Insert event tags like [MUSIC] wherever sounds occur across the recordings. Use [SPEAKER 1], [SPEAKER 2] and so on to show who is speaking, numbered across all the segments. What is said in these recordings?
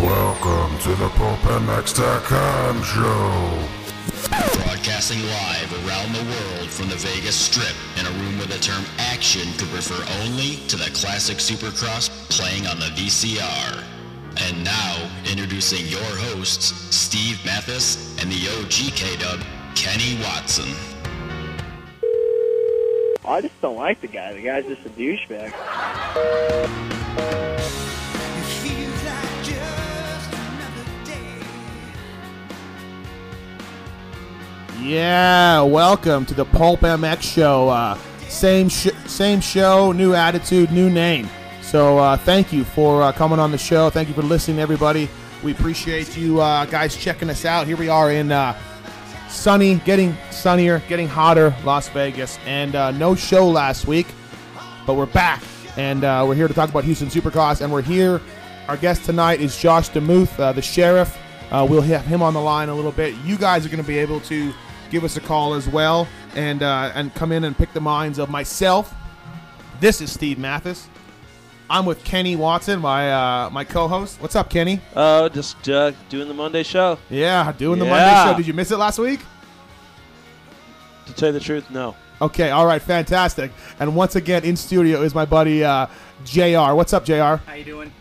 [SPEAKER 1] Welcome to the PulpMX.com show.
[SPEAKER 2] Broadcasting live around the world from the Vegas Strip in a room where the term action could refer only to the classic Supercross playing on the VCR. And now, introducing your hosts, Steve Mathis and the OGK dub, Kenny Watson.
[SPEAKER 3] I just don't like the guy. The guy's just a douchebag.
[SPEAKER 4] Yeah, welcome to the Pulp MX show. Uh, same sh- same show, new attitude, new name. So uh, thank you for uh, coming on the show. Thank you for listening, everybody. We appreciate you uh, guys checking us out. Here we are in uh, sunny, getting sunnier, getting hotter, Las Vegas, and uh, no show last week, but we're back, and uh, we're here to talk about Houston Supercross, and we're here. Our guest tonight is Josh DeMuth, uh, the sheriff. Uh, we'll have him on the line a little bit. You guys are going to be able to give us a call as well, and uh, and come in and pick the minds of myself. This is Steve Mathis. I'm with Kenny Watson, my uh, my co-host. What's up, Kenny?
[SPEAKER 5] Oh, just uh, doing the Monday show.
[SPEAKER 4] Yeah, doing the
[SPEAKER 5] Yeah.
[SPEAKER 4] Monday show. Did you miss it last week?
[SPEAKER 5] To tell you the truth, no.
[SPEAKER 4] Okay, all right, fantastic. And once again, in studio is my buddy uh, JR. What's up, JR?
[SPEAKER 6] How you doing?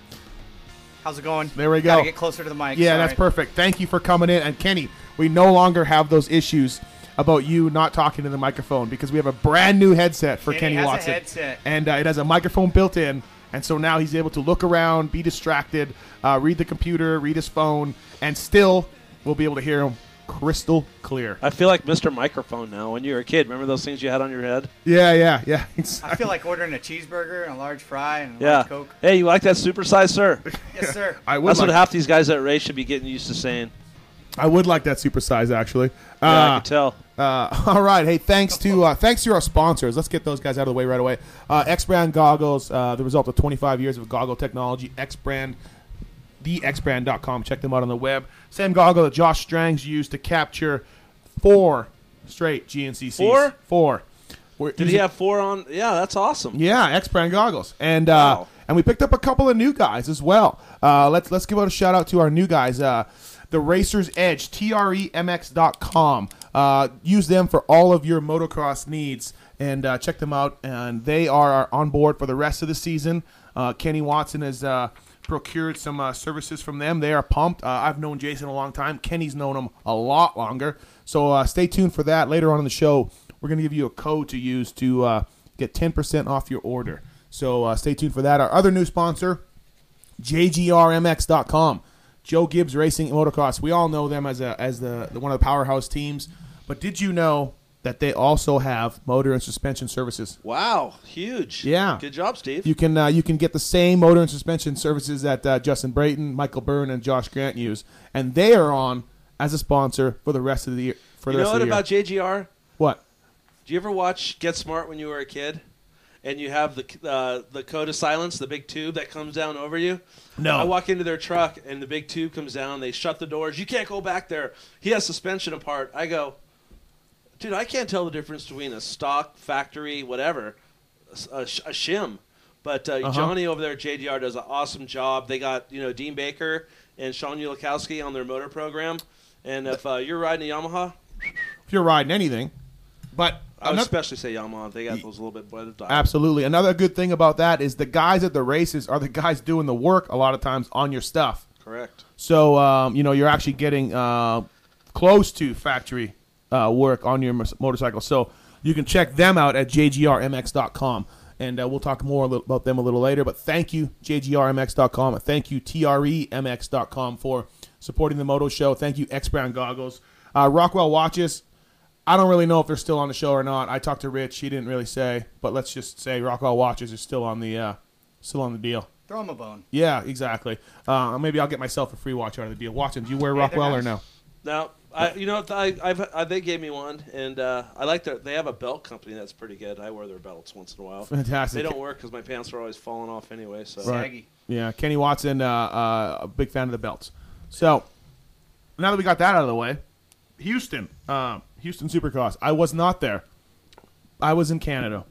[SPEAKER 6] How's it going?
[SPEAKER 4] There we
[SPEAKER 6] Gotta
[SPEAKER 4] go.
[SPEAKER 6] get closer to the mic.
[SPEAKER 4] Yeah,
[SPEAKER 6] sorry.
[SPEAKER 4] that's perfect. Thank you for coming in. And Kenny, we no longer have those issues about you not talking to the microphone because we have a brand new headset for
[SPEAKER 6] Kenny
[SPEAKER 4] Kenny
[SPEAKER 6] has a
[SPEAKER 4] Watson.
[SPEAKER 6] headset.
[SPEAKER 4] And uh, it has a microphone built in. And so now he's able to look around, be distracted, uh, read the computer, read his phone, and still we'll be able to hear him crystal clear.
[SPEAKER 5] I feel like Mr. Microphone now. When you were a kid, remember those things you had on your head?
[SPEAKER 4] Yeah, yeah, [LAUGHS] yeah.
[SPEAKER 6] I feel like ordering a cheeseburger and a large fry and a
[SPEAKER 5] Yeah.
[SPEAKER 6] large Coke.
[SPEAKER 5] Hey, you like that supersize, sir?
[SPEAKER 6] Yes,
[SPEAKER 5] [LAUGHS]
[SPEAKER 6] sir.
[SPEAKER 4] I would
[SPEAKER 5] That's
[SPEAKER 4] like
[SPEAKER 5] what half these guys at race should be getting used to saying.
[SPEAKER 4] I would like that supersize actually.
[SPEAKER 5] Yeah, I
[SPEAKER 4] Uh,
[SPEAKER 5] can tell.
[SPEAKER 4] uh, [LAUGHS] all right, hey, thanks to uh, thanks to our sponsors. Let's get those guys out of the way right away. Uh, X Brand goggles, uh, the result of 25 years of goggle technology. X Brand, thexbrand.com. Check them out on the web. Same goggle that Josh Strangs used to capture four straight GNCCs.
[SPEAKER 5] Four?
[SPEAKER 4] Four. We're
[SPEAKER 5] Did he
[SPEAKER 4] using-
[SPEAKER 5] have four on? Yeah, that's awesome.
[SPEAKER 4] yeah, X brand goggles, and uh,
[SPEAKER 5] Wow.
[SPEAKER 4] and we picked up a couple of new guys as well. Uh, let's let's give out a shout out to our new guys, uh, the Racers Edge, E tremx.com. Uh, use them for all of your motocross needs, and uh, check them out. And they are our- on board for the rest of the season. Uh, Kenny Watson has uh, procured some uh, services from them. They are pumped. Uh, I've known Jason a long time. Kenny's known him a lot longer. So uh, stay tuned for that later on in the show. We're going to give you a code to use to uh, get 10% off your order. So uh, stay tuned for that. Our other new sponsor, JGRMX.com. Joe Gibbs Racing and Motocross. We all know them as a as the, the one of the powerhouse teams. But did you know that they also have motor and suspension services?
[SPEAKER 5] Wow, huge.
[SPEAKER 4] Yeah.
[SPEAKER 5] Good job, Steve.
[SPEAKER 4] You can uh, you can get the same motor and suspension services that uh, Justin Brayton, Michael Byrne, and Josh Grant use, and they are on as a sponsor for the rest of the year. For
[SPEAKER 5] You
[SPEAKER 4] the
[SPEAKER 5] know
[SPEAKER 4] rest
[SPEAKER 5] what
[SPEAKER 4] of the
[SPEAKER 5] about
[SPEAKER 4] year.
[SPEAKER 5] JGR?
[SPEAKER 4] what?
[SPEAKER 5] Do you ever watch Get Smart when you were a kid? And you have the uh, the code of silence, the big tube that comes down over you.
[SPEAKER 4] No.
[SPEAKER 5] I walk into their truck and the big tube comes down. They shut the doors. You can't go back there. He has suspension apart. I go, dude, I can't tell the difference between a stock factory, whatever, a, a sh- a shim. But uh, Johnny over there at JDR does an awesome job. They got you know Dean Baker and Sean Ulikowski on their motor program. And if uh, you're riding a Yamaha,
[SPEAKER 4] If you're riding anything, but
[SPEAKER 5] I would
[SPEAKER 4] another-
[SPEAKER 5] especially say Yamaha. They got those little bit better tires.
[SPEAKER 4] Absolutely. Another good thing about that is the guys at the races are the guys doing the work a lot of times on your stuff.
[SPEAKER 5] Correct.
[SPEAKER 4] So um, you know you're actually getting uh, close to factory uh, work on your mos- motorcycle. So you can check them out at jgrmx.com, and uh, we'll talk more a little, about them a little later. But thank you jgrmx.com, and thank you E tremx.com for supporting the Moto Show. Thank you X Brown Goggles, uh, Rockwell Watches. I don't really know if they're still on the show or not. I talked to Rich; he didn't really say, but let's just say Rockwell Watches is still on the uh, still on the deal.
[SPEAKER 6] Throw him a bone.
[SPEAKER 4] Yeah, exactly. Uh, maybe I'll get myself a free watch out of the deal. Watson, do you wear
[SPEAKER 6] Hey,
[SPEAKER 4] Rockwell
[SPEAKER 6] they're
[SPEAKER 4] or no?
[SPEAKER 5] Now, I, you know, I, I've, I, they gave me one, and uh, I like their. They have a belt company that's pretty good. I wear their belts once in a while.
[SPEAKER 4] Fantastic.
[SPEAKER 5] They don't work because my pants are always falling off anyway. So
[SPEAKER 6] Saggy.
[SPEAKER 4] Yeah, Kenny Watson, uh, uh, a big fan of the belts. So now that we got that out of the way, Houston, um, Houston Supercross. I was not there. I was in Canada.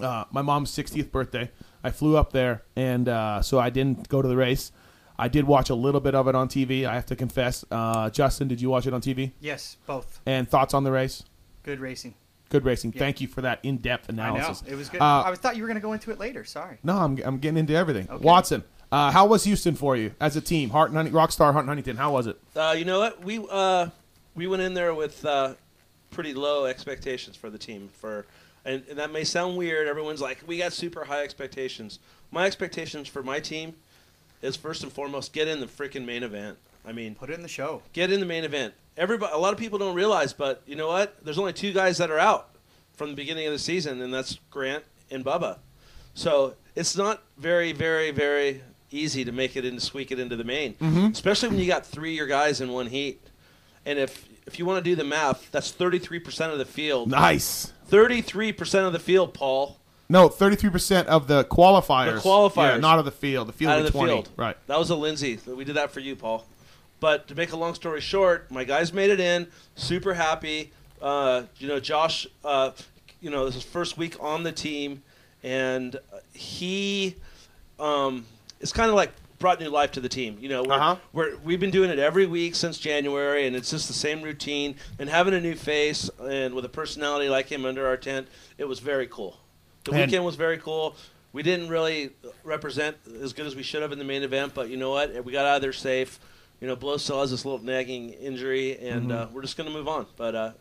[SPEAKER 4] Uh, my mom's 60th birthday. I flew up there, and uh, so I didn't go to the race. I did watch a little bit of it on TV. I have to confess. Uh, Justin, did you watch it on TV?
[SPEAKER 6] Yes, both.
[SPEAKER 4] And thoughts on the race?
[SPEAKER 6] Good racing.
[SPEAKER 4] Good racing.
[SPEAKER 6] Yeah.
[SPEAKER 4] Thank you for that in-depth analysis.
[SPEAKER 6] I know. It was good.
[SPEAKER 4] Uh,
[SPEAKER 6] I thought you were going to go into it later. Sorry.
[SPEAKER 4] no, I'm, I'm getting into everything.
[SPEAKER 6] Okay.
[SPEAKER 4] Watson, uh, how was Houston for you as a team? Hart and Hunting, Rockstar Hart and Huntington. How was it?
[SPEAKER 5] Uh, you know what? We uh, we went in there with uh, pretty low expectations for the team. For and, and that may sound weird. Everyone's like, we got super high expectations. My expectations for my team is first and foremost get in the freaking main event. I mean,
[SPEAKER 6] Put it in the show.
[SPEAKER 5] get in the main event. Everybody, a lot of people don't realize, but you know what? There's only two guys that are out from the beginning of the season, and that's Grant and Bubba. So it's not very, very, very easy to make it and squeak it into the main, especially when you got three of your guys in one heat. And if if you want to do the math, that's 33% of the field.
[SPEAKER 4] Nice.
[SPEAKER 5] 33% of the field, Paul,
[SPEAKER 4] No, 33% of the qualifiers.
[SPEAKER 5] The qualifiers.
[SPEAKER 4] Yeah, not of the field. The field
[SPEAKER 5] out
[SPEAKER 4] would
[SPEAKER 5] of the
[SPEAKER 4] be 20.
[SPEAKER 5] field.
[SPEAKER 4] Right.
[SPEAKER 5] That was a Lindsay. We did that for you, Paul. But to make a long story short, my guys made it in. Super happy. Uh, you know, Josh. Uh, you know, this is his first week on the team, and he um, it's kind of like brought new life to the team. You know, we're,
[SPEAKER 4] Uh-huh.
[SPEAKER 5] we're, we've been doing it every week since January, and it's just the same routine. And having a new face and with a personality like him under our tent, it was very cool. The
[SPEAKER 4] And-
[SPEAKER 5] weekend was very cool. We didn't really represent as good as we should have in the main event, but you know what? We got out of there safe. You know, Blow still has this little nagging injury, and uh, we're just going to move on. But uh,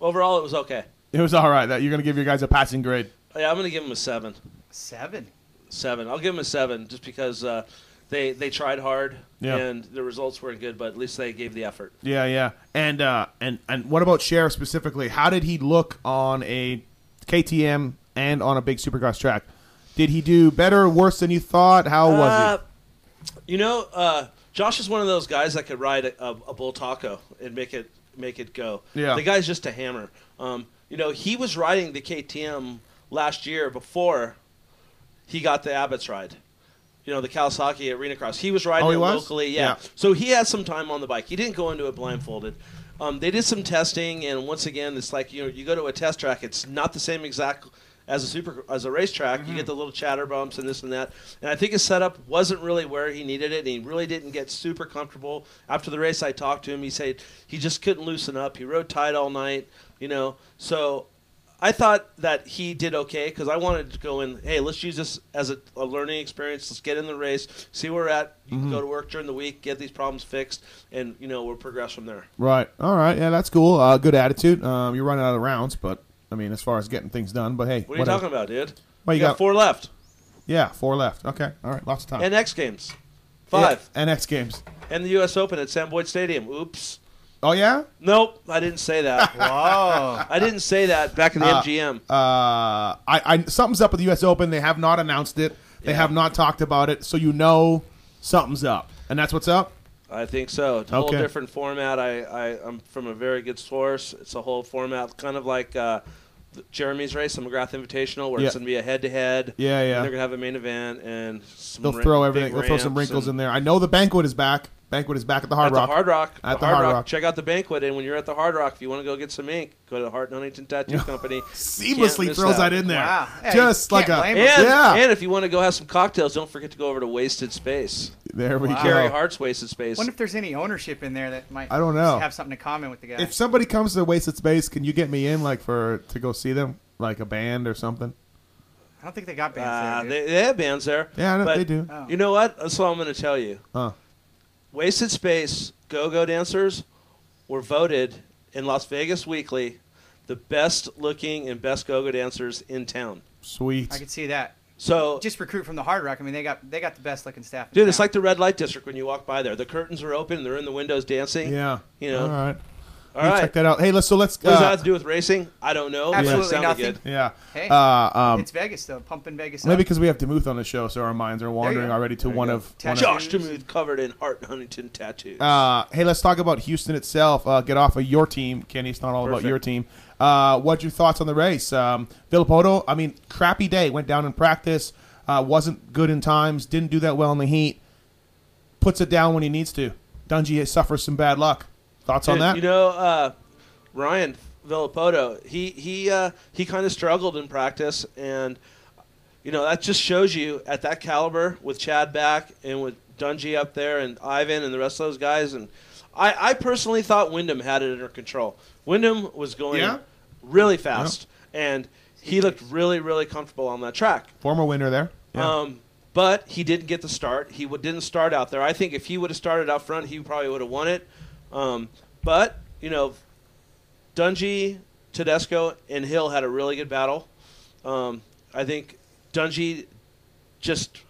[SPEAKER 5] overall, it was okay. Oh,
[SPEAKER 4] It was all right. That You're going to give your guys a passing grade.
[SPEAKER 5] Yeah, I'm going to give him a seven.
[SPEAKER 6] Seven.
[SPEAKER 5] seven. I'll give them a seven just because uh, they they tried hard
[SPEAKER 4] Yeah.
[SPEAKER 5] and the results weren't good, but at least they gave the effort.
[SPEAKER 4] Yeah, yeah. And uh, and and what about Sheriff specifically? How did he look on a KTM and on a big Supercross track? Did he do better or worse than you thought? How was
[SPEAKER 5] Uh, You know, uh, Josh is one of those guys that could ride a, a, a bull taco and make it make it go.
[SPEAKER 4] Yeah.
[SPEAKER 5] the guy's just a hammer. Um, you know, he was riding the KTM last year before he got the Abbott's ride. You know, the Kawasaki Arena Cross. He was riding
[SPEAKER 4] Oh, he
[SPEAKER 5] it
[SPEAKER 4] was?
[SPEAKER 5] locally.
[SPEAKER 4] Yeah.
[SPEAKER 5] Yeah. So he had some time on the bike. He didn't go into it blindfolded. Um, they did some testing, and once again, it's like you know, you go to a test track. It's not the same exact as a super as a racetrack.
[SPEAKER 4] Mm-hmm.
[SPEAKER 5] You get the little chatter bumps and this and that. And I think his setup wasn't really where he needed it. And he really didn't get super comfortable after the race. I talked to him. He said he just couldn't loosen up. He rode tight all night. You know, so. I thought that he did okay because I wanted to go in. Hey, let's use this as a, a learning experience. Let's get in the race, see where we're at. You can go to work during the week, get these problems fixed, and you know we'll progress from there.
[SPEAKER 4] he? Right. All right. Yeah, that's cool. Uh, good attitude. Um, you're running out of rounds, but I mean, as far as getting things done. But hey,
[SPEAKER 5] What are you talking about, dude?
[SPEAKER 4] Well, you
[SPEAKER 5] you got,
[SPEAKER 4] got-
[SPEAKER 5] four left
[SPEAKER 4] Yeah, four left. Okay. All right. Lots of time.
[SPEAKER 5] and X Games, five,
[SPEAKER 4] Yeah, and X Games.
[SPEAKER 5] and the U.S. Open at Sam Boyd Stadium. Oops.
[SPEAKER 4] Oh yeah.
[SPEAKER 5] Nope, I didn't say that.
[SPEAKER 6] Whoa.
[SPEAKER 5] I didn't say that back in the MGM.
[SPEAKER 4] uh, I, I something's up with the U.S. Open. They have not announced it. They have not talked about it. So you know something's up, and that's what's up.
[SPEAKER 5] I think so. It's a whole
[SPEAKER 4] Okay.
[SPEAKER 5] different format. I, I, I'm from a very good source. It's a whole format, kind of like uh, th- Jeremy's race, the McGrath Invitational, where it's
[SPEAKER 4] Yeah.
[SPEAKER 5] going to be a head to head.
[SPEAKER 4] Yeah, yeah.
[SPEAKER 5] They're going to have a main event and some
[SPEAKER 4] They'll
[SPEAKER 5] ri-
[SPEAKER 4] throw
[SPEAKER 5] big
[SPEAKER 4] everything. They'll throw some
[SPEAKER 5] ramps
[SPEAKER 4] wrinkles
[SPEAKER 5] and-
[SPEAKER 4] in there. I know the banquet is back. Banquet is back at the Hard
[SPEAKER 5] at
[SPEAKER 4] Rock.
[SPEAKER 5] the Hard Rock.
[SPEAKER 4] At the
[SPEAKER 5] Hard,
[SPEAKER 4] Hard
[SPEAKER 5] Rock.
[SPEAKER 4] Rock.
[SPEAKER 5] Check out the banquet, and when you're at the Hard Rock, if you want to go get some ink, go to the Hart and Huntington Tattoo Company. Can't
[SPEAKER 4] Seamlessly
[SPEAKER 5] miss
[SPEAKER 4] throws that.
[SPEAKER 5] that.
[SPEAKER 4] in there.
[SPEAKER 6] Wow. Hey,
[SPEAKER 4] Just
[SPEAKER 6] you
[SPEAKER 4] like
[SPEAKER 6] can't
[SPEAKER 4] a
[SPEAKER 6] blame
[SPEAKER 5] And,
[SPEAKER 4] yeah.
[SPEAKER 5] and if you want to go have some cocktails, don't forget to go over to Wasted Space.
[SPEAKER 4] there we
[SPEAKER 5] Gary
[SPEAKER 4] go.
[SPEAKER 5] Hart's Wasted Space.
[SPEAKER 6] wonder if there's any ownership in there that might.
[SPEAKER 4] I don't know.
[SPEAKER 6] Have something in common with the guy.
[SPEAKER 4] If somebody comes to Wasted Space, can you get me in like for to go see them, like a band or something?
[SPEAKER 6] I don't think they got bands
[SPEAKER 5] Uh,
[SPEAKER 6] there. dude.
[SPEAKER 5] they, they have bands there.
[SPEAKER 4] Yeah, I know
[SPEAKER 5] but
[SPEAKER 4] they do.
[SPEAKER 6] Oh.
[SPEAKER 5] You know what? That's all I'm going to tell you.
[SPEAKER 4] Huh.
[SPEAKER 5] Wasted Space Go Go Dancers were voted in Las Vegas Weekly the best looking and best go go dancers in town.
[SPEAKER 4] Sweet.
[SPEAKER 6] I could see that.
[SPEAKER 5] So,
[SPEAKER 6] Just recruit from the Hard Rock. I mean, they got they got the best looking staff. in
[SPEAKER 5] dude, it's
[SPEAKER 6] town.
[SPEAKER 5] like the red light district when you walk by there. The curtains are open, they're in the windows dancing.
[SPEAKER 4] yeah.
[SPEAKER 5] You know.
[SPEAKER 4] All right.
[SPEAKER 5] All
[SPEAKER 4] We'll
[SPEAKER 5] right.
[SPEAKER 4] Check that out. Hey, let's so let's.
[SPEAKER 5] What does that
[SPEAKER 4] Uh,
[SPEAKER 5] have to do with racing? I don't know. but it
[SPEAKER 6] Absolutely
[SPEAKER 5] sounded
[SPEAKER 6] nothing.
[SPEAKER 5] good.
[SPEAKER 4] yeah.
[SPEAKER 6] Hey.
[SPEAKER 4] Uh, um,
[SPEAKER 6] it's Vegas though, pumping Vegas.
[SPEAKER 4] Maybe
[SPEAKER 6] up.
[SPEAKER 4] because we have Demuth on the show, so our minds are wandering
[SPEAKER 6] go.
[SPEAKER 4] already to one of,
[SPEAKER 6] Tattoo.
[SPEAKER 4] one of.
[SPEAKER 5] Josh Demuth covered in Hart and Huntington tattoos.
[SPEAKER 4] Uh, hey, let's talk about Houston itself. Uh, get off of your team, Kenny. It's not all about
[SPEAKER 5] Perfect.
[SPEAKER 4] your team. Uh, what's your thoughts on the race? Um, Villapoto, I mean, crappy day. Went down in practice. Uh, wasn't good in times. Didn't do that well in the heat. Puts it down when he needs to. Dungy suffers some bad luck. Thoughts on
[SPEAKER 5] Dude,
[SPEAKER 4] that?
[SPEAKER 5] You know, uh, Ryan Villapoto, he he uh, he kind of struggled in practice, and you know that just shows you at that caliber with Chad back and with Dungy up there and Ivan and the rest of those guys. And I, I personally thought Wyndham had it under control. Wyndham was going
[SPEAKER 4] Yeah.
[SPEAKER 5] really fast, and he looked really, really comfortable on that track.
[SPEAKER 4] Former winner there.
[SPEAKER 5] Um, but he didn't get the start. He w- didn't start out there. I think if he would have started out front, he probably would have won it. Um, but you know, Dungy, Tedesco, and Hill had a really good battle. Um, I think Dungy just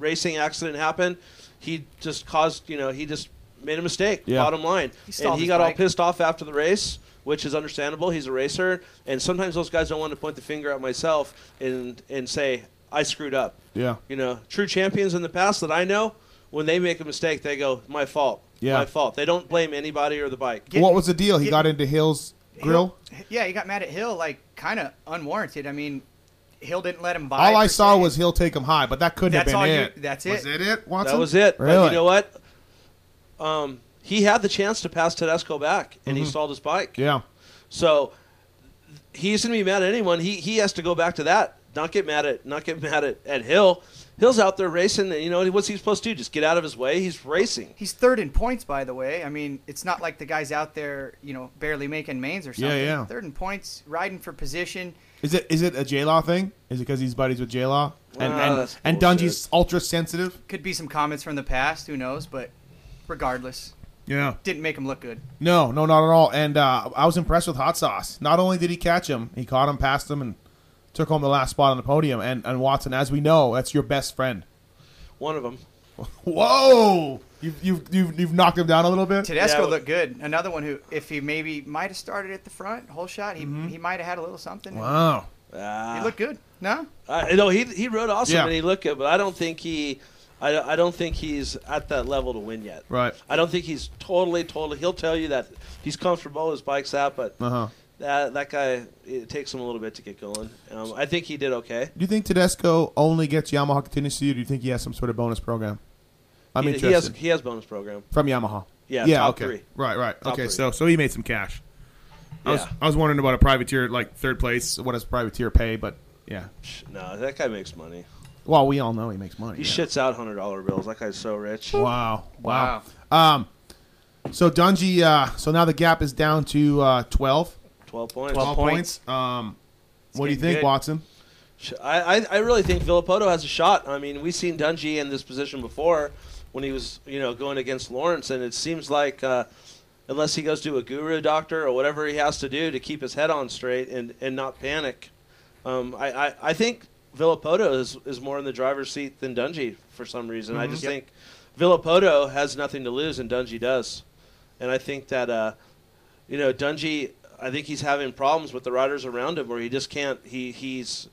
[SPEAKER 5] racing accident happened. He just caused you know he just made a mistake.
[SPEAKER 4] Yeah.
[SPEAKER 5] Bottom line,
[SPEAKER 6] He stalled
[SPEAKER 5] and he
[SPEAKER 6] his
[SPEAKER 5] got all
[SPEAKER 6] bike.
[SPEAKER 5] pissed off after the race, which is understandable. He's a racer, and sometimes those guys don't want to point the finger at myself and and say I screwed up.
[SPEAKER 4] yeah.
[SPEAKER 5] You know, true champions in the past that I know, when they make a mistake, they go, "My fault,
[SPEAKER 4] Yeah.
[SPEAKER 5] my fault." They don't blame anybody or the bike.
[SPEAKER 6] Get-
[SPEAKER 4] what was the deal? He
[SPEAKER 6] get-
[SPEAKER 4] got into Hill's grill.
[SPEAKER 6] Yeah, he got mad at Hill, like kind of unwarranted. I mean, Hill didn't let him buy.
[SPEAKER 4] All I
[SPEAKER 6] per
[SPEAKER 4] saw
[SPEAKER 6] se.
[SPEAKER 4] was Hill take him high, but that couldn't
[SPEAKER 6] That's
[SPEAKER 4] have
[SPEAKER 6] all
[SPEAKER 4] been
[SPEAKER 6] you-
[SPEAKER 4] it.
[SPEAKER 6] that's
[SPEAKER 4] Was
[SPEAKER 6] it.
[SPEAKER 4] it it? Watson?
[SPEAKER 5] That was it.
[SPEAKER 4] Really?
[SPEAKER 5] But you know what? Um, he had the chance to pass Tedesco back, and he stalled his bike.
[SPEAKER 4] Mm-hmm. Yeah.
[SPEAKER 5] So he's going to be mad at anyone. He he has to go back to that. Not get mad at not get [LAUGHS] mad at, at Hill. Hill's out there racing, and you know what's he supposed to do? Just get out of his way. He's racing.
[SPEAKER 6] He's third in points, by the way. I mean, it's not like the guy's out there, you know, barely making mains or
[SPEAKER 4] Yeah,
[SPEAKER 6] something.
[SPEAKER 4] yeah.
[SPEAKER 6] Third in points, riding for position.
[SPEAKER 4] Is it is it a J Law thing? Is it because he's buddies with J Law? And
[SPEAKER 5] Ah,
[SPEAKER 4] and,
[SPEAKER 5] that's
[SPEAKER 4] and
[SPEAKER 5] bullshit.
[SPEAKER 4] Dungy's ultra sensitive.
[SPEAKER 6] Could be some comments from the past. Who knows? But regardless,
[SPEAKER 4] Yeah.
[SPEAKER 6] didn't make him look
[SPEAKER 5] [LAUGHS]
[SPEAKER 6] good.
[SPEAKER 4] No, no, not at all. And uh, I was impressed with Hot Sauce. Not only did he catch him, he caught him, passed him, and took home the last spot on the podium. And and Watson, as we know, that's your best friend. [LAUGHS]
[SPEAKER 5] One of them.
[SPEAKER 4] Whoa! You've you've you've, you've knocked him down a little bit.
[SPEAKER 6] Tedesco
[SPEAKER 5] Yeah.
[SPEAKER 6] looked good. Another one who, if he maybe might have started at the front, whole shot, he, he might have had a little something.
[SPEAKER 4] Mm-hmm. Wow.
[SPEAKER 5] Ah.
[SPEAKER 6] He looked good. No?
[SPEAKER 5] I, no, he he rode awesome
[SPEAKER 4] Yeah.
[SPEAKER 5] and he looked good, but I don't think he, I, I don't think he's at that level to win yet.
[SPEAKER 4] Right.
[SPEAKER 5] I don't think he's totally, totally. He'll tell you that he's comfortable his bike's out, but
[SPEAKER 4] Uh huh.
[SPEAKER 5] that that guy it takes him a little bit to get going. Um, I think he did okay.
[SPEAKER 4] Do you think Tedesco only gets Yamaha continues to you? Or do you think he has some sort of bonus program? I'm
[SPEAKER 5] he, he
[SPEAKER 4] interested.
[SPEAKER 5] has he has bonus program.
[SPEAKER 4] From Yamaha.
[SPEAKER 5] Yeah,
[SPEAKER 4] Yeah.
[SPEAKER 5] top
[SPEAKER 4] okay.
[SPEAKER 5] three.
[SPEAKER 4] Right. Right.
[SPEAKER 5] Top
[SPEAKER 4] okay.
[SPEAKER 5] three.
[SPEAKER 4] So so he made some cash. I was
[SPEAKER 5] Yeah.
[SPEAKER 4] I was wondering about a privateer like third place. What does privateer pay? But yeah.
[SPEAKER 5] No, that guy makes money.
[SPEAKER 4] Well, we all know he makes money.
[SPEAKER 5] He
[SPEAKER 4] yeah.
[SPEAKER 5] shits out hundred dollar bills. That guy's so rich.
[SPEAKER 4] Wow. Wow. Um. So Dungy. Uh. So now the gap is down to uh, twelve.
[SPEAKER 5] Twelve points.
[SPEAKER 4] 12
[SPEAKER 6] points.
[SPEAKER 4] Um. what do you
[SPEAKER 6] getting
[SPEAKER 4] think,
[SPEAKER 6] good.
[SPEAKER 4] Watson?
[SPEAKER 5] Sh- I, I, I really think Villapoto has a shot. I mean, we've seen Dungy in this position before when he was, you know, going against Lawrence, and it seems like uh, unless he goes to a guru doctor or whatever he has to do to keep his head on straight and, and not panic, um, I, I, I think Villapoto is, is more in the driver's seat than Dungy for some reason. I just think Villapoto has nothing to lose, and Dungy does. And I think that, uh, you know, Dungy, I think he's having problems with the riders around him where he just can't, he, he's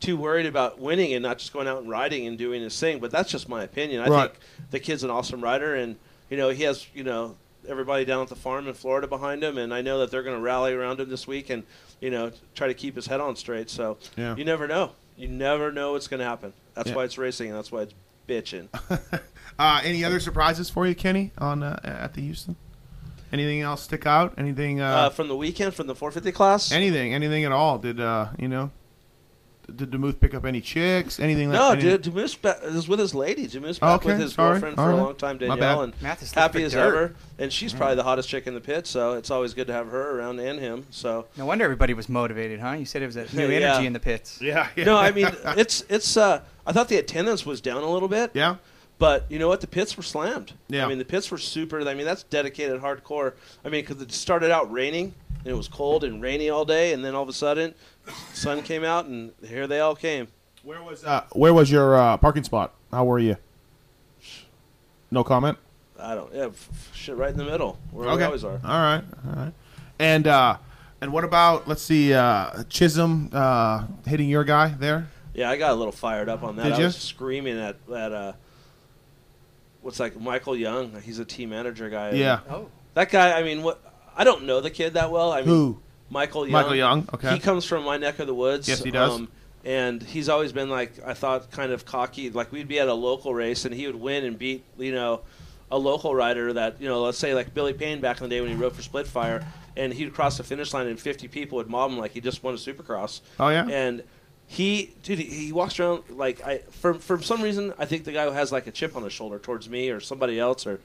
[SPEAKER 5] too worried about winning and not just going out and riding and doing his thing. But that's just my opinion. I
[SPEAKER 4] Right.
[SPEAKER 5] think the kid's an awesome rider, and, you know, he has, you know, everybody down at the farm in Florida behind him, and I know that they're going to rally around him this week and, you know, try to keep his head on straight. So
[SPEAKER 4] Yeah.
[SPEAKER 5] you never know. You never know what's going to happen. That's
[SPEAKER 4] Yeah.
[SPEAKER 5] why it's racing, and that's why it's bitching.
[SPEAKER 4] Uh, any other surprises for you, Kenny, on uh, at the Houston? Anything else stick out? Anything? Uh,
[SPEAKER 5] uh, from the weekend, from the 450 class.
[SPEAKER 4] anything? Anything at all? Did uh, you know? Did Demuth pick up any chicks? Anything?
[SPEAKER 5] no,
[SPEAKER 4] like, any-
[SPEAKER 5] dude, Demus ba- is with his lady. Demus back
[SPEAKER 4] Okay,
[SPEAKER 5] with his
[SPEAKER 4] sorry,
[SPEAKER 5] girlfriend for
[SPEAKER 4] alright.
[SPEAKER 5] a long time,
[SPEAKER 4] My bad.
[SPEAKER 5] Danielle,
[SPEAKER 4] Mm.
[SPEAKER 5] and
[SPEAKER 6] Math is
[SPEAKER 5] happy
[SPEAKER 6] thick
[SPEAKER 5] as
[SPEAKER 6] dirt.
[SPEAKER 5] ever. And she's probably the hottest chick in the pit, so it's always good to have her around and him. So
[SPEAKER 6] No wonder everybody was motivated, huh? You said it was a new
[SPEAKER 5] [LAUGHS] Yeah.
[SPEAKER 6] energy in the pits.
[SPEAKER 4] [LAUGHS] Yeah. yeah.
[SPEAKER 5] no, I mean it's it's. Uh, I thought the attendance was down a little bit.
[SPEAKER 4] yeah.
[SPEAKER 5] But you know what? The pits were slammed.
[SPEAKER 4] Yeah.
[SPEAKER 5] I mean, the pits were super. I mean, that's dedicated hardcore. I mean, because it started out raining and it was cold and rainy all day, and then all of a sudden, sun came out and here they all came.
[SPEAKER 4] Where was uh, where was your uh, parking spot? How were you? No comment.
[SPEAKER 5] I don't. Yeah, f- f- shit, right in the middle where we
[SPEAKER 4] okay.
[SPEAKER 5] always are.
[SPEAKER 4] All right. All right. And uh, and what about let's see uh, Chisholm uh, hitting your guy there?
[SPEAKER 5] Yeah, I got a little fired up on that.
[SPEAKER 4] Did
[SPEAKER 5] I
[SPEAKER 4] you?
[SPEAKER 5] was screaming at at uh, what's like Michael Young. He's a team manager guy.
[SPEAKER 4] Yeah.
[SPEAKER 6] Oh.
[SPEAKER 5] That guy. I mean, what? I don't know the kid that well. I mean,
[SPEAKER 4] Who?
[SPEAKER 5] Michael Young.
[SPEAKER 4] Michael Young, okay.
[SPEAKER 5] He comes from my neck of the woods. Um,
[SPEAKER 4] Yes, he does.
[SPEAKER 5] and he's always been like I thought, kind of cocky. Like we'd be at a local race, and he would win and beat you know a local rider that you know, let's say like Billy Payne back in the day when he rode for Splitfire, and he'd cross the finish line and 50 people would mob him like he just won a Supercross.
[SPEAKER 4] Oh, yeah?
[SPEAKER 5] And He, dude, he, he walks around like I for for some reason I think the guy has like a chip on his shoulder towards me or somebody else or,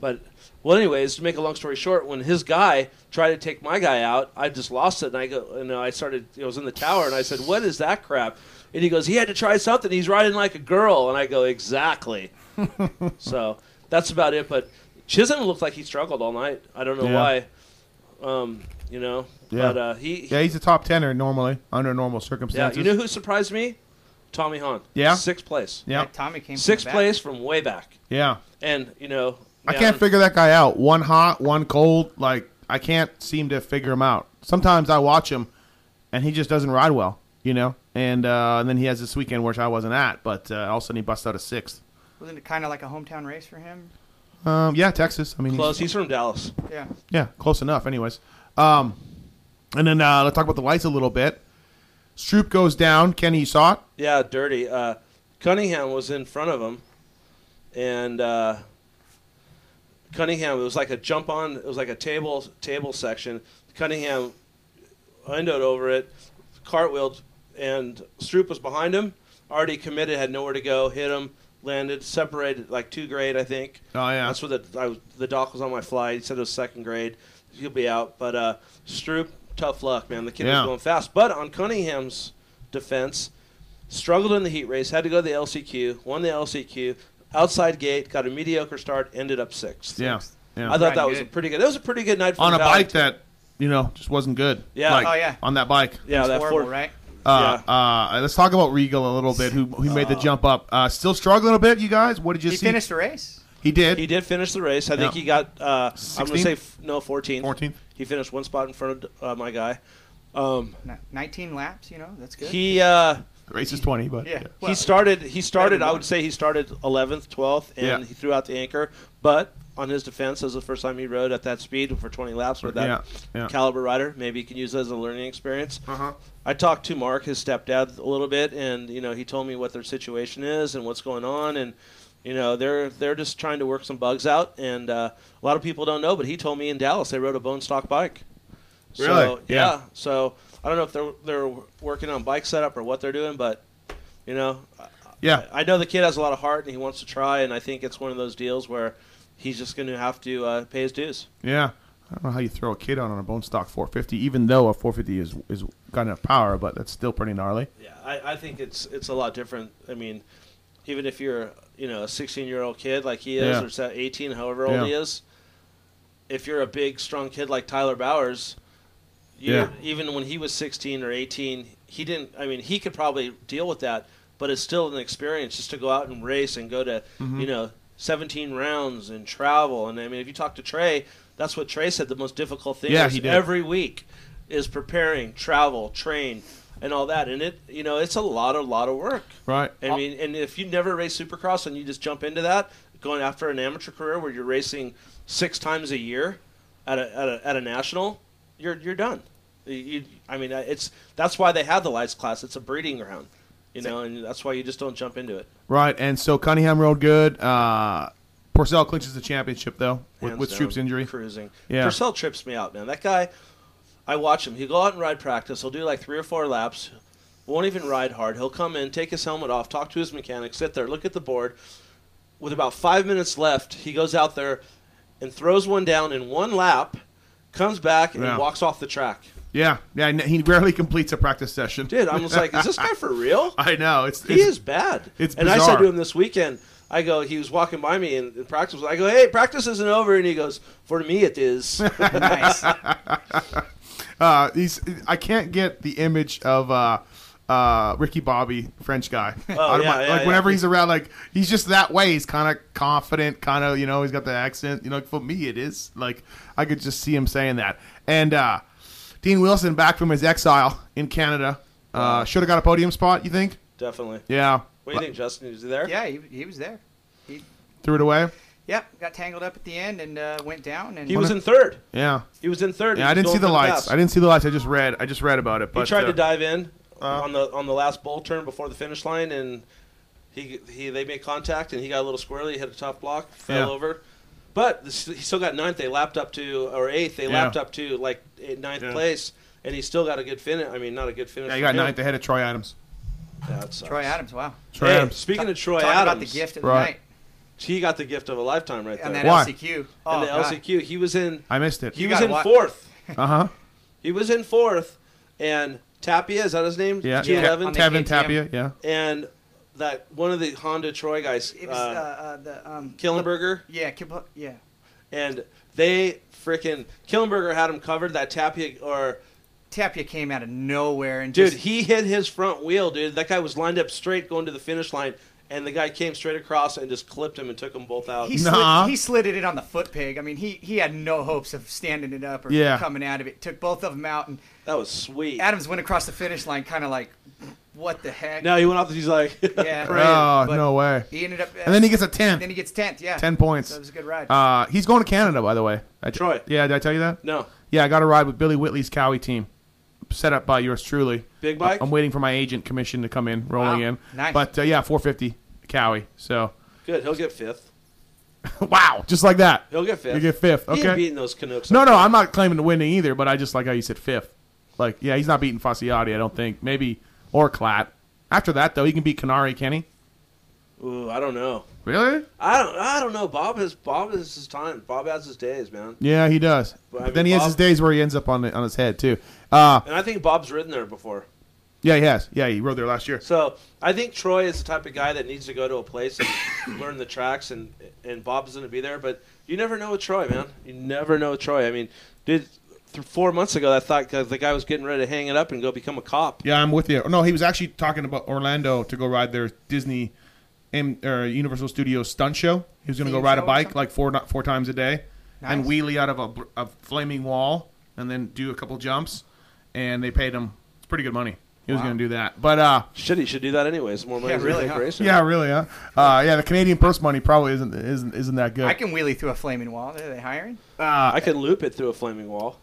[SPEAKER 5] but well, anyways, to make a long story short, when his guy tried to take my guy out, I just lost it and I go and I started I was in the tower and I said, what is that crap? And he goes, he had to try something. He's riding like a girl, and I go, exactly.
[SPEAKER 4] [LAUGHS]
[SPEAKER 5] so that's about it. But Chisholm looked like he struggled all night. I don't know
[SPEAKER 4] Yeah.
[SPEAKER 5] why. Um, you know,
[SPEAKER 4] Yeah.
[SPEAKER 5] but uh, he,
[SPEAKER 4] Yeah, he's a top tenner normally under normal
[SPEAKER 5] yeah,
[SPEAKER 4] circumstances.
[SPEAKER 5] you know who surprised me? Tommy Hahn.
[SPEAKER 4] Yeah?
[SPEAKER 5] Sixth place.
[SPEAKER 4] Yeah,
[SPEAKER 6] That Tommy came from
[SPEAKER 5] Sixth
[SPEAKER 6] the back.
[SPEAKER 5] place from way back.
[SPEAKER 4] yeah.
[SPEAKER 5] And, you know,
[SPEAKER 4] I
[SPEAKER 5] yeah,
[SPEAKER 4] can't figure that guy out. One hot, one cold. Like I can't seem to figure him out. Sometimes I watch him, and he just doesn't ride well, you know. And uh, and then he has this weekend which I wasn't at, but uh, all of a sudden he busts out a sixth.
[SPEAKER 6] [LAUGHS] Wasn't it kind of like a hometown race for him?
[SPEAKER 4] Um, yeah, Texas. I mean, he's-
[SPEAKER 5] Close. He's from Dallas.
[SPEAKER 6] Yeah.
[SPEAKER 4] yeah, close enough. Anyways, um, and then uh, let's talk about the lights a little bit. Stroop goes down. Kenny, you saw it.
[SPEAKER 5] Yeah, dirty. Uh, Cunningham was in front of him, and uh, Cunningham. It was like a jump on. It was like a table table section. Cunningham windowed over it, cartwheeled, and Stroop was behind him. Already committed, had nowhere to go. Hit him, landed, separated like two grade, I think.
[SPEAKER 4] Oh, yeah.
[SPEAKER 5] That's what the I was, the doc was on my flight. He said it was second grade. He'll be out, but uh, Stroop, tough luck, man. The kid
[SPEAKER 4] Yeah.
[SPEAKER 5] was going fast, but on Cunningham's defense, struggled in the heat race, had to go to the LCQ, won the LCQ, outside gate, got a mediocre start, ended up sixth.
[SPEAKER 4] Yeah, yeah.
[SPEAKER 5] I thought that
[SPEAKER 6] Riding
[SPEAKER 5] was a
[SPEAKER 6] good.
[SPEAKER 5] pretty good. That was a pretty good night for
[SPEAKER 4] on a
[SPEAKER 5] the
[SPEAKER 4] bike
[SPEAKER 5] Valentine.
[SPEAKER 4] that you know just wasn't good.
[SPEAKER 5] Yeah.
[SPEAKER 4] Like,
[SPEAKER 6] Oh, yeah.
[SPEAKER 4] On that bike.
[SPEAKER 5] yeah,
[SPEAKER 6] It's
[SPEAKER 5] that
[SPEAKER 6] horrible,
[SPEAKER 5] Ford,
[SPEAKER 6] right?
[SPEAKER 4] Uh,
[SPEAKER 5] Yeah.
[SPEAKER 4] uh, let's talk about Regal a little bit. Who who made the jump up? Uh, still struggling a bit, you guys. What did you
[SPEAKER 6] He
[SPEAKER 4] see?
[SPEAKER 6] finished the race.
[SPEAKER 4] He did.
[SPEAKER 5] He did finish the race. I think
[SPEAKER 4] Yeah.
[SPEAKER 5] he got. Uh, I'm
[SPEAKER 4] 16th?
[SPEAKER 5] going to say f- no, 14th.
[SPEAKER 4] 14th.
[SPEAKER 5] He finished one spot in front of uh, my guy. Um,
[SPEAKER 6] No, 19 laps, you know, that's good.
[SPEAKER 5] he uh,
[SPEAKER 4] The race is twenty, but
[SPEAKER 6] yeah.
[SPEAKER 5] he
[SPEAKER 6] Well,
[SPEAKER 5] started. He started.
[SPEAKER 6] than
[SPEAKER 5] I
[SPEAKER 6] one.
[SPEAKER 5] would say he started 11th, 12th, and
[SPEAKER 4] Yeah.
[SPEAKER 5] he threw out the anchor. But on his defense, that was the first time he rode at that speed for 20 laps with that
[SPEAKER 4] Yeah, yeah.
[SPEAKER 5] caliber rider. Maybe he can use that as a learning experience.
[SPEAKER 4] Uh-huh.
[SPEAKER 5] I talked to Mark, his stepdad, a little bit, and you know he told me what their situation is and what's going on, and you know they're they're just trying to work some bugs out, and uh, a lot of people don't know, but he told me in Dallas they rode a bone stock bike.
[SPEAKER 4] Really?
[SPEAKER 5] So, yeah. So I don't know if they're they're working on bike setup or what they're doing, but you know I-
[SPEAKER 4] yeah,
[SPEAKER 5] I know the kid has a lot of heart and he wants to try, and I think it's one of those deals where he's just going to have to uh, pay his dues.
[SPEAKER 4] yeah. I don't know how you throw a kid out on a bone stock 450, even though a 450 is is got enough power, but that's still pretty gnarly.
[SPEAKER 5] Yeah, I, I think it's it's a lot different. I mean, even if you're you know a 16 year old kid like he is,
[SPEAKER 4] Yeah.
[SPEAKER 5] or set 18, however old
[SPEAKER 4] Yeah.
[SPEAKER 5] he is, if you're a big strong kid like Tyler Bowers, you
[SPEAKER 4] Yeah.
[SPEAKER 5] even when he was 16 or 18, he didn't. I mean, he could probably deal with that, but it's still an experience just to go out and race and go to
[SPEAKER 4] Mm-hmm.
[SPEAKER 5] you know 17 rounds and travel. And I mean, if you talk to Trey, that's what Trey said. The most difficult thing
[SPEAKER 4] Yeah,
[SPEAKER 5] is
[SPEAKER 4] he did.
[SPEAKER 5] every week is preparing, travel, train, and all that. And it, you know, it's a lot, a lot of work.
[SPEAKER 4] Right.
[SPEAKER 5] I mean, and if you never race Supercross and you just jump into that, going after an amateur career where you're racing six times a year at a at a, at a national, you're you're done. You- you- I mean, it's that's why they have the lights class. It's a breeding ground, you know, and that's why you just don't jump into it.
[SPEAKER 4] Right, and so Cunningham rode good. Uh, Porcel clinches the championship though with,
[SPEAKER 5] Hands
[SPEAKER 4] with
[SPEAKER 5] down,
[SPEAKER 4] Stroop's injury.
[SPEAKER 5] Cruising.
[SPEAKER 4] Yeah.
[SPEAKER 5] Purcell trips me out, man. That guy, I watch him. He'll go out and ride practice. He'll do like three or four laps. Won't even ride hard. He'll come in, take his helmet off, talk to his mechanic, sit there, look at the board. With about five minutes left, he goes out there and throws one down in one lap, comes back, and
[SPEAKER 4] Yeah.
[SPEAKER 5] walks off the track.
[SPEAKER 4] Yeah, yeah. and He rarely completes a practice session.
[SPEAKER 5] Dude, I'm just like,
[SPEAKER 4] [LAUGHS]
[SPEAKER 5] is this guy for real?
[SPEAKER 4] I know it's,
[SPEAKER 5] He
[SPEAKER 4] it's-
[SPEAKER 5] is bad.
[SPEAKER 4] it's
[SPEAKER 5] and I said
[SPEAKER 4] bizarre.
[SPEAKER 5] to him this weekend, I go, he was walking by me in, in practice. I go, hey, practice isn't over. And he goes, for me it is.
[SPEAKER 6] nice.
[SPEAKER 4] Uh, he's I can't get the image of uh, uh, Ricky Bobby, French guy. [LAUGHS] Out of
[SPEAKER 5] Oh, yeah,
[SPEAKER 4] my-
[SPEAKER 5] yeah,
[SPEAKER 4] like
[SPEAKER 5] yeah.
[SPEAKER 4] whenever he's around, like he's just that way. He's kind of confident, kind of you know, he's got the accent. You know, for me, it is like I could just see him saying that. And uh, Dean Wilson back from his exile in Canada uh, should have got a podium spot. You think?
[SPEAKER 5] Definitely.
[SPEAKER 4] Yeah,
[SPEAKER 5] What do you think, Justin? Is he there?
[SPEAKER 6] yeah, he, he was there. He,
[SPEAKER 4] threw it away.
[SPEAKER 6] yep, got tangled up at the end and uh, went down. And
[SPEAKER 5] He was in third.
[SPEAKER 4] Yeah,
[SPEAKER 5] He was in third.
[SPEAKER 4] yeah.
[SPEAKER 5] He
[SPEAKER 4] I
[SPEAKER 5] was
[SPEAKER 4] didn't see
[SPEAKER 5] going
[SPEAKER 4] the
[SPEAKER 5] for
[SPEAKER 4] lights.
[SPEAKER 5] pass.
[SPEAKER 4] I didn't see the lights. I just read. I just read about it. But
[SPEAKER 5] He tried
[SPEAKER 4] uh,
[SPEAKER 5] to dive in on the on the last bowl turn before the finish line, and he he they made contact, and he got a little squirrely, hit a tough block, fell
[SPEAKER 4] Yeah.
[SPEAKER 5] over. But this, he still got ninth. They lapped up to or eighth. They
[SPEAKER 4] Yeah.
[SPEAKER 5] lapped up to like eight- ninth
[SPEAKER 4] Yeah.
[SPEAKER 5] place, and he still got a good finish. I mean, not a good finish.
[SPEAKER 4] Yeah, he
[SPEAKER 5] for
[SPEAKER 4] got
[SPEAKER 5] him.
[SPEAKER 4] ninth ahead of Troy Adams.
[SPEAKER 5] Yeah, that sucks.
[SPEAKER 6] Troy Adams, wow.
[SPEAKER 4] Troy
[SPEAKER 5] Hey,
[SPEAKER 4] Adams.
[SPEAKER 5] speaking of Troy
[SPEAKER 6] Talking
[SPEAKER 5] Adams,
[SPEAKER 6] about the gift of the
[SPEAKER 4] Right.
[SPEAKER 6] night
[SPEAKER 5] he got the gift of a lifetime right there.
[SPEAKER 6] and that
[SPEAKER 5] And
[SPEAKER 4] Why?
[SPEAKER 6] LCQ. Oh,
[SPEAKER 5] the
[SPEAKER 6] God.
[SPEAKER 5] LCQ, he was in.
[SPEAKER 4] I missed it.
[SPEAKER 5] He
[SPEAKER 6] You
[SPEAKER 5] was
[SPEAKER 6] gotta
[SPEAKER 5] in
[SPEAKER 6] wa-
[SPEAKER 4] [LAUGHS]
[SPEAKER 5] fourth.
[SPEAKER 6] [LAUGHS]
[SPEAKER 4] Uh huh.
[SPEAKER 5] He was in fourth, and Tapia is that his name?
[SPEAKER 4] Yeah.
[SPEAKER 5] G eleven.
[SPEAKER 6] on the
[SPEAKER 4] Tevin
[SPEAKER 6] KTM.
[SPEAKER 4] Tapia. Yeah.
[SPEAKER 5] and that one of the Honda Troy guys,
[SPEAKER 6] It was uh,
[SPEAKER 5] uh,
[SPEAKER 6] uh, the um,
[SPEAKER 5] Killenberger,
[SPEAKER 6] Yeah, Kip- yeah.
[SPEAKER 5] and they freaking Killenberger had him covered. That Tapia or
[SPEAKER 6] Tapia came out of nowhere and
[SPEAKER 5] dude,
[SPEAKER 6] just
[SPEAKER 5] he hit his front wheel, dude. That guy was lined up straight going to the finish line, and the guy came straight across and just clipped him and took them both out.
[SPEAKER 6] he
[SPEAKER 4] Nah.
[SPEAKER 6] slid, he slid it in on the foot pig. I mean, he he had no hopes of standing it up or
[SPEAKER 4] Yeah.
[SPEAKER 6] coming out of it. Took both of them out, and
[SPEAKER 5] that was sweet.
[SPEAKER 6] Adams went across the finish line, kind of like, what the heck?
[SPEAKER 5] now he went off. and He's like,
[SPEAKER 6] [LAUGHS]
[SPEAKER 5] [LAUGHS]
[SPEAKER 6] yeah,
[SPEAKER 4] Oh
[SPEAKER 6] but
[SPEAKER 4] no way.
[SPEAKER 6] He ended up, uh,
[SPEAKER 4] And then he gets a tenth.
[SPEAKER 6] then he gets tenth. Yeah,
[SPEAKER 4] 10 points.
[SPEAKER 6] So it was a good ride.
[SPEAKER 4] Uh, he's going to Canada, by the way. I t-
[SPEAKER 5] Troy.
[SPEAKER 4] Yeah, did I tell you that?
[SPEAKER 5] "No,
[SPEAKER 4] Yeah, I got a ride with Billy Whitley's Cowie team, set up by yours truly.
[SPEAKER 5] Big Mike?
[SPEAKER 4] I'm waiting for my agent commission to come in, rolling
[SPEAKER 6] Wow,
[SPEAKER 4] in.
[SPEAKER 6] nice.
[SPEAKER 4] But uh, yeah, 450 Cowie. So
[SPEAKER 5] good. He'll get fifth.
[SPEAKER 4] [LAUGHS] wow, just like that.
[SPEAKER 5] He'll get fifth.
[SPEAKER 4] You get fifth.
[SPEAKER 5] He ain't
[SPEAKER 4] Okay.
[SPEAKER 5] beating those Canucks.
[SPEAKER 4] No, no, I'm not claiming to winning either, but I just like how you said fifth. Like, yeah, he's not beating Fasciotti, I don't think. Maybe or Klatt. After that, though, he can beat Canari, can he?
[SPEAKER 5] Ooh, I don't know.
[SPEAKER 4] Really?
[SPEAKER 5] I don't. I don't know. Bob has. Bob has his time. Bob has his days, man.
[SPEAKER 4] Yeah, he does.
[SPEAKER 5] But, I
[SPEAKER 4] But then
[SPEAKER 5] mean,
[SPEAKER 4] he has
[SPEAKER 5] Bob-
[SPEAKER 4] his days where he ends up on the, on his head too. Uh,
[SPEAKER 5] And I think Bob's ridden there before.
[SPEAKER 4] yeah, he has. Yeah, he rode there last year.
[SPEAKER 5] So I think Troy is the type of guy that needs to go to a place and [COUGHS] learn the tracks, and and Bob's going to be there. But you never know with Troy, man. You never know with Troy. I mean, dude, th- four months ago, I thought guys, the guy was getting ready to hang it up and go become a cop.
[SPEAKER 4] Yeah, I'm with you. No, he was actually talking about Orlando to go ride their Disney M- or Universal Studios stunt show. He was going to go
[SPEAKER 6] Theme
[SPEAKER 4] ride a
[SPEAKER 6] show or
[SPEAKER 4] bike
[SPEAKER 6] something?
[SPEAKER 4] like four four times a day and
[SPEAKER 6] Nice.
[SPEAKER 4] wheelie out of a, br- a flaming wall and then do a couple jumps. And they paid him it's pretty good money. He was
[SPEAKER 6] Wow.
[SPEAKER 4] going to do that, but uh,
[SPEAKER 5] Shit, he should do that anyways. More money
[SPEAKER 6] Yeah,
[SPEAKER 5] than
[SPEAKER 6] really,
[SPEAKER 5] Dick
[SPEAKER 6] huh?
[SPEAKER 5] Grayson.
[SPEAKER 4] yeah, really, huh? Uh, yeah, the Canadian purse money probably isn't isn't isn't that good. Ah.
[SPEAKER 6] I can wheelie through a flaming wall. Are they hiring?
[SPEAKER 5] I could loop it through a
[SPEAKER 4] [LAUGHS]
[SPEAKER 5] flaming wall.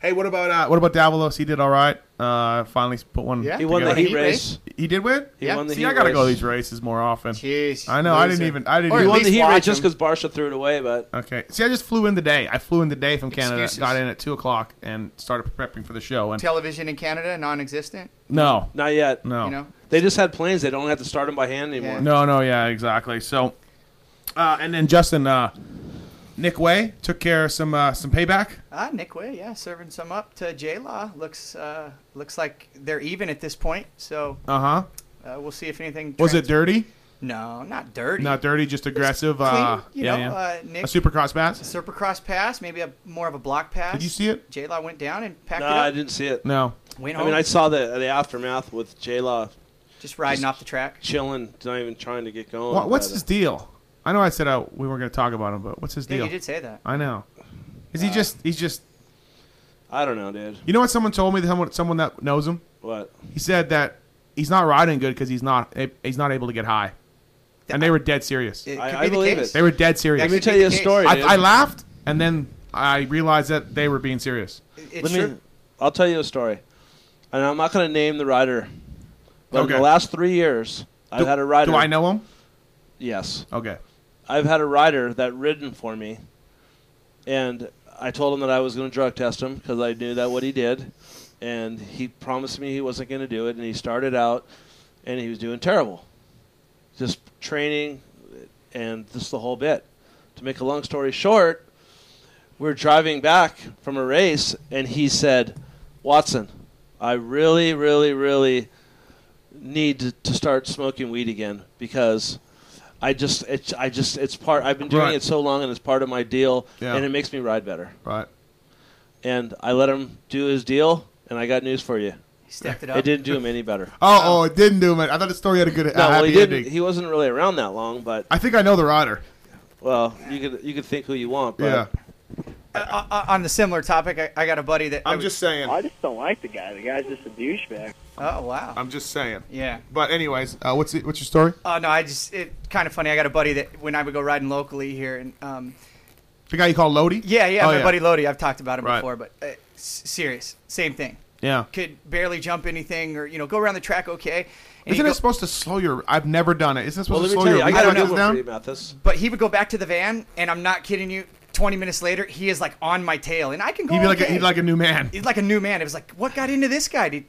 [SPEAKER 4] hey, what about uh, what about Davalos? He did all right. Uh, finally put one.
[SPEAKER 6] Yeah.
[SPEAKER 5] He won the
[SPEAKER 4] together.
[SPEAKER 5] heat,
[SPEAKER 6] Heat
[SPEAKER 5] race.
[SPEAKER 6] race?
[SPEAKER 4] He did win.
[SPEAKER 5] He
[SPEAKER 6] Yeah.
[SPEAKER 5] won the
[SPEAKER 4] See,
[SPEAKER 5] heat
[SPEAKER 4] I gotta
[SPEAKER 5] race.
[SPEAKER 4] go to these races more often.
[SPEAKER 6] Jeez,
[SPEAKER 4] I know. I didn't
[SPEAKER 6] loser.
[SPEAKER 4] even. I didn't.
[SPEAKER 6] Or
[SPEAKER 4] even
[SPEAKER 5] He
[SPEAKER 6] at
[SPEAKER 5] won the
[SPEAKER 6] least
[SPEAKER 5] heat
[SPEAKER 6] watch
[SPEAKER 5] race just
[SPEAKER 6] him.
[SPEAKER 5] because Barsha threw it away, but
[SPEAKER 4] Okay. See, I just flew in today. I flew in today from Canada.
[SPEAKER 6] Excuses.
[SPEAKER 4] Got in at two o'clock and started prepping for the show. And
[SPEAKER 6] Television in Canada non-existent.
[SPEAKER 4] no,
[SPEAKER 5] not yet.
[SPEAKER 4] no,
[SPEAKER 6] You know,
[SPEAKER 5] They just had planes. They don't have to start them by hand anymore.
[SPEAKER 6] Yeah.
[SPEAKER 4] no, no. Yeah, exactly. So, uh, and then Justin, uh, Nick Way took care of some uh, some payback.
[SPEAKER 6] Ah, Nick Way, yeah, serving some up to J Law. Looks uh, looks like they're even at this point. So
[SPEAKER 4] Uh huh.
[SPEAKER 6] uh, we'll see if anything.
[SPEAKER 4] Was it
[SPEAKER 6] trans-
[SPEAKER 4] dirty?
[SPEAKER 6] No, not dirty.
[SPEAKER 4] Not dirty, just aggressive.
[SPEAKER 6] Clean,
[SPEAKER 4] Uh,
[SPEAKER 6] you
[SPEAKER 4] yeah,
[SPEAKER 6] know,
[SPEAKER 4] yeah.
[SPEAKER 6] Uh,
[SPEAKER 4] a
[SPEAKER 6] Nick
[SPEAKER 4] supercross pass.
[SPEAKER 6] Supercross pass, maybe a more of a block pass.
[SPEAKER 4] Did you see it?
[SPEAKER 6] J Law went down and packed
[SPEAKER 5] No,
[SPEAKER 6] it up.
[SPEAKER 5] I didn't see it.
[SPEAKER 4] No.
[SPEAKER 6] Went
[SPEAKER 5] I
[SPEAKER 6] home,
[SPEAKER 5] mean, I saw the the aftermath with J Law
[SPEAKER 6] just riding off the track.
[SPEAKER 5] chilling, not even trying to get going.
[SPEAKER 4] What, what's
[SPEAKER 5] but, uh,
[SPEAKER 4] his deal? I know I said uh, we weren't going to talk about him, but what's his
[SPEAKER 6] Yeah,
[SPEAKER 4] deal?
[SPEAKER 6] you did say that. Uh,
[SPEAKER 4] I know. Is he just? He's just.
[SPEAKER 5] I don't know, dude.
[SPEAKER 4] You know what? Someone told me that someone, someone that knows him.
[SPEAKER 5] What?
[SPEAKER 4] He said that he's not riding good because he's not eh, he's not able to get high, and they were dead serious.
[SPEAKER 6] It
[SPEAKER 5] I-
[SPEAKER 6] could
[SPEAKER 5] I
[SPEAKER 6] be the
[SPEAKER 5] believe
[SPEAKER 6] case.
[SPEAKER 5] it.
[SPEAKER 4] They were dead
[SPEAKER 5] Let me
[SPEAKER 4] serious.
[SPEAKER 6] Actually,
[SPEAKER 5] tell you a
[SPEAKER 6] case.
[SPEAKER 5] story.
[SPEAKER 4] I,
[SPEAKER 5] dude.
[SPEAKER 4] I laughed, and then I realized that they were being serious.
[SPEAKER 6] It's
[SPEAKER 5] Let me.
[SPEAKER 6] true.
[SPEAKER 5] uh, I'll tell you a story, and I'm not going to name the rider, but in
[SPEAKER 4] Okay.
[SPEAKER 5] the last three years, I've
[SPEAKER 4] Do-
[SPEAKER 5] had a rider.
[SPEAKER 4] Do I know him?
[SPEAKER 5] Yes,
[SPEAKER 4] Okay.
[SPEAKER 5] I've had a rider that ridden for me, and I told him that I was going to drug test him because I knew that what he did, and he promised me he wasn't going to do it, and he started out, and he was doing terrible, just training, and just the whole bit. To make a long story short, we're driving back from a race, and he said, "Watson, I really, really, really need to, to start smoking weed again because." I just, it's, I just, it's part. I've been doing
[SPEAKER 4] Right.
[SPEAKER 5] it so long, and it's part of my deal,
[SPEAKER 4] Yeah.
[SPEAKER 5] and it makes me ride better
[SPEAKER 4] Right.
[SPEAKER 5] and I let him do his deal, and I got news for you.
[SPEAKER 6] He stepped it up.
[SPEAKER 5] It didn't do him any better.
[SPEAKER 4] Oh, oh, it didn't do him. I thought the story had a good, [LAUGHS] a
[SPEAKER 5] No, well, he
[SPEAKER 4] happy
[SPEAKER 5] didn't.
[SPEAKER 4] ending.
[SPEAKER 5] He wasn't really around that long, but
[SPEAKER 4] I think I know the rider.
[SPEAKER 5] well, you could you could think who you want. But
[SPEAKER 4] Yeah.
[SPEAKER 6] Uh, uh, on the similar topic, I, I got a buddy that I
[SPEAKER 4] I'm
[SPEAKER 6] was-
[SPEAKER 4] just saying.
[SPEAKER 3] I just don't like the guy. The guy's just a douchebag.
[SPEAKER 6] Oh wow.
[SPEAKER 4] I'm just saying.
[SPEAKER 6] yeah.
[SPEAKER 4] But anyways, uh, what's it, what's your story?
[SPEAKER 6] Oh no, I just it kind of funny. I got a buddy that when I would go riding locally here, and um,
[SPEAKER 4] The guy you call Lodi?
[SPEAKER 6] yeah, yeah,
[SPEAKER 4] Oh,
[SPEAKER 6] my buddy Lodi. I've talked about him
[SPEAKER 4] Right.
[SPEAKER 6] before, but uh, s- serious, same thing.
[SPEAKER 4] Yeah.
[SPEAKER 6] Could barely jump anything, or you know, go around the track okay. And he'd
[SPEAKER 4] Isn't
[SPEAKER 6] go-
[SPEAKER 4] it supposed to slow your? I've never done it. Isn't it
[SPEAKER 5] well,
[SPEAKER 4] supposed
[SPEAKER 5] let
[SPEAKER 4] to
[SPEAKER 5] me
[SPEAKER 4] slow
[SPEAKER 5] tell you,
[SPEAKER 4] your
[SPEAKER 5] I got a
[SPEAKER 4] reflexes
[SPEAKER 5] good one
[SPEAKER 4] down?
[SPEAKER 5] for you, Mathis.
[SPEAKER 6] but he would go back to the van, and I'm not kidding you. 20 minutes later, he is like on my tail, and I can go.
[SPEAKER 4] He'd be like a,
[SPEAKER 6] okay.
[SPEAKER 4] he'd like a new man.
[SPEAKER 5] [LAUGHS]
[SPEAKER 6] he's like a new man. It was like, what got into this guy? Dude?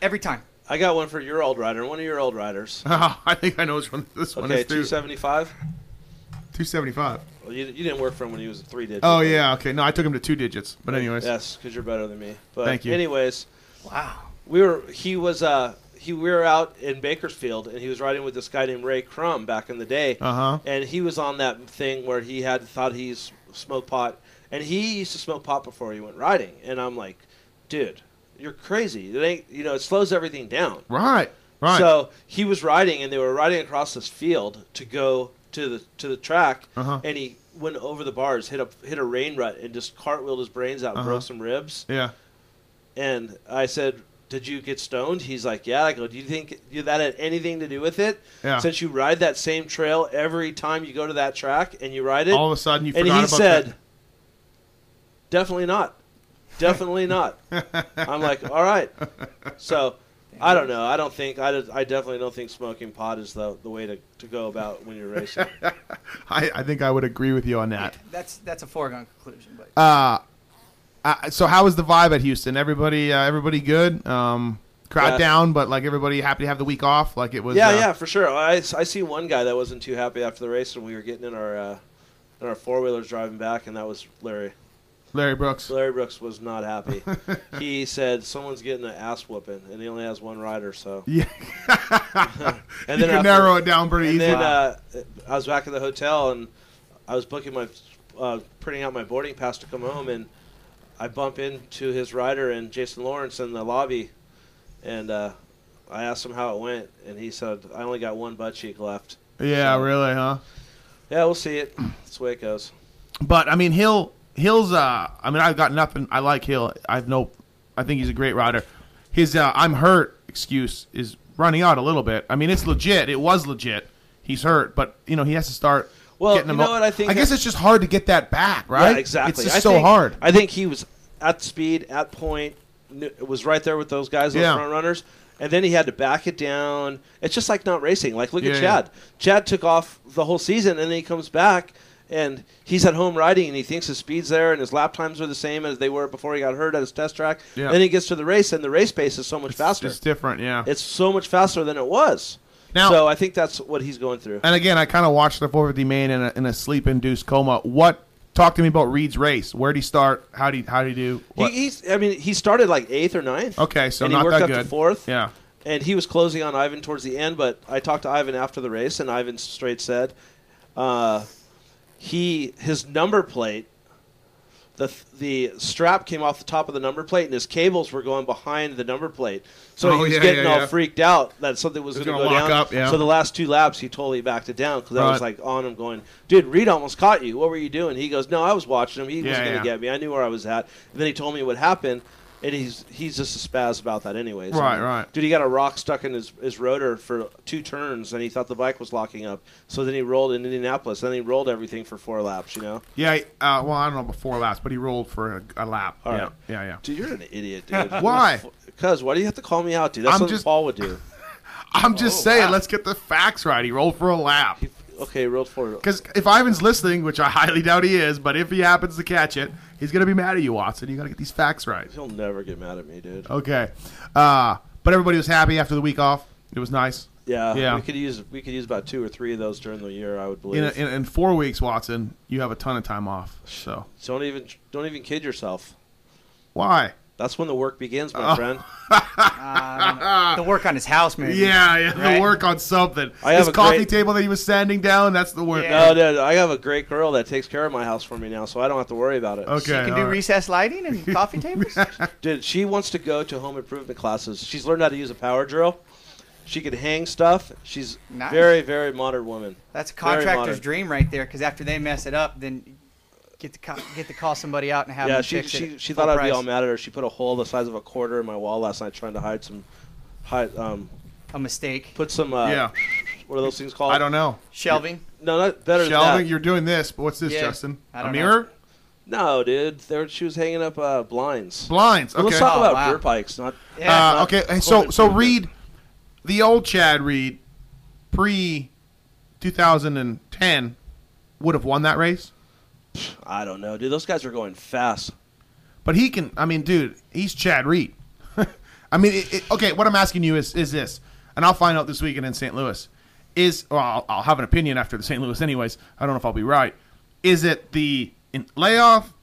[SPEAKER 6] Every time.
[SPEAKER 5] I got one for your old rider, one of your old riders.
[SPEAKER 4] [LAUGHS] I think I know which one this one
[SPEAKER 5] Okay,
[SPEAKER 4] is. Two
[SPEAKER 5] two seventy five.
[SPEAKER 4] two seventy five.
[SPEAKER 5] Well, you, you didn't work for him when he was a three digit.
[SPEAKER 4] Oh yeah, okay. No, I took him to two digits. But anyways,
[SPEAKER 5] Yes, because you're better than me. But
[SPEAKER 4] Thank you.
[SPEAKER 5] Anyways,
[SPEAKER 6] Wow.
[SPEAKER 5] we were he was uh he we were out in Bakersfield and he was riding with this guy named Ray Crum back in the day.
[SPEAKER 4] Uh-huh.
[SPEAKER 5] And he was on that thing where he had thought he s- smoked pot and he used to smoke pot before he went riding. And I'm like, dude, you're crazy. It ain't you know, it slows everything down.
[SPEAKER 4] right, right.
[SPEAKER 5] So he was riding, and they were riding across this field to go to the to the track,
[SPEAKER 4] Uh-huh.
[SPEAKER 5] and he went over the bars, hit a hit a rain rut, and just cartwheeled his brains out, and
[SPEAKER 4] Uh-huh.
[SPEAKER 5] broke some ribs.
[SPEAKER 4] yeah,
[SPEAKER 5] And I said, "Did you get stoned?" He's like, "Yeah." I go, "Do you think that had anything to do with it?
[SPEAKER 4] Yeah.
[SPEAKER 5] Since you ride that same trail every time you go to that track, and you ride it,
[SPEAKER 4] all of a sudden you
[SPEAKER 5] and
[SPEAKER 4] forgot
[SPEAKER 5] he
[SPEAKER 4] about
[SPEAKER 5] said,
[SPEAKER 4] that.
[SPEAKER 5] "Definitely not.
[SPEAKER 4] [LAUGHS]
[SPEAKER 5] Definitely not." I'm like, "All right." So, I don't know. I don't think I. did- I definitely don't think smoking pot is the the way to, to go about when you're
[SPEAKER 4] [LAUGHS]
[SPEAKER 5] racing.
[SPEAKER 4] [LAUGHS] I, I think I would agree with you on that.
[SPEAKER 6] That's that's a foregone conclusion, but
[SPEAKER 4] Uh, uh, so how was the vibe at Houston? Everybody, uh, everybody good. Um, crowd
[SPEAKER 5] Yeah.
[SPEAKER 4] down, but like everybody happy to have the week off. Like it was.
[SPEAKER 5] yeah,
[SPEAKER 4] uh,
[SPEAKER 5] yeah, for sure. I, s- I see one guy that wasn't too happy after the race when we were getting in our uh, in our four wheelers driving back, and that was Larry.
[SPEAKER 4] Larry Brooks.
[SPEAKER 5] Larry Brooks was not
[SPEAKER 4] [LAUGHS]
[SPEAKER 5] happy. he said someone's getting an ass whooping, and he only has one rider. So
[SPEAKER 4] [LAUGHS] Yeah,
[SPEAKER 5] [LAUGHS] and
[SPEAKER 4] you
[SPEAKER 5] then
[SPEAKER 4] could
[SPEAKER 5] after-
[SPEAKER 4] narrow it down pretty
[SPEAKER 5] And
[SPEAKER 4] easily.
[SPEAKER 5] then uh, I was back at the hotel and I was booking my, uh, printing out my boarding pass to come home, and I bump into his rider and Jason Lawrence in the lobby, and uh, I asked him how it went, and he said I only got one butt cheek left.
[SPEAKER 4] yeah, really, huh?
[SPEAKER 5] Yeah, we'll see it. That's the way it goes.
[SPEAKER 4] But I mean, Hill, Hill's. Uh, I mean, I've got nothing. I like Hill. I've no. I think he's a great rider. His uh, "I'm hurt" excuse is running out a little bit. I mean, it's legit. It was legit. He's hurt, but you know he has to start.
[SPEAKER 5] Well,
[SPEAKER 4] getting
[SPEAKER 5] you
[SPEAKER 4] him
[SPEAKER 5] know
[SPEAKER 4] up.
[SPEAKER 5] what I think-
[SPEAKER 4] I guess it's just hard to get that back, right?
[SPEAKER 5] Yeah, exactly.
[SPEAKER 4] It's just
[SPEAKER 5] I
[SPEAKER 4] so
[SPEAKER 5] think-
[SPEAKER 4] hard.
[SPEAKER 5] I think he was at speed, at point, kn- was right there with those guys, those
[SPEAKER 4] Yeah.
[SPEAKER 5] front runners, and then he had to back it down. It's just like not racing. Like look
[SPEAKER 4] Yeah,
[SPEAKER 5] at
[SPEAKER 4] yeah.
[SPEAKER 5] Chad. Chad took off the whole season, and then he comes back. And he's at home riding, and he thinks his speed's there, and his lap times are the same as they were before he got hurt at his test track.
[SPEAKER 4] Yeah.
[SPEAKER 5] Then he gets to the race, and the race pace is so much faster.
[SPEAKER 4] It's different, yeah.
[SPEAKER 5] It's so much faster than it was.
[SPEAKER 4] Now-
[SPEAKER 5] so I think that's what he's going through.
[SPEAKER 4] and again, I kind of watched the 450 main in a, in a sleep-induced coma. What? Talk to me about Reed's race. Where would he start? How did he, how did he do?
[SPEAKER 5] He,
[SPEAKER 4] What?
[SPEAKER 5] he's, I mean, he started like eighth or ninth.
[SPEAKER 4] okay, so
[SPEAKER 5] and
[SPEAKER 4] not
[SPEAKER 5] he worked
[SPEAKER 4] that
[SPEAKER 5] up
[SPEAKER 4] good.
[SPEAKER 5] to fourth.
[SPEAKER 4] Yeah.
[SPEAKER 5] and he was closing on Ivan towards the end. But I talked to Ivan after the race, and Ivan straight said, uh, he his number plate, the the strap came off the top of the number plate, and his cables were going behind the number plate, so
[SPEAKER 4] Oh,
[SPEAKER 5] he was
[SPEAKER 4] yeah,
[SPEAKER 5] getting
[SPEAKER 4] yeah,
[SPEAKER 5] all
[SPEAKER 4] yeah.
[SPEAKER 5] freaked out that something was
[SPEAKER 4] It was
[SPEAKER 5] going to go
[SPEAKER 4] gonna lock
[SPEAKER 5] down.
[SPEAKER 4] up, yeah.
[SPEAKER 5] So the last two laps, he totally backed it down because I was
[SPEAKER 4] Right.
[SPEAKER 5] like on him going, dude, Reed almost caught you. What were you doing? He goes, no, I was watching him. He was
[SPEAKER 4] Yeah,
[SPEAKER 5] going to
[SPEAKER 4] yeah.
[SPEAKER 5] get me. I knew where I was at. And then he told me what happened. And he's he's just a spaz about that, anyways.
[SPEAKER 4] Right,
[SPEAKER 5] I mean,
[SPEAKER 4] right.
[SPEAKER 5] Dude, he got a rock stuck in his, his rotor for two turns, and he thought the bike was locking up. So then he rolled in Indianapolis. Then he rolled everything for four laps. You know,
[SPEAKER 4] Yeah, uh, well, I don't know before last, but he rolled for a, a lap.
[SPEAKER 5] All
[SPEAKER 4] yeah,
[SPEAKER 5] right.
[SPEAKER 4] yeah, yeah.
[SPEAKER 5] dude, you're an
[SPEAKER 4] [LAUGHS]
[SPEAKER 5] idiot, dude.
[SPEAKER 4] Why?
[SPEAKER 5] Because why do you have to call me out, dude? That's
[SPEAKER 4] I'm
[SPEAKER 5] what
[SPEAKER 4] just-
[SPEAKER 5] Paul would do.
[SPEAKER 4] [LAUGHS]
[SPEAKER 5] Oh,
[SPEAKER 4] I'm just saying, let's get the facts right. He rolled for a lap.
[SPEAKER 5] He, okay, rolled four.
[SPEAKER 4] Because if Ivan's listening, which I highly doubt he is, but if he happens to catch it, he's gonna be mad at you, Watson. You gotta get these facts right.
[SPEAKER 5] He'll never get mad at me, dude.
[SPEAKER 4] Okay, uh, but everybody was happy after the week off. It was nice.
[SPEAKER 5] Yeah,
[SPEAKER 4] Yeah.
[SPEAKER 5] We could use we could use about two or three of those during the year. I would believe.
[SPEAKER 4] In, a, in, in four weeks, Watson, you have a ton of time off. So
[SPEAKER 5] don't even don't even kid yourself.
[SPEAKER 4] why?
[SPEAKER 5] That's when the work begins,
[SPEAKER 4] Oh.
[SPEAKER 5] my friend.
[SPEAKER 6] [LAUGHS] um, the work on his house, maybe.
[SPEAKER 4] [LAUGHS] Yeah, yeah the
[SPEAKER 6] Right.
[SPEAKER 4] work on something.
[SPEAKER 5] I
[SPEAKER 4] His
[SPEAKER 5] have a
[SPEAKER 4] coffee
[SPEAKER 5] great-
[SPEAKER 4] table that he was sanding down. That's the work.
[SPEAKER 6] Yeah.
[SPEAKER 5] No, dude, I have a great girl that takes care of my house for me now, so I don't have to worry about it.
[SPEAKER 4] Okay.
[SPEAKER 6] You can do
[SPEAKER 4] all right.
[SPEAKER 6] recess lighting
[SPEAKER 4] [LAUGHS]
[SPEAKER 6] and coffee tables.
[SPEAKER 5] Dude, she wants to go to home improvement classes. She's learned how to use a power drill. She can hang stuff. She's
[SPEAKER 6] Nice.
[SPEAKER 5] very, very modern woman.
[SPEAKER 6] That's a
[SPEAKER 5] Very
[SPEAKER 6] contractor's
[SPEAKER 5] modern.
[SPEAKER 6] dream right there. Because after they mess it up, then you get to co- get to call somebody out and have
[SPEAKER 5] yeah,
[SPEAKER 6] them
[SPEAKER 5] she
[SPEAKER 6] fix
[SPEAKER 5] she,
[SPEAKER 6] it.
[SPEAKER 5] she
[SPEAKER 6] full
[SPEAKER 5] thought I'd be
[SPEAKER 6] price.
[SPEAKER 5] all mad at her. She put a hole the size of a quarter in my wall last night trying to hide some, hide um,
[SPEAKER 6] a mistake.
[SPEAKER 5] put some uh,
[SPEAKER 4] Yeah.
[SPEAKER 5] what are those things called?
[SPEAKER 4] I don't know.
[SPEAKER 6] Shelving.
[SPEAKER 5] No, not better
[SPEAKER 4] Sheldon,
[SPEAKER 5] than
[SPEAKER 4] you're doing this, but what's this,
[SPEAKER 6] Yeah,
[SPEAKER 4] Justin?
[SPEAKER 6] I
[SPEAKER 4] A
[SPEAKER 6] don't know.
[SPEAKER 4] mirror?
[SPEAKER 5] that. No, dude, there she was hanging up uh, blinds.
[SPEAKER 4] Blinds. Okay.
[SPEAKER 5] Let's talk
[SPEAKER 6] Oh,
[SPEAKER 5] about
[SPEAKER 6] wow.
[SPEAKER 5] beer pikes, not
[SPEAKER 6] Yeah.
[SPEAKER 4] Uh,
[SPEAKER 5] not
[SPEAKER 4] okay, hey,
[SPEAKER 5] home
[SPEAKER 4] so so
[SPEAKER 5] improvement.
[SPEAKER 4] Reed, the old Chad Reed, pre 2010, would have won that race,
[SPEAKER 5] I don't know, dude. Those guys are going fast.
[SPEAKER 4] but he can. I mean, dude, he's Chad Reed. [LAUGHS] I mean, it, it, okay. What I'm asking you is is this, and I'll find out this weekend in St. Louis. Is well, I'll, I'll have an opinion after the St. Louis, anyways. I don't know if I'll be right. Is it the in- layoff,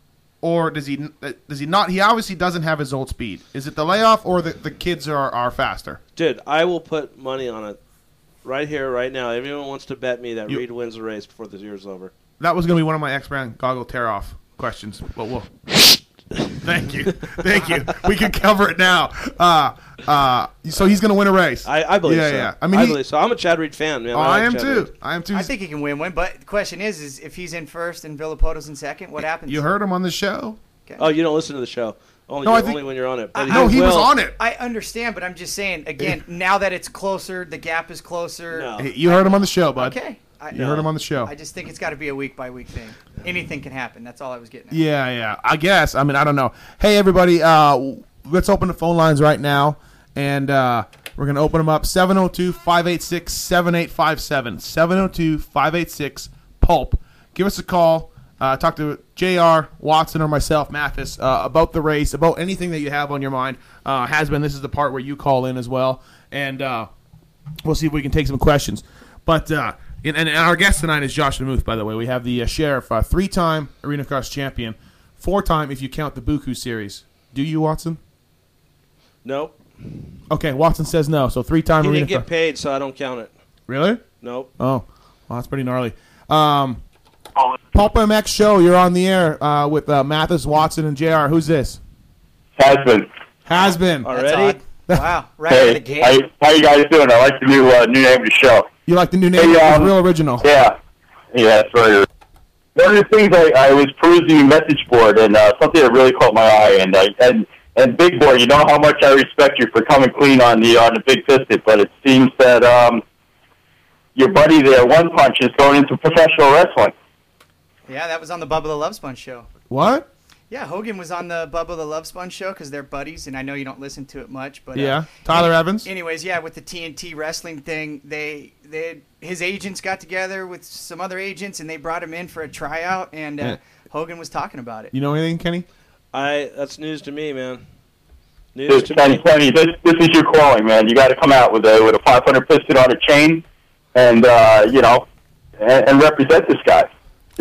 [SPEAKER 4] or does he does he not? He obviously doesn't have his old speed. Is it the layoff, or the, the kids are are faster?
[SPEAKER 5] Dude, I will put money on it right here, right now. Everyone wants to bet me that
[SPEAKER 4] You-
[SPEAKER 5] Reed wins the race before the year's over.
[SPEAKER 4] That was going to be one of my X brand goggle tear off questions, but we'll. [COUGHS] Thank you, thank you. We can cover it now. Uh, uh, so he's going to win a race.
[SPEAKER 5] I, I believe
[SPEAKER 4] Yeah,
[SPEAKER 5] so.
[SPEAKER 4] yeah. I mean,
[SPEAKER 5] I
[SPEAKER 4] he-
[SPEAKER 5] believe so. I'm a Chad Reed fan, man.
[SPEAKER 4] Oh, I
[SPEAKER 5] like
[SPEAKER 4] am
[SPEAKER 5] Chad
[SPEAKER 4] too.
[SPEAKER 5] Reed.
[SPEAKER 4] I am too.
[SPEAKER 6] I think he can win win, but the question is, is if he's in first and Villapoto's in second, what happens?
[SPEAKER 4] you heard him on the show.
[SPEAKER 5] Oh, you don't listen to the show. Only,
[SPEAKER 4] No, I think-
[SPEAKER 5] only when you're on it. But
[SPEAKER 4] no, he was
[SPEAKER 5] will.
[SPEAKER 4] on it.
[SPEAKER 6] I understand, but I'm just saying
[SPEAKER 4] [LAUGHS]
[SPEAKER 6] again. Now that it's closer, the gap is closer.
[SPEAKER 5] No.
[SPEAKER 4] Hey, you heard him on the show, bud.
[SPEAKER 6] Oh. Okay. I,
[SPEAKER 4] You heard him on the show.
[SPEAKER 6] I just think it's got to be a week by week thing. Anything can happen. That's all I was getting. at.
[SPEAKER 4] Yeah, yeah. I guess. I mean, I don't know. Hey, everybody, uh, w- let's open the phone lines right now. And uh, we're going to open them up 702 586 7857. 702 586 PULP. Give us a call. Uh, talk to JR, Watson, or myself, Mathis, uh, about the race, about anything that you have on your mind. Uh, has been. This is the part where you call in as well. And uh, we'll see if we can take some questions. But uh, and, and our guest tonight is Josh Namuth, by the way. We have the uh, sheriff, uh, three-time arena cross champion, four-time if you count the Buku series. Do you, Watson?
[SPEAKER 5] Nope.
[SPEAKER 4] Okay, Watson says no. So three-time
[SPEAKER 5] He
[SPEAKER 4] arena
[SPEAKER 5] didn't get
[SPEAKER 4] Cross-
[SPEAKER 5] paid, so I don't count it.
[SPEAKER 4] Really?
[SPEAKER 5] Nope.
[SPEAKER 4] Oh, well, that's pretty gnarly. Um, Pulp MX show. You're on the air uh, with uh, Mathis, Watson, and Jr. Who's this?
[SPEAKER 7] Husband.
[SPEAKER 4] Has been.
[SPEAKER 6] That's
[SPEAKER 5] Already?
[SPEAKER 6] odd.
[SPEAKER 4] [LAUGHS]
[SPEAKER 6] Wow. Right out of the
[SPEAKER 7] Hey,
[SPEAKER 6] gate.
[SPEAKER 7] how, how you guys doing? I like the new uh, new name of the show.
[SPEAKER 4] You like the new name?
[SPEAKER 7] Hey,
[SPEAKER 4] It's
[SPEAKER 7] um,
[SPEAKER 4] real original.
[SPEAKER 7] Yeah, yeah, that's right. One of the things I, I was perusing your message board, and uh, something that really caught my eye, and I, and and Big Boy, you know how much I respect you for coming clean on the on the big fisted, but it seems that um, your buddy there, One Punch, is going into professional wrestling.
[SPEAKER 6] Yeah, that was on the Bubba the Love Sponge show.
[SPEAKER 4] What?
[SPEAKER 6] Yeah, Hogan was on the Bubba the Love Sponge show because they're buddies, and I know you don't listen to it much, but uh,
[SPEAKER 4] Yeah, Tyler Evans.
[SPEAKER 6] Anyways, yeah, with the TNT wrestling thing, they they his agents got together with some other agents, and they brought him in for a tryout, and uh,
[SPEAKER 4] Yeah.
[SPEAKER 6] Hogan was talking about it.
[SPEAKER 4] You know anything, Kenny?
[SPEAKER 5] I. That's news to me, man. News
[SPEAKER 7] This
[SPEAKER 5] to
[SPEAKER 7] ten
[SPEAKER 5] me.
[SPEAKER 7] twenty. This this is your calling, man. You got to come out with a with a five hundred piston on a chain, and uh, you know, and, and represent this guy.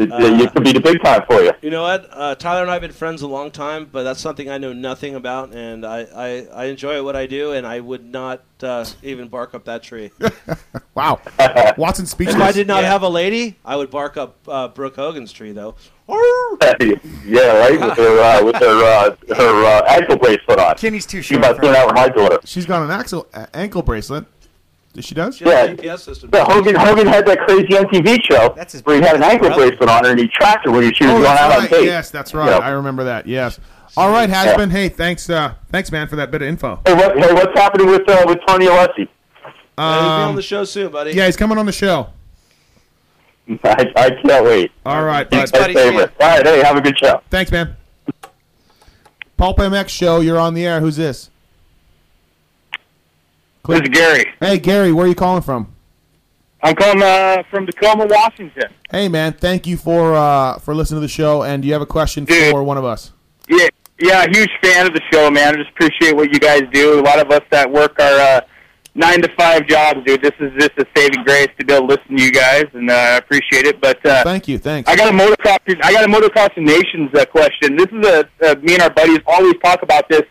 [SPEAKER 7] It, it could be the big time for you. [LAUGHS]
[SPEAKER 5] You know what? Uh, Tyler and I have been friends a long time, but that's something I know nothing about, and I, I, I enjoy what I do, and I would not uh, even bark up that tree. if
[SPEAKER 4] [LAUGHS] Wow. Watson speechless.
[SPEAKER 5] I did not have a lady, I would bark up uh, Brooke Hogan's tree, though. Arr!
[SPEAKER 7] yeah, right. With her uh, with her uh, her uh, ankle bracelet on.
[SPEAKER 6] Kenny's too
[SPEAKER 7] She
[SPEAKER 6] short.
[SPEAKER 7] about
[SPEAKER 6] for
[SPEAKER 7] doing
[SPEAKER 6] it.
[SPEAKER 7] that with my daughter.
[SPEAKER 4] She's got an axle, a- ankle bracelet. Does she does?
[SPEAKER 5] She has a
[SPEAKER 7] Yeah.
[SPEAKER 5] GPS system.
[SPEAKER 7] But Hogan Hogan had that crazy MTV show
[SPEAKER 6] That's his
[SPEAKER 7] where he had an ankle
[SPEAKER 5] brother.
[SPEAKER 7] bracelet on her and he tracked her when she was
[SPEAKER 4] Oh,
[SPEAKER 7] going
[SPEAKER 4] that's
[SPEAKER 7] out on
[SPEAKER 4] right.
[SPEAKER 7] date.
[SPEAKER 4] Yes, that's right.
[SPEAKER 7] Yeah.
[SPEAKER 4] I remember that. Yes. All right, has been. Hey, thanks, uh, thanks, man, for that bit of info.
[SPEAKER 7] Hey, what, hey, what's happening with uh, with Tony Alessi?
[SPEAKER 5] He'll be on
[SPEAKER 4] Um,
[SPEAKER 5] the show soon, buddy.
[SPEAKER 4] yeah, he's coming on the show.
[SPEAKER 7] [LAUGHS] I, I can't wait.
[SPEAKER 4] All right,
[SPEAKER 7] That's
[SPEAKER 4] bud.
[SPEAKER 6] buddy. See ya.
[SPEAKER 7] favorite. All right, hey, have a good show.
[SPEAKER 4] Thanks, man. Pulp MX show. You're on the air. Who's this?
[SPEAKER 8] This is Gary.
[SPEAKER 4] Hey, Gary. Where are you calling from?
[SPEAKER 8] I'm calling uh, from Tacoma, Washington.
[SPEAKER 4] Hey, man. Thank you for uh, for listening to the show. And do you have a question
[SPEAKER 8] Dude.
[SPEAKER 4] for one of us?
[SPEAKER 8] Yeah, yeah, huge fan of the show, man. I just appreciate what you guys do. A lot of us that work our uh, nine to five jobs, dude. This is just a saving grace to be able to listen to you guys, and uh, I appreciate it. But uh,
[SPEAKER 4] Thank you. Thanks.
[SPEAKER 8] I got a motocross. I got a motocross nations uh, question. This is a, uh me and our buddies always talk about this.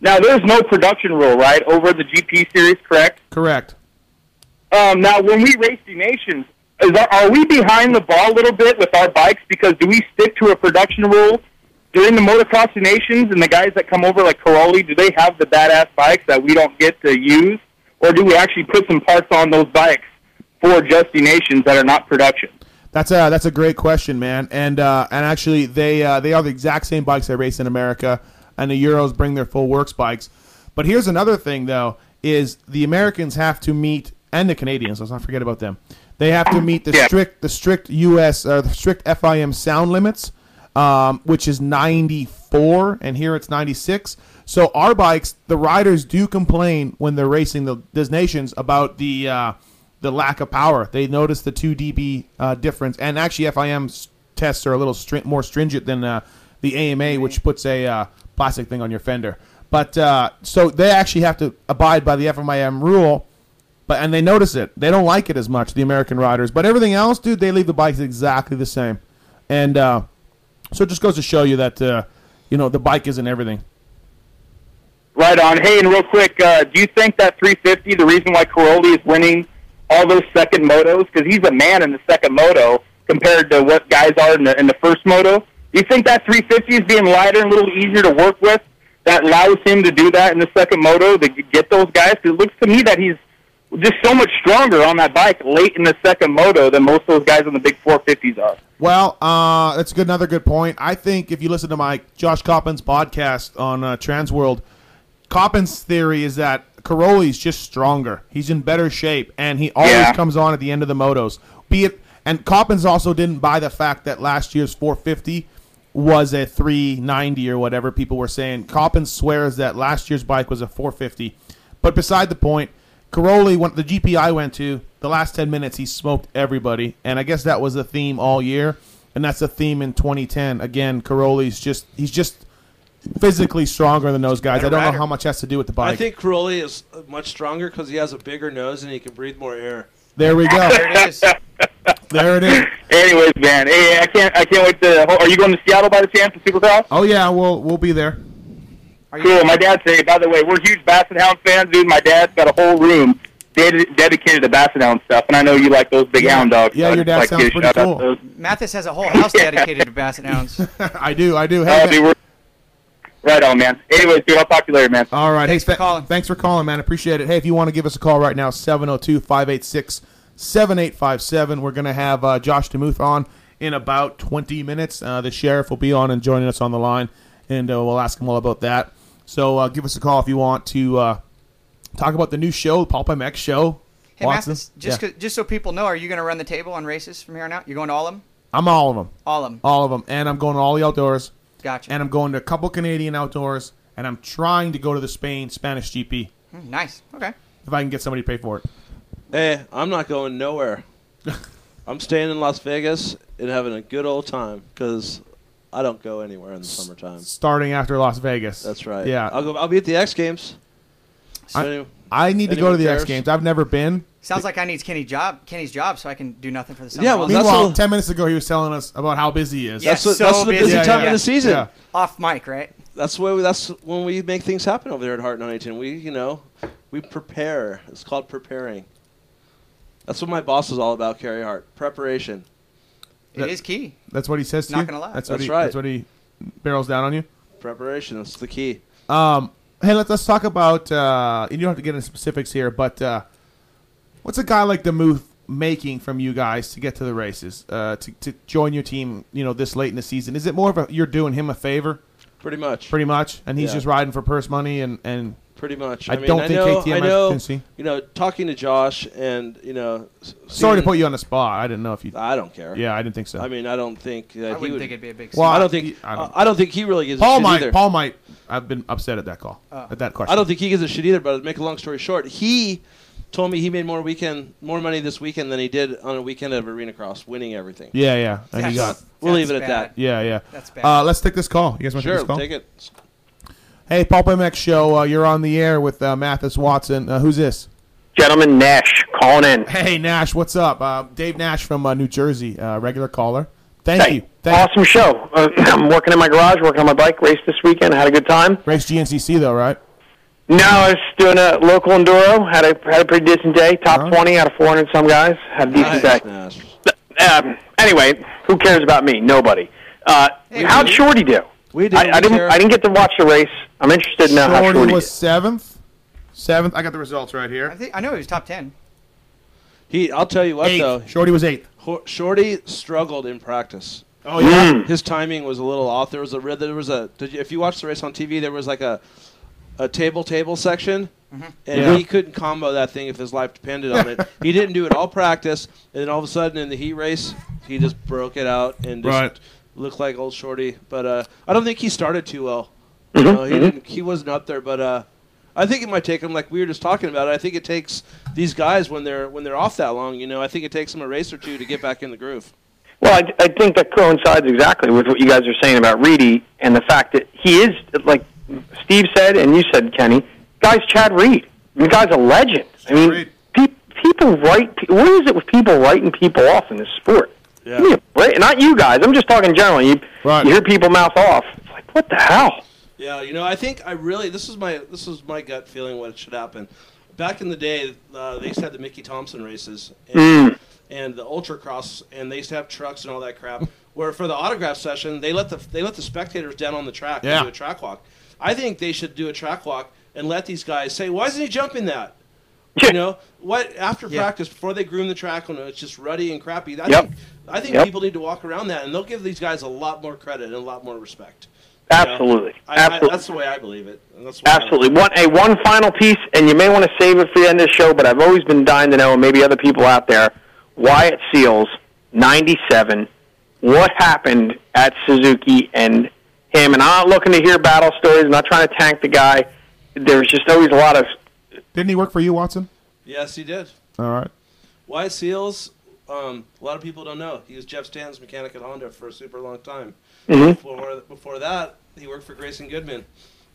[SPEAKER 8] Now, there's no production rule, right, over the GP series, correct?
[SPEAKER 4] Correct.
[SPEAKER 8] Um, now, when we race the nations, is our, are we behind the ball a little bit with our bikes? Because do we stick to a production rule during the motocross the nations? And the guys that come over, like Caroli, do they have the badass bikes that we don't get to use, or do we actually put some parts on those bikes for just the nations that are not production?
[SPEAKER 4] That's a that's a great question, man. And uh, and actually, they uh, they are the exact same bikes they race in America, and the Euros bring their full works bikes. But here's another thing, though, is the Americans have to meet, and the Canadians. Let's not forget about them. They have to meet the
[SPEAKER 8] Yeah.
[SPEAKER 4] strict the strict U.S. or the strict FIM sound limits, um, which is 94, and here it's 96. So our bikes, the riders do complain when they're racing the these nations about the uh, the lack of power. They notice the two dB uh, difference, and actually FIM's tests are a little str- more stringent than uh, the AMA, which puts a uh, plastic thing on your fender. But uh, so they actually have to abide by the FMIM rule, but and they notice it. They don't like it as much, the American riders. But everything else, dude, they leave the bikes exactly the same, and uh, so it just goes to show you that uh, you know the bike isn't everything.
[SPEAKER 8] Right on. Hey, and real quick, uh, do you think that 350, the reason why Caroli is winning all those second motos, because he's a man in the second moto compared to what guys are in the, in the first moto, do you think that 350 is being lighter and a little easier to work with that allows him to do that in the second moto to g- get those guys? 'Cause it looks to me that he's just so much stronger on that bike late in the second moto than most of those guys on the big 450s are.
[SPEAKER 4] Well, uh, that's a good, another good point. I think if you listen to my Josh Coppin's podcast on uh, Transworld, Coppin's theory is that Caroli's just stronger. He's in better shape, and he always
[SPEAKER 8] Yeah.
[SPEAKER 4] comes on at the end of the motos. Be it, and Coppin's also didn't buy the fact that last year's 450 was a 390 or whatever people were saying. Coppin swears that last year's bike was a 450. But beside the point, Caroli, went, the GP I went to, the last 10 minutes, he smoked everybody. And I guess that was the theme all year. And that's the theme in 2010. Again, Caroli's just, he's just physically stronger than those guys. I don't know how much has to do with the bike.
[SPEAKER 5] I think Crowley is uh, much stronger because he has a bigger nose and he can breathe more air.
[SPEAKER 4] there we go.
[SPEAKER 6] There it is.
[SPEAKER 4] there it is.
[SPEAKER 8] [LAUGHS] Anyways, man, hey, I can't, I can't wait to. Are you going to Seattle by the chance to Supercross?
[SPEAKER 4] Oh, yeah, we'll, we'll be there. [LAUGHS]
[SPEAKER 8] Cool. My dad said, by the way, we're huge Basset Hound fans, dude. My dad's got a whole room ded- dedicated to Basset Hound stuff, and I know you like those big hound dogs.
[SPEAKER 4] Yeah,
[SPEAKER 8] so I
[SPEAKER 4] your
[SPEAKER 8] just
[SPEAKER 4] dad
[SPEAKER 8] like to
[SPEAKER 4] sounds
[SPEAKER 8] give a
[SPEAKER 4] pretty
[SPEAKER 8] shout out
[SPEAKER 4] cool.
[SPEAKER 8] to those.
[SPEAKER 6] Mathis has a whole house dedicated to Basset
[SPEAKER 4] [LAUGHS]
[SPEAKER 6] Hounds.
[SPEAKER 4] I do, I do.
[SPEAKER 8] Uh,
[SPEAKER 4] Hey,
[SPEAKER 8] dude,
[SPEAKER 4] man.
[SPEAKER 8] we're- right on, man. Anyways, dude, I'll talk to you later, man.
[SPEAKER 4] All right.
[SPEAKER 6] Thanks
[SPEAKER 4] hey,
[SPEAKER 6] for calling.
[SPEAKER 4] Thanks for calling, man. Appreciate it. Hey, if you want to give us a call right now, 702 586 7857. We're going to have uh, Josh DeMuth on in about 20 minutes. Uh, the sheriff will be on and joining us on the line, and uh, we'll ask him all about that. So uh, give us a call if you want to uh, talk about the new show, the Pulp MX show.
[SPEAKER 6] Hey,
[SPEAKER 4] Watson.
[SPEAKER 6] Mathis, just,
[SPEAKER 4] Yeah.
[SPEAKER 6] 'cause- just so people know, are you going to run the table on races from here on out? You're going to all of them?
[SPEAKER 4] I'm all of them.
[SPEAKER 6] All of them.
[SPEAKER 4] All of them. And I'm going to all the outdoors.
[SPEAKER 6] Gotcha.
[SPEAKER 4] And I'm going to a couple Canadian outdoors, and I'm trying to go to the Spain Spanish GP
[SPEAKER 6] Mm, nice. Okay.
[SPEAKER 4] if I can get somebody to pay for it.
[SPEAKER 5] [LAUGHS] Hey, I'm not
[SPEAKER 4] [LAUGHS]
[SPEAKER 5] going nowhere. I'm staying in Las Vegas and having a good old time because I don't go anywhere in the summertime.
[SPEAKER 4] starting after Las Vegas.
[SPEAKER 5] That's right.
[SPEAKER 4] Yeah.
[SPEAKER 5] I'll go. I'll be at the X Games.
[SPEAKER 4] I-
[SPEAKER 5] Anyway,
[SPEAKER 4] I need to go
[SPEAKER 5] Anyone
[SPEAKER 4] to the X
[SPEAKER 5] cares?
[SPEAKER 4] Games. I've never been.
[SPEAKER 6] Sounds like I need Kenny job, Kenny's job so I can do nothing for the summer.
[SPEAKER 5] Yeah, well,
[SPEAKER 6] holidays.
[SPEAKER 5] that's
[SPEAKER 4] Meanwhile,
[SPEAKER 5] all-
[SPEAKER 4] ten minutes ago, he was telling us about how busy he is.
[SPEAKER 6] Yeah.
[SPEAKER 5] that's what,
[SPEAKER 6] so
[SPEAKER 5] that's the busy
[SPEAKER 6] busy.
[SPEAKER 5] time
[SPEAKER 6] Yeah.
[SPEAKER 5] of the season.
[SPEAKER 4] Yeah.
[SPEAKER 6] off mic, right?
[SPEAKER 5] That's where we, that's when we make things happen over there at Hart and Huntington. We you know we prepare. It's called preparing. That's what my boss is all about, Carrie Hart. Preparation.
[SPEAKER 6] It is
[SPEAKER 4] That-
[SPEAKER 6] key.
[SPEAKER 4] That's what he says to
[SPEAKER 6] Not
[SPEAKER 4] you.
[SPEAKER 6] gonna lie.
[SPEAKER 4] That's, what
[SPEAKER 5] That's
[SPEAKER 4] he,
[SPEAKER 5] right.
[SPEAKER 4] That's what he barrels down on you.
[SPEAKER 5] Preparation. That's the key.
[SPEAKER 4] Um, hey, let's let's talk about. Uh, and you don't have to get into specifics here, but uh, what's a guy like the move making from you guys to get to the races uh, to to join your team? You know, this late in the season, is it more of a you're doing him a favor,
[SPEAKER 5] Pretty much.
[SPEAKER 4] pretty much, and he's
[SPEAKER 5] Yeah.
[SPEAKER 4] just riding for purse money and and
[SPEAKER 5] Pretty much.
[SPEAKER 4] I
[SPEAKER 5] I, mean,
[SPEAKER 4] don't
[SPEAKER 5] I
[SPEAKER 4] think
[SPEAKER 5] know,
[SPEAKER 4] KTM
[SPEAKER 5] I know,
[SPEAKER 4] has Cincy.
[SPEAKER 5] You know, talking to Josh and you know. s-
[SPEAKER 4] sorry to
[SPEAKER 5] seeing-
[SPEAKER 4] put you on the spot. I didn't know if you.
[SPEAKER 5] I don't care.
[SPEAKER 4] Yeah, I didn't think so.
[SPEAKER 5] I mean, I don't think that
[SPEAKER 6] I
[SPEAKER 5] he
[SPEAKER 6] wouldn't
[SPEAKER 5] would.
[SPEAKER 6] think it'd be a big
[SPEAKER 4] Well,
[SPEAKER 6] well,
[SPEAKER 5] I don't think.
[SPEAKER 4] I don't-
[SPEAKER 5] I don't, think he really gives
[SPEAKER 4] Paul
[SPEAKER 5] a shit
[SPEAKER 4] might.
[SPEAKER 5] either.
[SPEAKER 4] Paul might. I've been upset at that call.
[SPEAKER 6] Oh.
[SPEAKER 4] at that question.
[SPEAKER 5] Uh, I don't think he gives a shit either. But to make a long story short, he told me he made more weekend, more money this weekend than he did on a weekend of Arena Cross, winning everything.
[SPEAKER 4] Yeah, yeah. And he got.
[SPEAKER 6] That's-
[SPEAKER 5] We'll
[SPEAKER 6] that's
[SPEAKER 5] leave it at
[SPEAKER 6] bad.
[SPEAKER 5] that.
[SPEAKER 4] Yeah, yeah.
[SPEAKER 6] That's bad.
[SPEAKER 4] Uh, let's take this call. You guys want to
[SPEAKER 5] Sure,
[SPEAKER 4] take this call?
[SPEAKER 5] take it.
[SPEAKER 4] Hey, Paul Pemex show. Uh, you're on the air with uh, Mathis Watson. Uh, who's this?
[SPEAKER 8] Gentleman Nash calling in.
[SPEAKER 4] Hey, Nash. What's up? Uh, Dave Nash from uh, New Jersey, uh, regular caller. Thank you. Thank
[SPEAKER 9] awesome show. Uh, [CLEARS THROAT] I'm working in my garage, working on my bike. Raced this weekend, had a good time.
[SPEAKER 4] you. Race GNCC though, right?
[SPEAKER 9] Now I was doing a local enduro. Had a had a pretty decent day. Top
[SPEAKER 4] Alright.
[SPEAKER 9] 20 out of 400 some guys. Had a decent
[SPEAKER 5] Nice,
[SPEAKER 9] day.
[SPEAKER 5] Nash.
[SPEAKER 9] Um, anyway, who cares about me? Nobody. Uh, how'd Shorty do?
[SPEAKER 5] We did.
[SPEAKER 9] I, I didn't. I didn't get to watch the race. I'm interested in uh, how
[SPEAKER 4] Shorty
[SPEAKER 9] Shorty
[SPEAKER 4] was
[SPEAKER 9] did.
[SPEAKER 4] seventh. Seventh. I got the results right
[SPEAKER 6] I,
[SPEAKER 4] here.
[SPEAKER 6] think, I know he was top 10.
[SPEAKER 5] He. I'll tell you what though.
[SPEAKER 4] Eighth. Shorty was eighth.
[SPEAKER 5] Ho- Shorty struggled in practice.
[SPEAKER 4] Oh yeah.
[SPEAKER 5] his timing was a little off. There was a there was a did you, if you watched the race on TV, there was like a a table table section,
[SPEAKER 4] Mm-hmm.
[SPEAKER 5] and
[SPEAKER 4] Yeah.
[SPEAKER 5] he couldn't combo that thing if his life depended on it. he didn't do it all practice, and then all of a sudden in the heat race, he just broke it out and just
[SPEAKER 4] Right.
[SPEAKER 5] looked like old shorty. But uh, I don't think he started too well. You know, he didn't. He wasn't up there, but. Uh, I think it might take him, like we were just talking about. I think it takes these guys when they're when they're off that long. You know, I think it takes them a race or two to get back in the groove.
[SPEAKER 9] Well, I, I think that coincides exactly with what you guys are saying about Reedy and the fact that he is like Steve said and you said, Kenny, guy's Chad Reed. The guy's a legend. I mean, pe- people write. Pe- what is it with people writing people off in this sport? Give me a break. Not you guys. I'm just talking generally. You, you hear people mouth off. It's like, what the hell?
[SPEAKER 5] Yeah, you know, I think I really this is my this is my gut feeling what should happen. Back in the day, uh, they used to have the Mickey Thompson races and,
[SPEAKER 9] Mm.
[SPEAKER 5] and the ultracross, and they used to have trucks and all that crap. Where for the autograph session, they let the they let the spectators down on the track to
[SPEAKER 10] Yeah.
[SPEAKER 5] do a track walk. I think they should do a track walk and let these guys say, "Why isn't he
[SPEAKER 9] [LAUGHS]
[SPEAKER 5] jumping that?" You know, what after practice before they groom the track when it's just ruddy and crappy. I
[SPEAKER 9] Yep.
[SPEAKER 5] think I think
[SPEAKER 9] Yep.
[SPEAKER 5] people need to walk around that, and they'll give these guys a lot more credit and a lot more respect. You know?
[SPEAKER 9] Absolutely.
[SPEAKER 5] I, I,
[SPEAKER 9] Absolutely.
[SPEAKER 5] that's the way I believe it. And that's the way I-
[SPEAKER 9] Absolutely. One, a one final piece, and you may want to save it for the end of the show, but I've always been dying to know, and maybe other people out there, Wyatt Seals, 97, what happened at Suzuki and him? And I'm not looking to hear battle stories. I'm not trying to tank the guy. There's just always a lot of,
[SPEAKER 4] Didn't he work for you, Watson?
[SPEAKER 5] Yes, he did.
[SPEAKER 4] All right.
[SPEAKER 5] Wyatt Seals, um, a lot of people don't know. He was Jeff Stanton's mechanic at Honda for a super long time.
[SPEAKER 9] Mhm.
[SPEAKER 5] Before, before that, he worked for Grayson Goodman.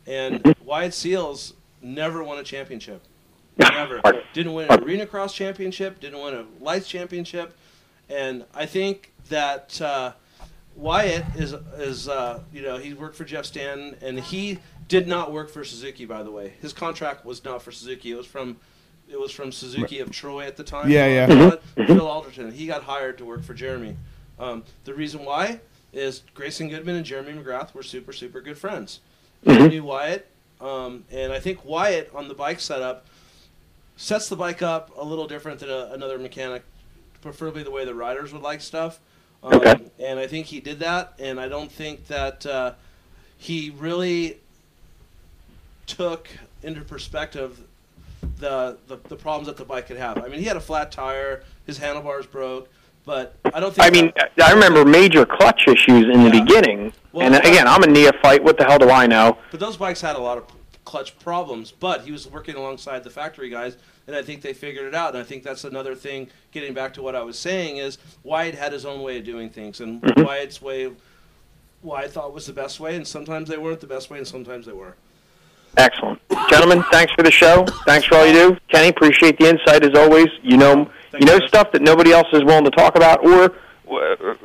[SPEAKER 5] And
[SPEAKER 9] Mm-hmm.
[SPEAKER 5] Wyatt Seals never won a championship. Never. didn't win an arena cross championship, didn't win a lights championship. And I think that uh, Wyatt is, is uh, you know, he worked for Jeff Stanton, and he did not work for Suzuki, by the way. His contract was not for Suzuki. It was from. It was from Suzuki of Troy at the time.
[SPEAKER 4] Yeah, yeah.
[SPEAKER 5] Phil-
[SPEAKER 4] Mhm.
[SPEAKER 5] Phil Alderton. He got hired to work for Jeremy. Um, the reason why is Grayson Goodman and Jeremy McGrath were super, super good friends. He
[SPEAKER 9] Mhm.
[SPEAKER 5] knew Wyatt, um, and I think Wyatt on the bike setup sets the bike up a little different than a, another mechanic, preferably the way the riders would like stuff. Um,
[SPEAKER 9] Okay.
[SPEAKER 5] And I think he did that, and I don't think that uh, he really took into perspective the, the the problems that the bike could have. I mean, he had a flat tire, his handlebars broke, but I don't think.
[SPEAKER 9] I mean, I- I remember major clutch issues in the beginning.
[SPEAKER 5] Well,
[SPEAKER 9] and again, I'm a neophyte. What the hell do I know?
[SPEAKER 5] But those bikes had a lot of clutch problems, but he was working alongside the factory guys, and I think they figured it out. And I think that's another thing, getting back to what I was saying, is Wyatt had his own way of doing things, and
[SPEAKER 9] Mhm.
[SPEAKER 5] Wyatt's way, Wyatt thought was the best way, and sometimes they weren't the best way, and sometimes they were.
[SPEAKER 9] Excellent. Gentlemen, thanks for the show. Thanks for all you do. Kenny, appreciate the insight as always. You know, you know stuff that nobody else is willing to talk about or uh,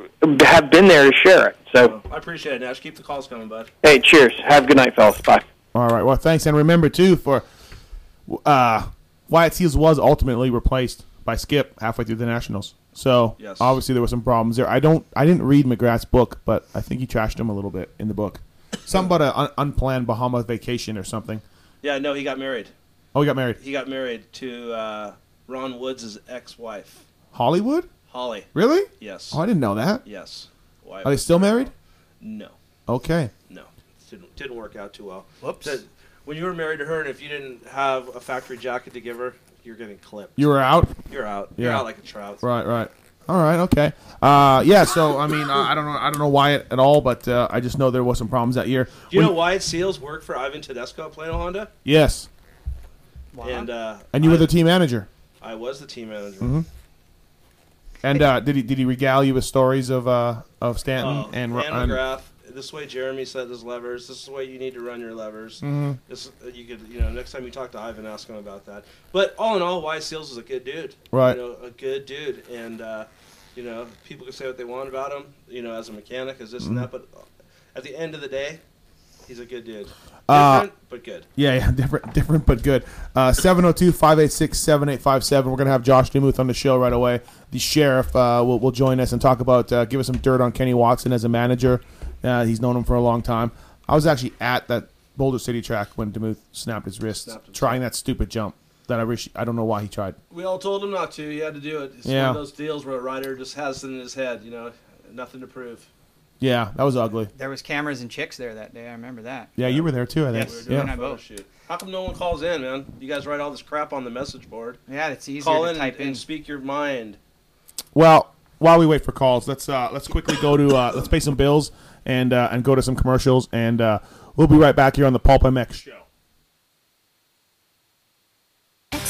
[SPEAKER 9] have been there to share it. So,
[SPEAKER 5] I appreciate it, Nash. Keep the calls coming, bud.
[SPEAKER 9] hey, cheers. Have a good night, fellas. Bye.
[SPEAKER 4] All right. Well, thanks, and remember too for uh, Wyatt Seals was ultimately replaced by Skip halfway through the Nationals. So
[SPEAKER 5] Yes.
[SPEAKER 4] obviously there were some problems there. I don't, I didn't read McGrath's book, but I think he trashed him a little bit in the book. Something about an un- unplanned Bahama vacation or something.
[SPEAKER 5] Yeah, no, he got married.
[SPEAKER 4] Oh, he got married.
[SPEAKER 5] He got married to uh, Ron Woods' ex-wife,
[SPEAKER 4] Hollywood?
[SPEAKER 5] Holly.
[SPEAKER 4] Really?
[SPEAKER 5] Yes.
[SPEAKER 4] Oh, I didn't know that.
[SPEAKER 5] Yes. Why
[SPEAKER 4] Are they still married?
[SPEAKER 5] No.
[SPEAKER 4] Okay.
[SPEAKER 5] No, didn't didn't work out too well. Whoops. when you were married to her, and if you didn't have a factory jacket to give her, you're getting clipped.
[SPEAKER 4] You were out?
[SPEAKER 5] You're out. You're
[SPEAKER 4] Yeah.
[SPEAKER 5] out like a trout.
[SPEAKER 4] Right, right. All right, okay. Uh, yeah. So I mean, uh, I don't know, I don't know why it, at all, but uh, I just know there was some problems that year.
[SPEAKER 5] Do you
[SPEAKER 4] When-
[SPEAKER 5] know Wyatt Seals worked for Ivan Tedesco at Plano Honda?
[SPEAKER 4] Yes,
[SPEAKER 5] And uh,
[SPEAKER 4] and you were the team manager.
[SPEAKER 5] I was the team manager.
[SPEAKER 4] hmm And uh, did he did he regale you with stories of uh, of Stanton
[SPEAKER 5] Oh,
[SPEAKER 4] and, Ro-
[SPEAKER 5] Dan
[SPEAKER 4] and
[SPEAKER 5] McGrath. This is the way Jeremy set his levers. This is the way you need to run your levers.
[SPEAKER 4] Mhm.
[SPEAKER 5] This uh, you could you know next time you talk to Ivan, ask him about that. But all in all, Wyatt Seals was a good dude.
[SPEAKER 4] Right.
[SPEAKER 5] You know, a good dude, and uh, you know people can say what they want about him. You know, as a mechanic, as this and
[SPEAKER 4] Mhm.
[SPEAKER 5] that. But at the end of the day, he's a good dude. Different,
[SPEAKER 4] Uh,
[SPEAKER 5] but good.
[SPEAKER 4] Yeah, yeah, [LAUGHS] different, different, but good. Uh, 702 586 7857. We're going to have Josh Newmuth on the show right away. The sheriff uh, will, will join us and talk about, uh, give us some dirt on Kenny Watson as a manager. Uh, he's known him for a long time. I was actually at that Boulder City track when Demuth snapped his wrist trying that stupid jump that I wish, I don't know why he tried.
[SPEAKER 5] We all told him not to. He had to do it. It's
[SPEAKER 4] one of Yeah.
[SPEAKER 5] one of those deals where a rider just has it in his head. You know, nothing to prove.
[SPEAKER 4] Yeah, that was
[SPEAKER 5] [CLEARS THROAT]
[SPEAKER 4] ugly.
[SPEAKER 6] There was cameras and chicks there that day. I remember that.
[SPEAKER 4] Yeah, you were there too, I think.
[SPEAKER 6] Yes,
[SPEAKER 4] yeah.
[SPEAKER 6] and I both.
[SPEAKER 5] Oh, How come no one calls in, man? You guys write all this crap on the message board.
[SPEAKER 6] Yeah, it's easier
[SPEAKER 5] Call
[SPEAKER 6] to
[SPEAKER 5] in,
[SPEAKER 6] type
[SPEAKER 5] and, and speak your mind.
[SPEAKER 4] Well, while we wait for calls, let's uh, let's quickly go to uh, let's pay some bills and uh, and go to some commercials, and uh, we'll be right back here on the Pulp MX show.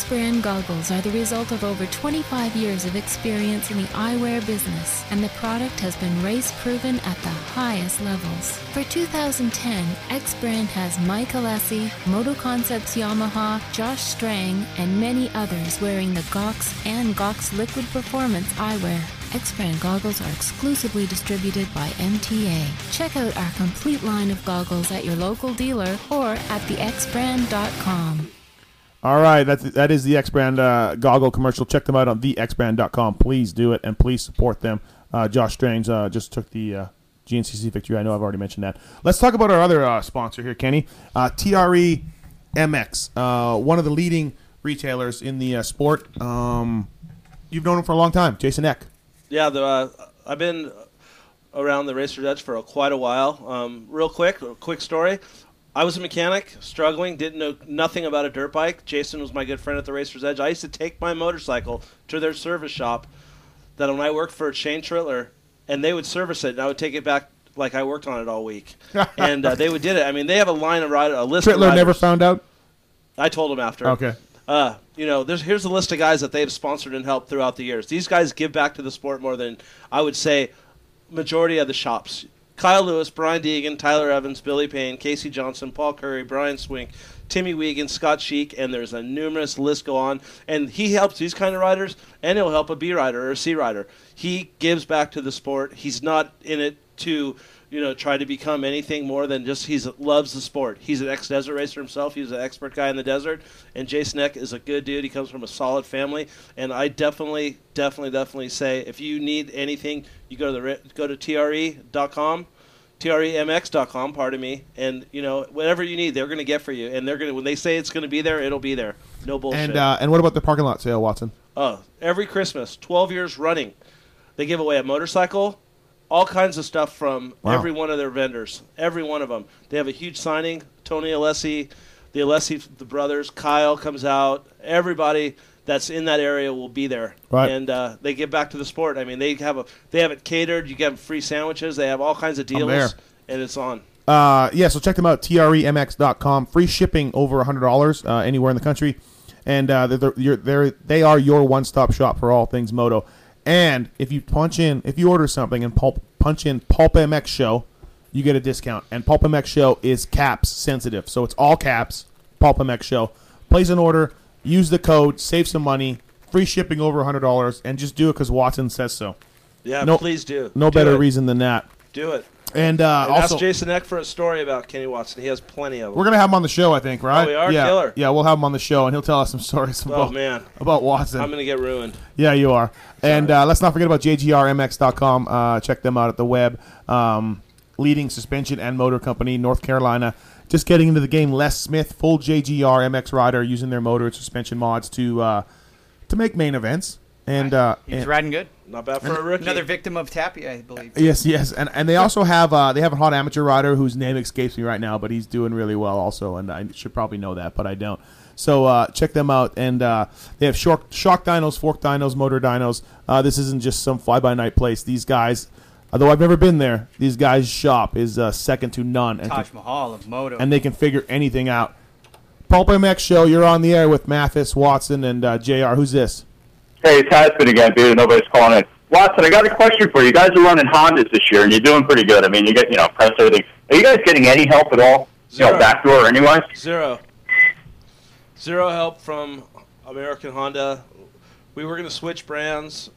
[SPEAKER 10] brand goggles are the result of over 25 years of experience in the eyewear business, and the product has been race proven at the highest levels. For 2010, X Brand has Mike Alessi, Moto Concepts Yamaha, Josh Strang, and many others wearing the Gox and Gox Liquid Performance eyewear. X Brand goggles are exclusively distributed by MTA. Check out our complete line of goggles at your local dealer or at thexbrand.com.
[SPEAKER 4] All right, that's that is the X Brand uh, goggle commercial. Check them out on thexbrand.com. Please do it and please support them. Uh, Josh Strange uh, just took the uh, GNCC victory. I know I've already mentioned that. Let's talk about our other uh, sponsor here, Kenny. Uh, TRE MX, uh, one of the leading retailers in the uh, sport. Um, you've known him for a long time, Jason Eck.
[SPEAKER 5] Yeah, the, uh, I've been around the Racer Dutch for a, quite a while. Um, real quick, a quick story. I was a mechanic, struggling, didn't know nothing about a dirt bike. Jason was my good friend at the Racer's Edge. I used to take my motorcycle to their service shop that when I worked for Shane Triller, and they would service it, and I would take it back like I worked on it all week. and uh, they would did it. I mean, they have a line of rider, a list of
[SPEAKER 4] Trittler
[SPEAKER 5] riders.
[SPEAKER 4] never found out.
[SPEAKER 5] I told him after.
[SPEAKER 4] Okay.
[SPEAKER 5] Uh, you know, there's here's a list of guys that they've sponsored and helped throughout the years. These guys give back to the sport more than I would say majority of the shops. Kyle Lewis, Brian Deegan, Tyler Evans, Billy Payne, Casey Johnson, Paul Curry, Brian Swink, Timmy Wiegand, Scott Sheik, and there's a numerous list go on. And he helps these kind of riders, and he'll help a B rider or a C rider. He gives back to the sport. He's not in it to you know try to become anything more than just he loves the sport. He's an ex-desert racer himself. He's an expert guy in the desert, and Jason Eck is a good dude. He comes from a solid family, and I definitely, definitely, definitely say if you need anything, you go to the re- go to E tre.com. E TREMX.com, pardon me, and you know whatever you need, they're going to get for you, and they're going to when they say it's going to be there, it'll be there. No bullshit.
[SPEAKER 4] And uh, and what about the parking lot sale, Watson?
[SPEAKER 5] Oh, every Christmas, 12 years running, they give away a motorcycle, all kinds of stuff from
[SPEAKER 4] Wow.
[SPEAKER 5] every one of their vendors. Every one of them. They have a huge signing. Tony Alessi, the Alessi the brothers, Kyle comes out. Everybody that's in that area will be there.
[SPEAKER 4] Right.
[SPEAKER 5] And uh, they give back to the sport. I mean, they have a they have it catered. You get them free sandwiches. They have all kinds of
[SPEAKER 4] there.
[SPEAKER 5] deals, and it's on.
[SPEAKER 4] Uh, yeah, so check them out, E tremx.com. Free shipping over $100 uh, anywhere in the country. And uh, they're, they're, they're, they are your one stop shop for all things moto. And if you punch in, if you order something and pulp, punch in Pulp MX Show, you get a discount. And Pulp MX Show is caps sensitive. So it's all caps, Pulp MX Show. Place an order, use the code, save some money, free shipping over $100, and just do it because Watson says so.
[SPEAKER 5] Yeah,
[SPEAKER 4] No-
[SPEAKER 5] please do.
[SPEAKER 4] No
[SPEAKER 5] Do
[SPEAKER 4] better
[SPEAKER 5] it.
[SPEAKER 4] reason than that.
[SPEAKER 5] Do it.
[SPEAKER 4] And, uh,
[SPEAKER 5] And
[SPEAKER 4] also,
[SPEAKER 5] ask Jason Eck for a story about Kenny Watson. He has plenty of them.
[SPEAKER 4] We're gonna have him on the show, I think, right?
[SPEAKER 5] Oh, we are?
[SPEAKER 4] yeah,
[SPEAKER 5] Killer.
[SPEAKER 4] Yeah, we'll have him on the show, and he'll tell us some [LAUGHS] stories
[SPEAKER 5] Oh,
[SPEAKER 4] about
[SPEAKER 5] man.
[SPEAKER 4] about Watson.
[SPEAKER 5] I'm going to get ruined.
[SPEAKER 4] yeah, you are. And uh, let's not forget about jgrmx.com. Uh, check them out at the web. Um, leading suspension and motor company, North Carolina. Just getting into the game. Les Smith, full JGRMX rider, using their motor and suspension mods to uh, to make main events. And uh,
[SPEAKER 6] He's
[SPEAKER 4] and-
[SPEAKER 6] riding good.
[SPEAKER 5] Not bad for a rookie.
[SPEAKER 6] Another victim of Tapia, I believe.
[SPEAKER 4] Uh, Yes, yes, and and they also have uh, they have a hot amateur rider whose name escapes me right now, but he's doing really well also, and I should probably know that, but I don't. So uh, check them out, and uh, they have shock, shock dinos, fork dinos, motor dinos. Uh, this isn't just some fly by night place. These guys, although I've never been there, these guys' shop is uh, second to none, and,
[SPEAKER 6] Taj
[SPEAKER 4] can,
[SPEAKER 6] Mahal of Moto.
[SPEAKER 4] and they can figure anything out. Pulp MX show, you're on the air with Mathis, Watson, and uh, Jr. Who's this?
[SPEAKER 7] Hey, it's Hasbin again, dude. Nobody's calling in. Watson, I got a question for you. You guys are running Hondas this year, and you're doing pretty good. I mean, you get you know press everything. Are you guys getting any help at all? You
[SPEAKER 5] Zero.
[SPEAKER 7] know, backdoor or anyway?
[SPEAKER 5] Zero. Zero help from American Honda. We were going to switch brands,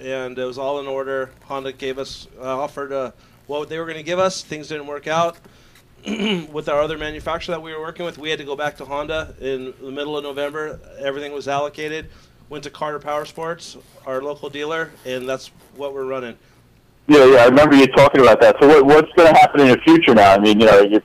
[SPEAKER 5] and it was all in order. Honda gave us uh, offered uh, what they were going to give us. Things didn't work out. [CLEARS THROAT] with our other manufacturer that we were working with, we had to go back to Honda in the middle of November. Everything was allocated. Went to Carter Power Sports, our local dealer, and that's what we're running.
[SPEAKER 7] Yeah, yeah. I remember you talking about that. So what, what's going to happen in the future now? I mean, you know, you,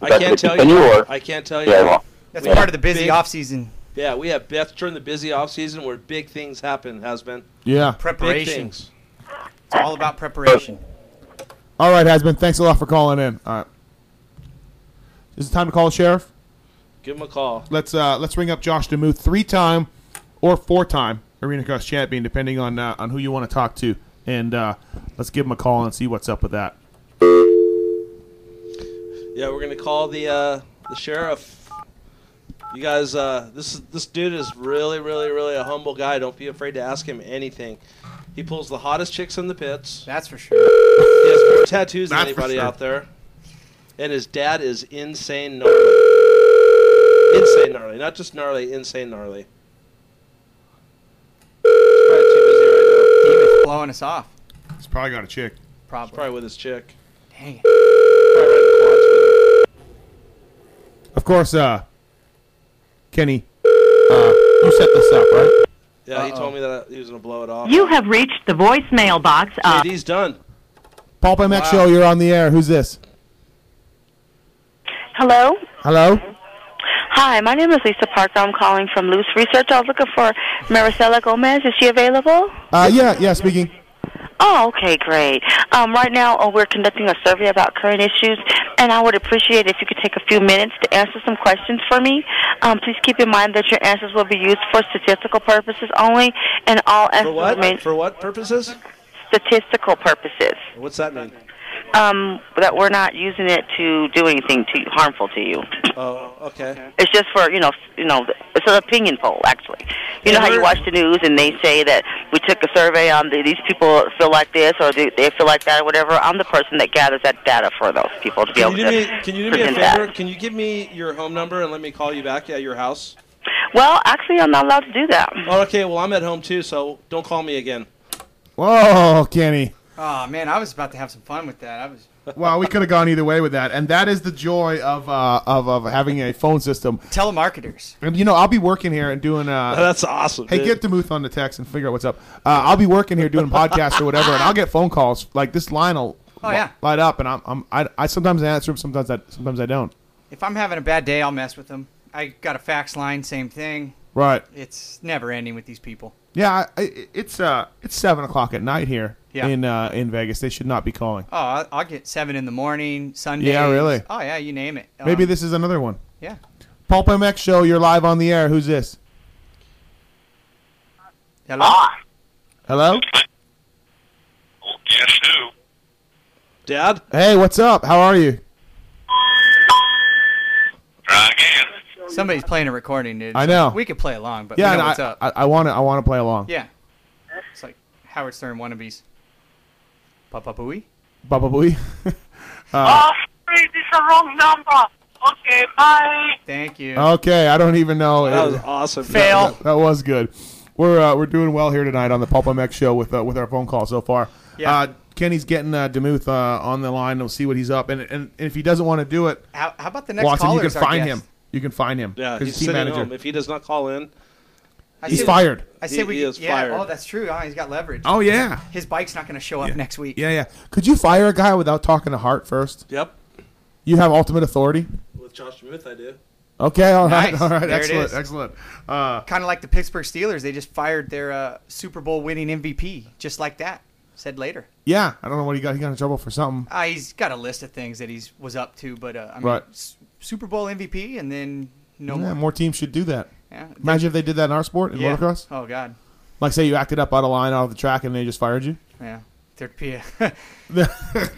[SPEAKER 5] I
[SPEAKER 7] That's
[SPEAKER 5] can't
[SPEAKER 7] the
[SPEAKER 5] tell
[SPEAKER 7] venue,
[SPEAKER 5] you.
[SPEAKER 7] or-
[SPEAKER 5] I can't tell you.
[SPEAKER 7] yeah, well,
[SPEAKER 6] That's
[SPEAKER 7] Yeah.
[SPEAKER 6] part of the busy
[SPEAKER 5] Big-
[SPEAKER 6] off season
[SPEAKER 5] Yeah, we have Beth during the busy off season where big things happen. Has been
[SPEAKER 4] Yeah.
[SPEAKER 5] big
[SPEAKER 6] preparation.
[SPEAKER 5] things.
[SPEAKER 6] It's all about preparation.
[SPEAKER 4] All right, has been. Thanks a lot for calling in. All right. Is it time to call the sheriff?
[SPEAKER 5] Give him a call.
[SPEAKER 4] let's uh, let's ring up Josh Demuth three time or four time Arena Cross champion, depending on uh, on who you want to talk to, and uh, let's give him a call and see what's up with that.
[SPEAKER 5] Yeah, we're gonna call the uh, the sheriff. You guys, uh, this is- this dude is really, really, really a humble guy. Don't be afraid to ask him anything. He pulls the hottest chicks in the pits.
[SPEAKER 6] That's for sure.
[SPEAKER 5] He has more tattoos than
[SPEAKER 6] That's for
[SPEAKER 5] anybody
[SPEAKER 6] sure.
[SPEAKER 5] out there. And his dad is insane gnarly. Insane gnarly, not just gnarly, insane gnarly.
[SPEAKER 6] David's blowing us off.
[SPEAKER 4] He's probably got a chick.
[SPEAKER 6] Probably.
[SPEAKER 5] probably with his chick.
[SPEAKER 6] Dang
[SPEAKER 4] Of course, uh, Kenny, uh, you set this up, right?
[SPEAKER 5] Yeah, he told me that he was gonna blow it off.
[SPEAKER 11] You have uh, reached the voicemail box of
[SPEAKER 5] JD's done.
[SPEAKER 4] Paul Pam X Show, you're on the air. Who's this?
[SPEAKER 12] Hello.
[SPEAKER 4] Hello?
[SPEAKER 12] Hi, my name is Lisa Parker. I'm calling from Loose Research. I was looking for Maricela Gomez. Is she available?
[SPEAKER 4] Uh, yeah, yeah, speaking.
[SPEAKER 12] Oh, okay, great. Um, right now, uh, we're conducting a survey about current issues, and I would appreciate if you could take a few minutes to answer some questions for me. Um, please keep in mind that your answers will be used for statistical purposes only, and all answers
[SPEAKER 5] For what?
[SPEAKER 12] remain
[SPEAKER 5] For what purposes?
[SPEAKER 12] statistical purposes.
[SPEAKER 5] What's that mean?
[SPEAKER 12] Um, that we're not using it to do anything to harmful to you.
[SPEAKER 5] Oh, okay.
[SPEAKER 12] It's just for you know, s- you know, it's an opinion poll actually. You know how you watch the news and they say that we took a survey on the, these people feel like this or they, they feel like that or whatever. I'm the person that gathers that data for those people to be
[SPEAKER 5] Can
[SPEAKER 12] able
[SPEAKER 5] you do
[SPEAKER 12] to
[SPEAKER 5] me? Can you do me a
[SPEAKER 12] present that.
[SPEAKER 5] favor? Can you give me your home number and let me call you back at your house?
[SPEAKER 12] Well, actually, I'm not allowed to do that.
[SPEAKER 5] Oh, okay. Well, I'm at home too, so don't call me again.
[SPEAKER 4] Whoa, Kenny.
[SPEAKER 6] Oh man, I was about to have some fun with that. I was.
[SPEAKER 4] Wow, we could have gone either way with that, and that is the joy of uh, of, of having a phone system.
[SPEAKER 6] Telemarketers.
[SPEAKER 4] And you know, I'll be working here and doing. Uh,
[SPEAKER 5] [LAUGHS] That's awesome.
[SPEAKER 4] Hey,
[SPEAKER 5] dude.
[SPEAKER 4] get Demuth on the text and figure out what's up. Uh, I'll be working here doing podcasts or whatever, and I'll get phone calls like this line will
[SPEAKER 6] Oh, yeah.
[SPEAKER 4] light up, and I'm, I'm I, I sometimes answer them, sometimes I sometimes I don't.
[SPEAKER 6] If I'm having a bad day, I'll mess with them. I got a fax line, same thing.
[SPEAKER 4] Right.
[SPEAKER 6] It's never ending with these people.
[SPEAKER 4] Yeah, I, I, it's uh it's seven o'clock at night here
[SPEAKER 6] Yeah.
[SPEAKER 4] in uh, in Vegas. They should not be calling.
[SPEAKER 6] Oh, I- I'll get seven in the morning, Sunday.
[SPEAKER 4] really?
[SPEAKER 6] Oh yeah, you name it.
[SPEAKER 4] Maybe
[SPEAKER 6] Um,
[SPEAKER 4] this is another one.
[SPEAKER 6] Yeah.
[SPEAKER 4] Paul MX show. You're live on the air. Who's this?
[SPEAKER 6] Hello.
[SPEAKER 4] Hello.
[SPEAKER 13] Guess who?
[SPEAKER 5] Dad.
[SPEAKER 4] Hey, what's up? How are you?
[SPEAKER 6] Somebody's playing a recording, dude.
[SPEAKER 4] I know.
[SPEAKER 6] We could play along, but
[SPEAKER 4] yeah,
[SPEAKER 6] we know
[SPEAKER 4] and
[SPEAKER 6] what's
[SPEAKER 4] I,
[SPEAKER 6] up.
[SPEAKER 4] I, I want to I want to play along.
[SPEAKER 6] Yeah. It's like Howard Stern wannabes. Papa Booey.
[SPEAKER 4] Baba Booey. [LAUGHS]
[SPEAKER 13] Oh,
[SPEAKER 4] uh,
[SPEAKER 13] Wait, this is the wrong number. Okay, bye.
[SPEAKER 6] Thank you.
[SPEAKER 4] okay, I don't even know.
[SPEAKER 5] That was
[SPEAKER 4] It-
[SPEAKER 5] awesome.
[SPEAKER 4] That, that was good. We're uh, we're doing well here tonight on the Pulp MX show with uh, with our phone call so far.
[SPEAKER 6] Yeah.
[SPEAKER 4] Uh, Kenny's getting uh, Demuth uh, on the line. We'll see what he's up and and, and if he doesn't want to do it,
[SPEAKER 6] How, how about the next
[SPEAKER 4] Watson, you
[SPEAKER 6] caller?
[SPEAKER 4] can
[SPEAKER 6] is our
[SPEAKER 4] find
[SPEAKER 6] guest?
[SPEAKER 4] him. You can find him.
[SPEAKER 5] Yeah,
[SPEAKER 4] 'Cause
[SPEAKER 5] he's
[SPEAKER 4] he's team
[SPEAKER 5] sitting
[SPEAKER 4] manager.
[SPEAKER 5] home. If he does not call in,
[SPEAKER 6] I
[SPEAKER 4] He's
[SPEAKER 6] say we-
[SPEAKER 4] fired.
[SPEAKER 6] I
[SPEAKER 5] He-
[SPEAKER 6] say we.
[SPEAKER 5] he is
[SPEAKER 6] yeah,
[SPEAKER 5] fired.
[SPEAKER 6] Oh, that's true. Ah, he's got leverage.
[SPEAKER 4] Oh, yeah.
[SPEAKER 6] His bike's not going to show up next week.
[SPEAKER 4] Yeah, yeah. Could you fire a guy without talking to Hart first?
[SPEAKER 5] Yep.
[SPEAKER 4] You have ultimate authority.
[SPEAKER 5] with Josh Smith, I do.
[SPEAKER 4] Okay, all right,
[SPEAKER 6] Nice.
[SPEAKER 4] all right,
[SPEAKER 6] There it
[SPEAKER 4] excellent,
[SPEAKER 6] is.
[SPEAKER 4] excellent. Uh,
[SPEAKER 6] kind of like the Pittsburgh Steelers. They just fired their uh, Super Bowl winning MVP just like that. Said later.
[SPEAKER 4] Yeah, I don't know what he got. He got in trouble for something.
[SPEAKER 6] Uh, he's got a list of things that he's was up to, but uh, I mean,
[SPEAKER 4] Right.
[SPEAKER 6] S- Super Bowl MVP and then no
[SPEAKER 4] Yeah,
[SPEAKER 6] more.
[SPEAKER 4] more teams should do that.
[SPEAKER 6] Yeah.
[SPEAKER 4] Imagine if they did that in our sport in
[SPEAKER 6] Yeah.
[SPEAKER 4] motocross.
[SPEAKER 6] Oh God.
[SPEAKER 4] Like, say you acted up out of line, out of the track, and they just fired you.
[SPEAKER 6] Yeah. There'd be a
[SPEAKER 4] [LAUGHS]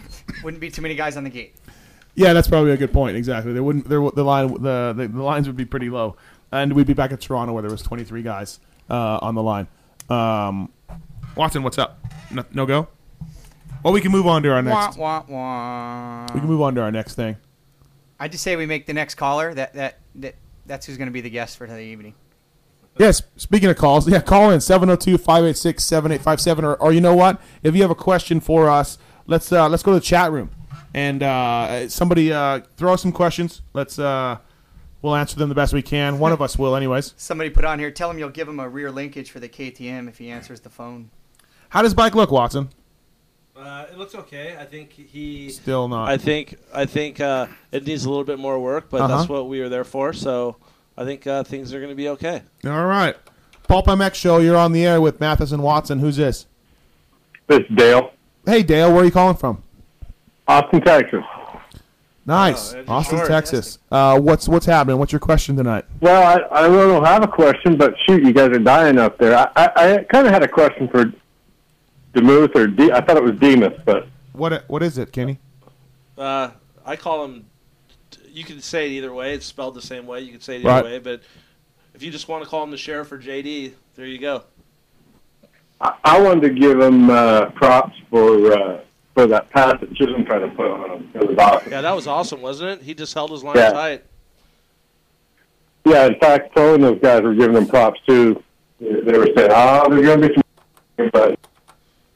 [SPEAKER 6] wouldn't be too many guys on the gate.
[SPEAKER 4] Yeah, that's probably a good point. Exactly. They wouldn't. There, the line, the, the the lines would be pretty low, and we'd be back at Toronto where there was 23 guys uh, on the line. Um, Watson, what's up? No, no go. Well, we can move on to our next.
[SPEAKER 6] Wah, wah,
[SPEAKER 4] We
[SPEAKER 6] wah.
[SPEAKER 4] can move on to our next thing.
[SPEAKER 6] I just say we make the next caller. That that that that's who's going to be the guest for the evening.
[SPEAKER 4] Yes, speaking of calls, yeah, call in 702-586-7857 or, or you know what? If you have a question for us, let's uh, let's go to the chat room and uh, somebody uh, throw us some questions. Let's uh, we'll answer them the best we can. One of us will anyways.
[SPEAKER 6] Somebody put on here. Tell him you'll give him a rear linkage for the KTM if he answers the phone.
[SPEAKER 4] How does bike look, Watson?
[SPEAKER 5] Uh, it looks okay. I think he
[SPEAKER 4] Still not.
[SPEAKER 5] I think I think uh, it needs a little bit more work, but
[SPEAKER 4] Uh-huh.
[SPEAKER 5] that's what we were there for. So I think uh, things are going to be okay.
[SPEAKER 4] All right. Pulp MX show, you're on the air with Mathis and Watson. Who's this?
[SPEAKER 7] This is Dale,
[SPEAKER 4] Hey Dale, where are you calling from?
[SPEAKER 7] Austin, Texas.
[SPEAKER 4] Nice.
[SPEAKER 7] that's
[SPEAKER 4] Austin,
[SPEAKER 7] short.
[SPEAKER 4] Texas. Uh, what's what's happening? What's your question tonight?
[SPEAKER 7] Well, I, I really don't have a question, but shoot, you guys are dying up there. I, I, I kind of had a question for Demuth or De- I thought it was Demas, but
[SPEAKER 4] What what is it, Kenny?
[SPEAKER 5] Uh, I call him. you can say it either way. It's spelled the same way. You can say it either
[SPEAKER 4] Right.
[SPEAKER 5] way. But if you just want to call him the sheriff or JD, there you go.
[SPEAKER 14] I, I wanted to give him uh, props for uh, for that pass that Chisholm tried to put on him. It was awesome.
[SPEAKER 5] Yeah, that was awesome, wasn't it? He just held his line
[SPEAKER 14] Yeah.
[SPEAKER 5] tight.
[SPEAKER 14] Yeah, in fact, Flo and those guys were giving him props too. They they were saying, "Ah, there's going to be some, but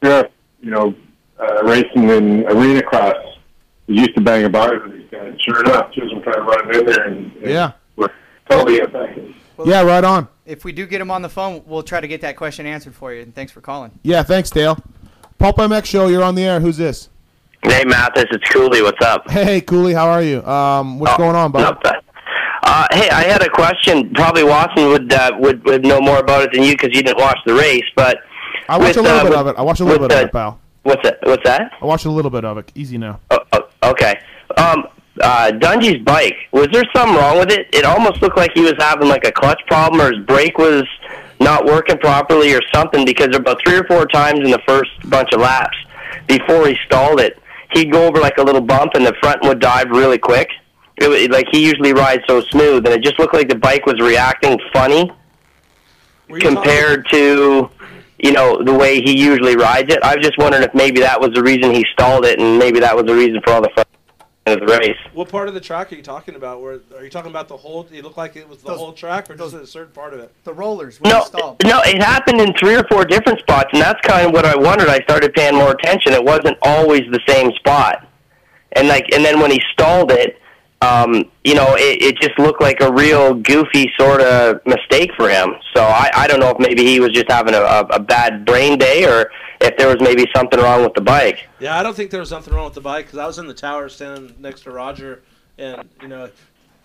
[SPEAKER 14] sure, you know, uh, racing in arena cross, we used to bang a bar with these guys. Sure enough, Chisholm tried to run in there and, and
[SPEAKER 4] Yeah.
[SPEAKER 14] were totally affected."
[SPEAKER 4] yeah, right on.
[SPEAKER 6] If we do get him on the phone, we'll try to get that question answered for you. And thanks for calling.
[SPEAKER 4] Yeah, thanks, Dale. Pulp MX Show, you're on the air. Who's this?
[SPEAKER 15] Hey, Mathis, it's Cooley. What's up?
[SPEAKER 4] Hey, Cooley, how are you? Um,
[SPEAKER 15] Oh,
[SPEAKER 4] what's going on, bud?
[SPEAKER 15] Uh, hey, I had a question. Probably Watson would uh, would, would know more about it than you because you didn't watch the race. But
[SPEAKER 4] I watched
[SPEAKER 15] with,
[SPEAKER 4] a
[SPEAKER 15] uh,
[SPEAKER 4] little bit
[SPEAKER 15] with-
[SPEAKER 4] of it. I watched a little
[SPEAKER 15] with,
[SPEAKER 4] bit of
[SPEAKER 15] uh,
[SPEAKER 4] it, pal.
[SPEAKER 15] What's that? What's that?
[SPEAKER 4] I watched a little bit of it. Easy now.
[SPEAKER 15] Okay. Um, uh, Dungy's bike. Was there something wrong with it? It almost looked like he was having like a clutch problem, or his brake was not working properly, or something. Because about three or four times in the first bunch of laps, before he stalled it, he'd go over like a little bump, and the front would dive really quick. It was, like he usually rides so smooth, and it just looked like the bike was reacting funny compared to you know the way he usually rides it. I was just wondering if maybe that was the reason he stalled it, and maybe that was the reason for all the fun of the race.
[SPEAKER 5] What part of the track are you talking about? Where are you talking about the whole? It looked like it was the whole track, or just a certain part of it?
[SPEAKER 6] The rollers.
[SPEAKER 15] No, no, it happened in three or four different spots, and that's kind of what I wondered. I started paying more attention. It wasn't always the same spot, and like, and then when he stalled it, um, you know, it, it just looked like a real goofy sort of mistake for him. So I, I don't know if maybe he was just having a, a, a bad brain day, or if there was maybe something wrong with the bike.
[SPEAKER 5] Yeah, I don't think there was nothing wrong with the bike because I was in the tower standing next to Roger, and you know,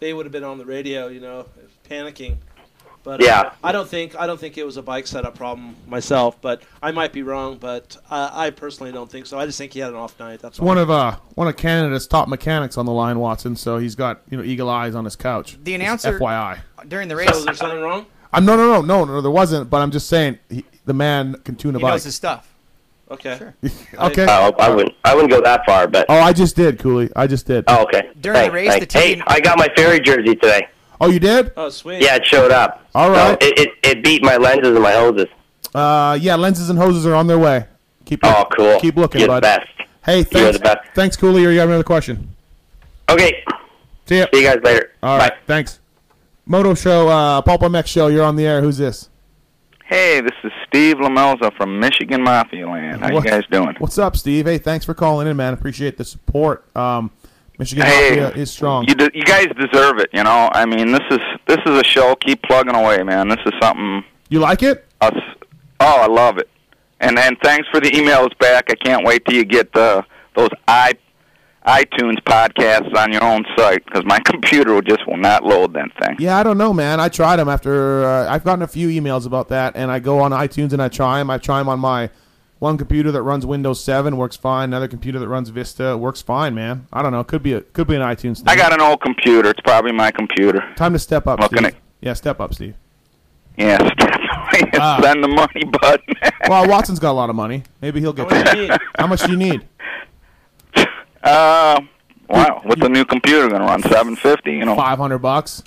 [SPEAKER 5] they would have been on the radio, you know, panicking. But uh,
[SPEAKER 15] Yeah.
[SPEAKER 5] I don't think I don't think it was a bike setup problem myself, but I might be wrong. But uh, I personally don't think so. I just think he had an off night. That's
[SPEAKER 4] It's one of uh one of Canada's top mechanics on the line, Watson. So he's got you know eagle eyes on his couch.
[SPEAKER 6] The
[SPEAKER 4] Just
[SPEAKER 6] announcer
[SPEAKER 4] FYI.
[SPEAKER 6] during the race.
[SPEAKER 5] So there's something wrong.
[SPEAKER 4] I'm no, no, no, no, no. There wasn't, but I'm just saying he, the man can tune a
[SPEAKER 6] He
[SPEAKER 4] bike.
[SPEAKER 6] knows his stuff.
[SPEAKER 5] Okay.
[SPEAKER 4] Okay.
[SPEAKER 15] Oh, I, I wouldn't. I wouldn't go that far, but
[SPEAKER 4] Oh, I just did, Cooley. I just did.
[SPEAKER 15] oh, okay.
[SPEAKER 6] During the
[SPEAKER 15] Thanks,
[SPEAKER 6] race,
[SPEAKER 15] thanks.
[SPEAKER 6] the
[SPEAKER 15] hey, I got my ferry jersey today.
[SPEAKER 4] Oh, you did?
[SPEAKER 5] Oh, sweet.
[SPEAKER 15] Yeah, it showed up.
[SPEAKER 4] All
[SPEAKER 15] right. it, it it beat my lenses and my hoses.
[SPEAKER 4] Uh, yeah. Lenses and hoses are on their way. Keep
[SPEAKER 15] Oh, cool.
[SPEAKER 4] Keep looking,
[SPEAKER 15] You're the
[SPEAKER 4] bud.
[SPEAKER 15] best.
[SPEAKER 4] Hey,
[SPEAKER 15] You're
[SPEAKER 4] thanks.
[SPEAKER 15] the best.
[SPEAKER 4] Thanks, Cooley. You got another question?
[SPEAKER 15] Okay.
[SPEAKER 4] See ya.
[SPEAKER 15] See you guys later.
[SPEAKER 4] All right. Thanks. Moto Show, uh, Pulp MX Show. You're on the air. Who's this?
[SPEAKER 16] Hey, this is Steve Lamelza from Michigan Mafia Land. How
[SPEAKER 4] What-
[SPEAKER 16] you guys doing?
[SPEAKER 4] What's up, Steve? Hey, thanks for calling in, man. Appreciate the support. Um, Michigan
[SPEAKER 16] Hey.
[SPEAKER 4] Mafia is strong.
[SPEAKER 16] You, de- you guys deserve it. You know, I mean, this is this is a show. Keep plugging away, man. This is something.
[SPEAKER 4] You like it?
[SPEAKER 16] Us. Oh, I love it. And and thanks for the emails back. I can't wait till you get the those i iTunes podcasts on your own site because my [LAUGHS] computer will just will not load that thing.
[SPEAKER 4] Yeah, I don't know, man. I tried them after uh, I've gotten a few emails about that, and I go on iTunes and I try them. I try them on my one computer that runs Windows Seven, works fine. Another computer that runs Vista works fine, man. I don't know. Could be a could be an iTunes. Thing.
[SPEAKER 16] I got an old computer. It's probably my computer.
[SPEAKER 4] time to step up.
[SPEAKER 16] Looking
[SPEAKER 4] Steve.
[SPEAKER 16] at-
[SPEAKER 4] Yeah, step up, Steve.
[SPEAKER 16] Yes. [LAUGHS] Send the money button.
[SPEAKER 4] [LAUGHS] Well, Watson's got a lot of money. Maybe he'll get. you. How much do you need?
[SPEAKER 16] Uh, wow. What's the new computer going to run? Seven fifty. You know,
[SPEAKER 4] Five hundred bucks.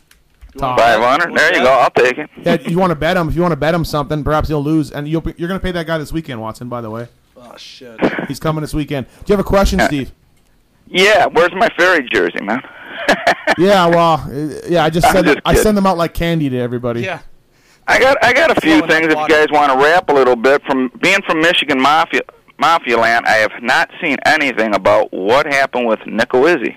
[SPEAKER 4] Top.
[SPEAKER 16] five hundred. There you go. I'll take it.
[SPEAKER 4] Yeah, you want to bet him? If you want to bet him something, perhaps he'll lose, and you'll, be- you're going to pay that guy this weekend, Watson. By the way,
[SPEAKER 5] Oh shit.
[SPEAKER 4] he's coming this weekend. Do you have a question, Steve?
[SPEAKER 16] [LAUGHS] Yeah. Where's my ferry jersey, man?
[SPEAKER 4] yeah, well, uh, yeah. I just
[SPEAKER 16] I'm
[SPEAKER 4] send
[SPEAKER 16] just
[SPEAKER 4] I
[SPEAKER 16] kidding.
[SPEAKER 4] send them out like candy to everybody. Yeah.
[SPEAKER 16] I got I got a few things. If you guys want to wrap a little bit from being from Michigan Mafia Mafia Land, I have not seen anything about what happened with Nickel Izzy.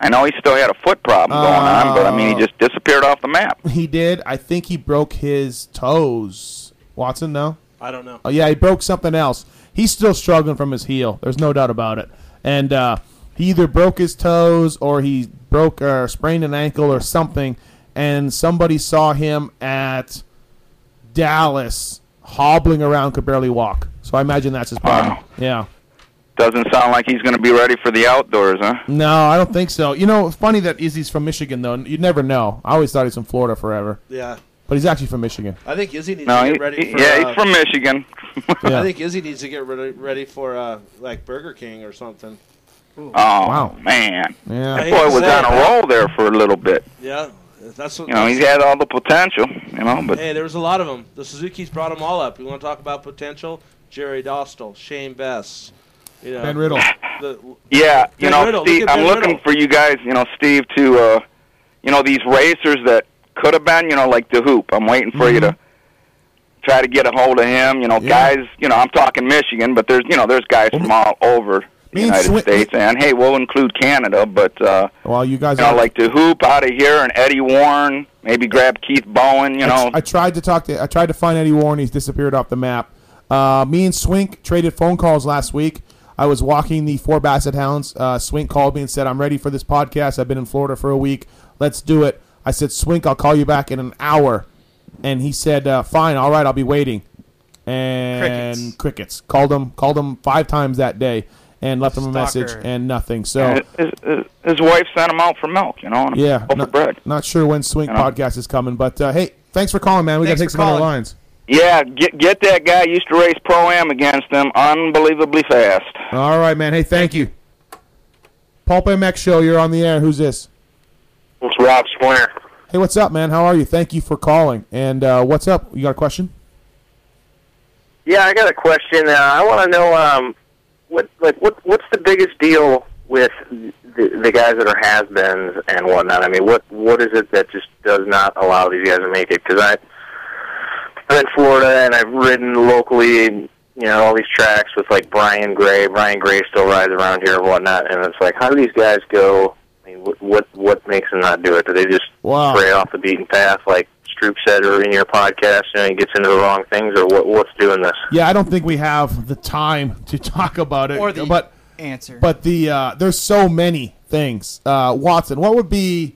[SPEAKER 16] I know he still had a foot problem going on, but I mean
[SPEAKER 4] Oh.
[SPEAKER 16] he just disappeared off the map.
[SPEAKER 4] He did. I think he broke his toes. Watson, no.
[SPEAKER 5] I don't know.
[SPEAKER 4] Oh, yeah, he broke something else. He's still struggling from his heel. There's no doubt about it. And uh, he either broke his toes or he broke or sprained an ankle or something. And somebody saw him at Dallas hobbling around, could barely walk. So I imagine that's his problem. Yeah.
[SPEAKER 16] Doesn't sound like he's going to be ready for the outdoors, huh?
[SPEAKER 4] No, I don't think so. You know, funny that Izzy's from Michigan though. You'd never know. I always thought he's from Florida forever,
[SPEAKER 5] Yeah,
[SPEAKER 4] but he's actually from Michigan.
[SPEAKER 5] I think Izzy needs
[SPEAKER 16] No,
[SPEAKER 5] to
[SPEAKER 16] he,
[SPEAKER 5] get ready.
[SPEAKER 16] he-
[SPEAKER 5] for,
[SPEAKER 16] yeah,
[SPEAKER 5] uh,
[SPEAKER 16] he's from
[SPEAKER 4] [LAUGHS]
[SPEAKER 16] Michigan.
[SPEAKER 5] I think Izzy needs to get ready, ready for uh, like Burger King or something.
[SPEAKER 16] Oh man, that boy was on a roll there for a little bit.
[SPEAKER 5] Yeah, that's what
[SPEAKER 16] You know, he's had all the potential. You know, but
[SPEAKER 5] hey, there was a lot of them. The Suzuki's brought them all up. You want to talk about potential? Jerry Dostal, Shane Bess, you know,
[SPEAKER 4] Ben Riddle.
[SPEAKER 5] the-
[SPEAKER 16] Yeah, you
[SPEAKER 5] Ben
[SPEAKER 16] know,
[SPEAKER 5] Riddle,
[SPEAKER 16] Steve,
[SPEAKER 5] look at
[SPEAKER 16] I'm
[SPEAKER 5] Ben
[SPEAKER 16] looking
[SPEAKER 5] Riddle.
[SPEAKER 16] for you guys, you know, Steve, to, uh, you know, these racers that could have been, you know, like the hoop. I'm waiting for you to try to get a hold of him. You know, guys, you know, I'm talking Michigan, but there's, you know, there's guys from all over the
[SPEAKER 4] Me and
[SPEAKER 16] United
[SPEAKER 4] Swi-
[SPEAKER 16] States, and hey, we'll include Canada, but uh,
[SPEAKER 4] Well, you
[SPEAKER 16] you
[SPEAKER 4] guys
[SPEAKER 16] know,
[SPEAKER 4] are
[SPEAKER 16] like the hoop out of here and Eddie Warren, maybe grab Keith Bowen. You know,
[SPEAKER 4] I tried to talk to I tried to find Eddie Warren. He's disappeared off the map. Uh, me and Swink traded phone calls last week. I was walking the four Basset Hounds. Uh, Swink called me and said, "I'm ready for this podcast. I've been in Florida for a week. Let's do it." I said, "Swink, I'll call you back in an hour," and he said, uh, "Fine, all right, I'll be waiting." And crickets. Called him. Called him five times that day, and left him a message
[SPEAKER 16] Stalker.
[SPEAKER 4] and nothing. So
[SPEAKER 16] his, his, his wife sent him out for milk. You know, and
[SPEAKER 4] yeah, not,
[SPEAKER 16] bread.
[SPEAKER 4] not sure when Swink podcast is coming, but uh, hey, thanks for calling, man. We got to take
[SPEAKER 16] Thanks
[SPEAKER 4] some
[SPEAKER 16] for
[SPEAKER 4] other
[SPEAKER 16] calling.
[SPEAKER 4] lines.
[SPEAKER 16] Yeah, get get that guy. Used to race pro am against him, unbelievably fast.
[SPEAKER 4] All right, man. Hey, thank you. Pulp MX Show, you're on the air. Who's this?
[SPEAKER 17] It's Rob Springer.
[SPEAKER 4] Hey, what's up, man? How are you? Thank you for calling. And uh, what's up? You got a question?
[SPEAKER 17] Yeah, I got a question. Uh, I want to know um, what like what what's the biggest deal with the, the guys that are has-beens and whatnot. I mean, what what is it that just does not allow these guys to make it? Because I I'm in Florida and I've ridden locally, you know, all these tracks with like Brian Gray. Brian Gray still rides around here and whatnot, and it's like, how do these guys go? I mean, what what what makes them not do it? Do they just
[SPEAKER 4] Wow.
[SPEAKER 17] stray off the beaten path, like Stroop said, or in your podcast, you know, he gets into the wrong things, or what what's doing this?
[SPEAKER 4] Yeah, I don't think we have the time to talk about it.
[SPEAKER 6] Or the
[SPEAKER 4] but
[SPEAKER 6] answer.
[SPEAKER 4] but the uh, there's so many things. Uh, Watson, what would be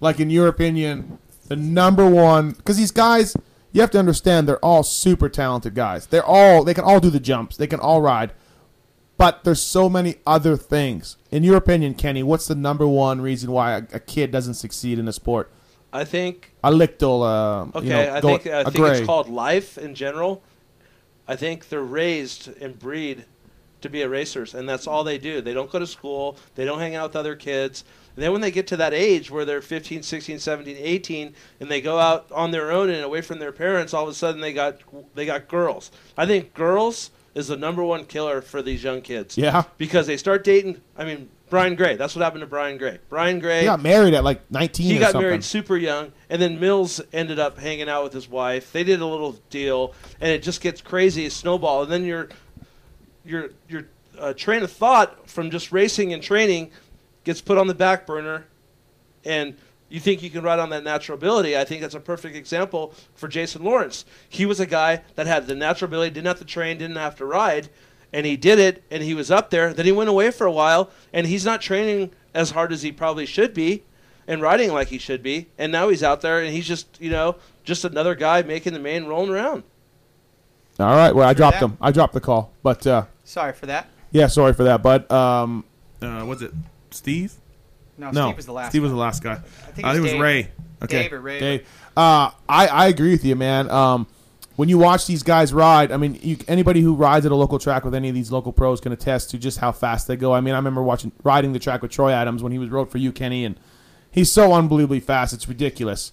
[SPEAKER 4] like in your opinion the number one? Because these guys, you have to understand, they're all super talented guys. They're all they can all do the jumps. They can all ride. But there's so many other things. In your opinion, Kenny, what's the number one reason why a, a kid doesn't succeed in a sport?
[SPEAKER 5] I think
[SPEAKER 4] A lictal, um,
[SPEAKER 5] okay.
[SPEAKER 4] you know,
[SPEAKER 5] I
[SPEAKER 4] go-
[SPEAKER 5] think I
[SPEAKER 4] a
[SPEAKER 5] think
[SPEAKER 4] gray.
[SPEAKER 5] it's called life in general. I think they're raised and breed to be erasers, and that's all they do. They don't go to school. They don't hang out with other kids. And then when they get to that age where they're 15, 16, 17, 18, and they go out on their own and away from their parents, all of a sudden they got they got girls. I think girls is the number one killer for these young kids.
[SPEAKER 4] Yeah.
[SPEAKER 5] Because they start dating. I mean, Brian Gray. That's what happened to Brian Gray. Brian Gray
[SPEAKER 4] He got married at like 19
[SPEAKER 5] he
[SPEAKER 4] or
[SPEAKER 5] got
[SPEAKER 4] something.
[SPEAKER 5] married super young and then mills ended up hanging out with his wife they did a little deal and it just gets crazy a snowball and then your your your uh, train of thought from just racing and training gets put on the back burner and you think you can ride on that natural ability. I think that's a perfect example for Jason Lawrence. He was a guy that had the natural ability, didn't have to train, didn't have to ride, and he did it, and he was up there. Then he went away for a while, and he's not training as hard as he probably should be and riding like he should be. And now he's out there, and he's just, you know, just another guy making the main rolling around.
[SPEAKER 4] All right. Well, I dropped
[SPEAKER 5] that.
[SPEAKER 4] him. I dropped the call. But uh,
[SPEAKER 6] Sorry for that.
[SPEAKER 4] yeah, sorry for that. But um, uh, was it Steve?
[SPEAKER 6] No, Steve was the last
[SPEAKER 4] Steve was
[SPEAKER 6] guy.
[SPEAKER 4] the last guy.
[SPEAKER 6] I think it was Dave.
[SPEAKER 4] Ray. Okay.
[SPEAKER 6] Dave or Ray.
[SPEAKER 4] Dave. Uh, I I agree with you, man. Um, when you watch these guys ride, I mean, you, anybody who rides at a local track with any of these local pros can attest to just how fast they go. I mean, I remember watching riding the track with Troy Adams when he was rode for you, Kenny, and he's so unbelievably fast. It's ridiculous.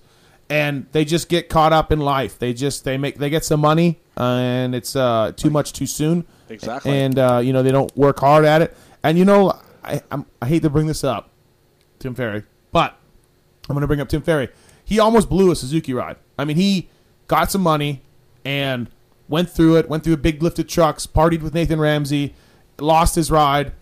[SPEAKER 4] And they just get caught up in life. They just they make they get some money, uh, and it's uh, too much too soon.
[SPEAKER 5] Exactly.
[SPEAKER 4] And uh, you know they don't work hard at it. And you know I I'm, I hate to bring this up, Tim Ferry, but I'm going to bring up Tim Ferry. He almost blew a Suzuki ride. I mean, he got some money and went through it, went through big lifted trucks, partied with Nathan Ramsey, lost his ride,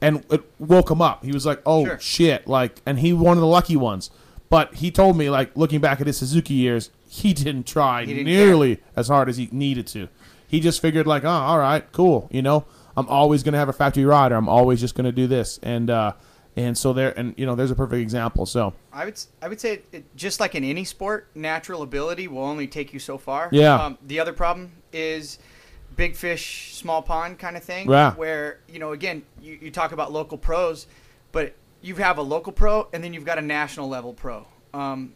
[SPEAKER 4] and it woke him up. He was like, oh, shit. Like, and he one of the lucky ones. But he told me, like, looking back at his Suzuki years, he didn't try
[SPEAKER 5] He didn't
[SPEAKER 4] nearly as hard as he needed to. He just figured, like, oh, all right, cool. You know, I'm always going to have a factory ride, or I'm always just going to do this. And, uh, and so there, and, you know, there's a perfect example. So,
[SPEAKER 6] I would s- I would say it, just like in any sport, natural ability will only take you so far.
[SPEAKER 4] Yeah.
[SPEAKER 6] Um, the other problem is big fish, small pond kind of thing.
[SPEAKER 4] Yeah.
[SPEAKER 6] Where you know again you, you talk about local pros, but you have a local pro and then you've got a national level pro. Um,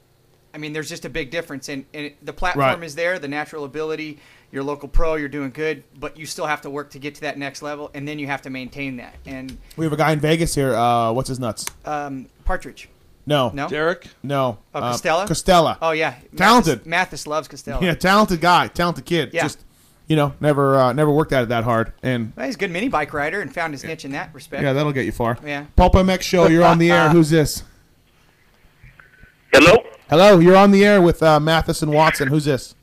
[SPEAKER 6] I mean, there's just a big difference, and, and the platform is there, the natural ability. Your local pro, you're doing good, but you still have to work to get to that next level, and then you have to maintain that. And
[SPEAKER 4] We have a guy in Vegas here. Uh, what's his nuts?
[SPEAKER 6] um, Partridge,
[SPEAKER 4] No.
[SPEAKER 6] No?
[SPEAKER 5] Derek?
[SPEAKER 4] No.
[SPEAKER 6] oh,
[SPEAKER 4] Uh,
[SPEAKER 6] Costella,
[SPEAKER 4] Costella.
[SPEAKER 6] Oh yeah,
[SPEAKER 4] Talented.
[SPEAKER 6] Mathis, Mathis loves Costella.
[SPEAKER 4] [LAUGHS] Yeah, talented guy, talented kid.
[SPEAKER 6] Yeah.
[SPEAKER 4] Just you know, never uh, never worked at it that hard, and
[SPEAKER 6] Well, he's a good mini bike rider and found his niche in that respect.
[SPEAKER 4] yeah, that'll get you far.
[SPEAKER 6] Yeah.
[SPEAKER 4] Pulp MX show, you're on the air. Who's this?
[SPEAKER 18] Hello.
[SPEAKER 4] Hello, you're on the air with uh, Mathis and Watson. Who's this?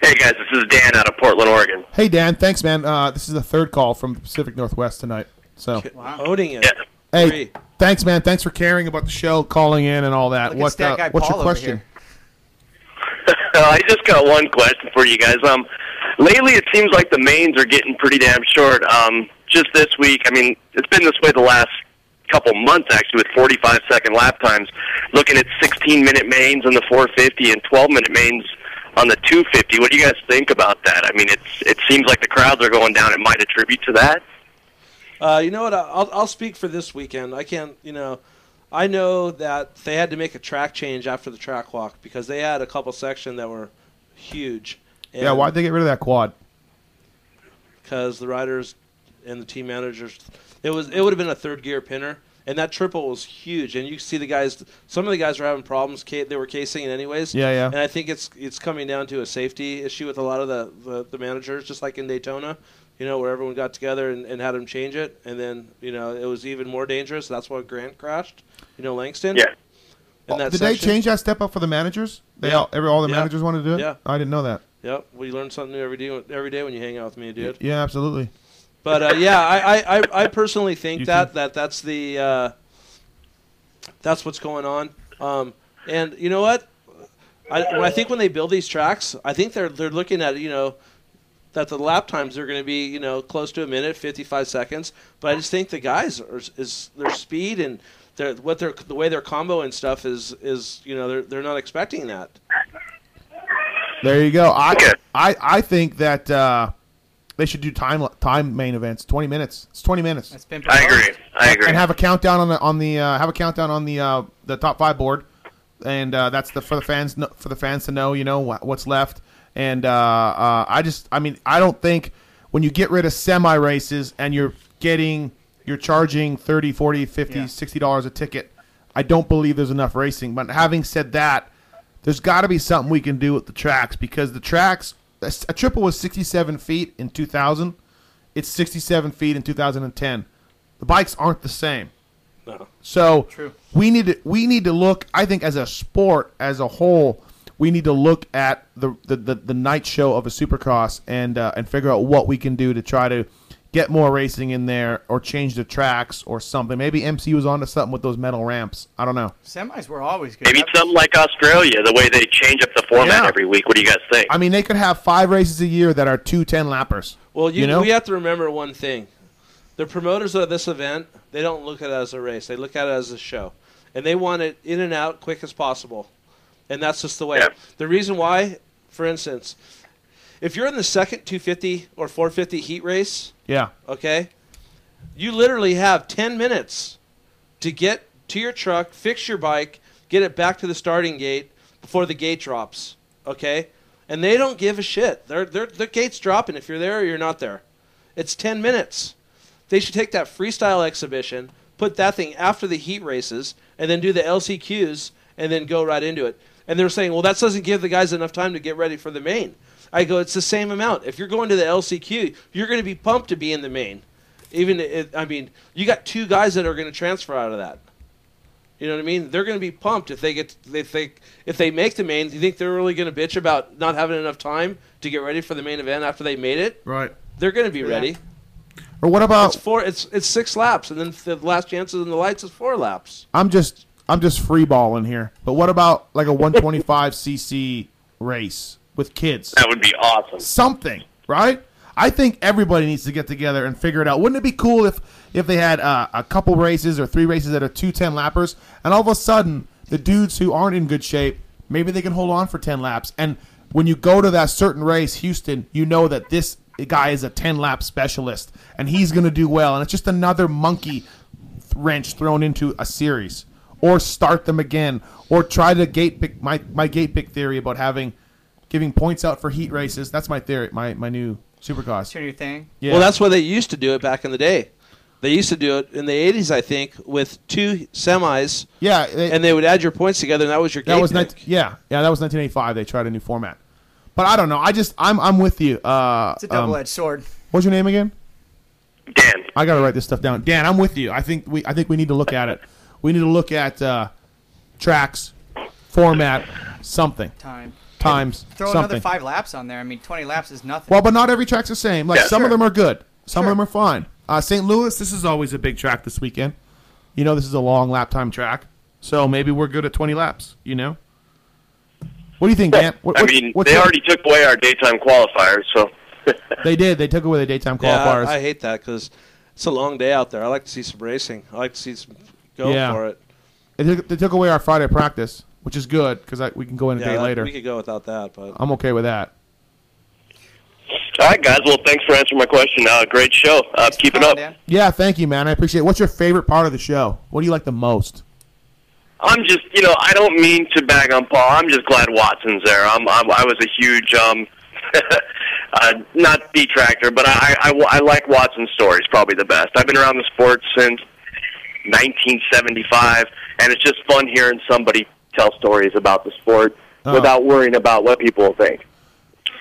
[SPEAKER 18] Hey guys, this is Dan out of Portland, Oregon.
[SPEAKER 4] Hey Dan, thanks man. Uh, this is the third call from the Pacific Northwest tonight. So
[SPEAKER 5] Owning it.
[SPEAKER 4] hey,
[SPEAKER 5] Three.
[SPEAKER 4] thanks man. Thanks for caring about the show, calling in, and all that.
[SPEAKER 18] Look at
[SPEAKER 4] What
[SPEAKER 18] Stat
[SPEAKER 4] uh,
[SPEAKER 18] Guy
[SPEAKER 4] what's
[SPEAKER 18] Paul
[SPEAKER 4] your
[SPEAKER 18] over
[SPEAKER 4] question?
[SPEAKER 18] [LAUGHS] I just got one question for you guys. Um, lately it seems like the mains are getting pretty damn short. Um, just this week, I mean, it's been this way the last couple months actually, with 45 second lap times. Looking at 16 minute mains on the 450 and 12 minute mains on the 250. What do you guys think about that? I mean, it's it seems like the crowds are going down. It might attribute to that.
[SPEAKER 5] Uh, you know what? I'll, I'll speak for this weekend. I can't, you know, I know that they had to make a track change after the track walk because they had a couple section that were huge.
[SPEAKER 4] Yeah, why'd they get rid of that quad?
[SPEAKER 5] Because the riders and the team managers, it was it would have been a third gear pinner, and that triple was huge. And you see the guys, some of the guys were having problems. ca- They were casing it anyways.
[SPEAKER 4] Yeah, yeah.
[SPEAKER 5] And I think it's it's coming down to a safety issue with a lot of the the, the managers, just like in Daytona. You know, where everyone got together and, and had them change it, and then you know it was even more dangerous. That's why Grant crashed. You know, Langston. Yeah. And that
[SPEAKER 4] Did
[SPEAKER 5] section.
[SPEAKER 4] they change that step up for the managers? They
[SPEAKER 5] Yeah.
[SPEAKER 4] all, every, all the
[SPEAKER 5] Yeah.
[SPEAKER 4] managers wanted to do it.
[SPEAKER 5] Yeah.
[SPEAKER 4] I didn't know that.
[SPEAKER 5] Yep. Well, you learn something new every day. Every day when you hang out with me, dude.
[SPEAKER 4] Yeah, absolutely.
[SPEAKER 5] But uh, yeah, I, I- I, I personally think that, that that's the uh, that's what's going on. Um, and you know what? I, when I think when they build these tracks, I think they're they're looking at you know that the lap times are going to be you know close to a minute, fifty five seconds. But I just think the guys are is their speed and their what their the way their combo and stuff is is you know they're they're not expecting that.
[SPEAKER 4] There you go. I I, I think that uh, they should do time time main events. Twenty minutes. It's twenty minutes.
[SPEAKER 18] I agree. I agree.
[SPEAKER 4] And have a countdown on the on the uh, have a countdown on the uh, the top five board, and uh, that's the for the fans kn- for the fans to know you know wh- what's left. And uh, uh, I just I mean I don't think when you get rid of semi races and you're getting you're charging 30 40 50 60 dollars a ticket i don't believe there's enough racing but having said that there's got to be something we can do with the tracks because the tracks a s- a triple was 67 feet in 2000 it's 67 feet in 2010 the bikes aren't the same
[SPEAKER 5] No.
[SPEAKER 4] so
[SPEAKER 5] True.
[SPEAKER 4] we need to we need to look. I think as a sport as a whole, we need to look at the the, the, the night show of a supercross and uh, and figure out what we can do to try to get more racing in there or change the tracks or something. Maybe MC was onto something with those metal ramps. I don't know.
[SPEAKER 6] Semis were always good.
[SPEAKER 18] Maybe something like Australia, the way they change up the format
[SPEAKER 4] Yeah.
[SPEAKER 18] every week. What do you guys think?
[SPEAKER 4] I mean, they could have five races a year that are two ten lappers.
[SPEAKER 5] Well, you,
[SPEAKER 4] you know
[SPEAKER 5] we have to remember one thing: the promoters of this event they don't look at it as a race; they look at it as a show, and they want it in and out quick as possible. And that's just the way. The reason why, for instance, if you're in the second 250 or 450 heat race,
[SPEAKER 4] yeah.
[SPEAKER 5] okay, you literally have 10 minutes to get to your truck, fix your bike, get it back to the starting gate before the gate drops. Okay, and they don't give a shit. Their their their gate's dropping. If you're there or you're not there, it's ten minutes. They should take that freestyle exhibition, put that thing after the heat races, and then do the LCQs, and then go right into it. And they're saying, well, that doesn't give the guys enough time to get ready for the main. I go, it's the same amount. If you're going to the LCQ, you're going to be pumped to be in the main. Even, if, I mean, you got two guys that are going to transfer out of that. You know what I mean? They're going to be pumped if they get if they if they make the main. Do you think they're really going to bitch about not having enough time to get ready for the main event after they made it?
[SPEAKER 4] Right.
[SPEAKER 5] They're going to be ready.
[SPEAKER 4] Or what about
[SPEAKER 5] It's four. It's it's six laps, and then the last chances in the lights is four laps.
[SPEAKER 4] I'm just I'm just free balling here. But what about like a [LAUGHS] 125 cc race with kids?
[SPEAKER 18] That would be awesome.
[SPEAKER 4] Something, right? I think everybody needs to get together and figure it out. Wouldn't it be cool if if they had uh, a couple races or three races that are two ten lappers, and all of a sudden the dudes who aren't in good shape maybe they can hold on for ten laps. And when you go to that certain race, Houston, you know that this guy is a ten lap specialist, and he's going to do well. And it's just another monkey wrench thrown into a series. or start them again, or try to gate pick my my gate pick theory about having giving points out for heat races. That's my theory. My my new supercross.
[SPEAKER 6] Your new thing.
[SPEAKER 4] Yeah.
[SPEAKER 5] Well, that's why they used to do it back in the day. They used to do it in the '80s, I think, with two semis.
[SPEAKER 4] Yeah,
[SPEAKER 5] and they would add your points together, and that was your.
[SPEAKER 4] That
[SPEAKER 5] gate
[SPEAKER 4] was
[SPEAKER 5] pick.
[SPEAKER 4] 19, yeah, yeah. That was 1985. They tried a new format, but I don't know. I just I'm I'm with you. Uh,
[SPEAKER 6] It's a double-edged sword.
[SPEAKER 4] What's your name again? Dan. I gotta write this stuff down. Dan, I'm with you. I think we I think we need to look at it. We need to look at uh, tracks, format, something,
[SPEAKER 6] Time.
[SPEAKER 4] times,
[SPEAKER 6] Throw another
[SPEAKER 4] something.
[SPEAKER 6] five laps on there. I mean, 20 laps is nothing.
[SPEAKER 4] Well, but not every track's the same. Like
[SPEAKER 6] Yeah,
[SPEAKER 4] some
[SPEAKER 6] sure.
[SPEAKER 4] of them are good, some of them are fine. Uh, St. Louis, this is always a big track this weekend. You know, this is a long lap time track, so maybe we're good at 20 laps. You know, what do you think, Dan? What,
[SPEAKER 18] I
[SPEAKER 4] what-
[SPEAKER 18] mean,
[SPEAKER 4] what's
[SPEAKER 18] they
[SPEAKER 4] your-
[SPEAKER 18] already took away our daytime qualifiers, so
[SPEAKER 4] [LAUGHS] They did. They took away the daytime
[SPEAKER 5] Yeah,
[SPEAKER 4] qualifiers.
[SPEAKER 5] I, I hate that because it's a long day out there. I like to see some racing. I like to see some go
[SPEAKER 4] Yeah.
[SPEAKER 5] for it.
[SPEAKER 4] They took, they took away our Friday practice, which is good because we can go in a
[SPEAKER 5] yeah,
[SPEAKER 4] day
[SPEAKER 5] that-
[SPEAKER 4] later.
[SPEAKER 5] We could go without that, but
[SPEAKER 4] I'm okay with that.
[SPEAKER 18] all right, guys. Well, thanks for answering my question. Uh, great show. Uh, keep it up.
[SPEAKER 4] Yeah, thank you, man. I appreciate it. What's your favorite part of the show? What do you like the most?
[SPEAKER 18] I'm just, you know, I don't mean to bag on Paul. I'm just glad Watson's there. I'm, I'm I was a huge, um, [LAUGHS] uh, not detractor, but I, I, I like Watson's stories probably the best. I've been around the sport since 1975, and it's just fun hearing somebody tell stories about the sport
[SPEAKER 4] Oh.
[SPEAKER 18] without worrying about what people will think.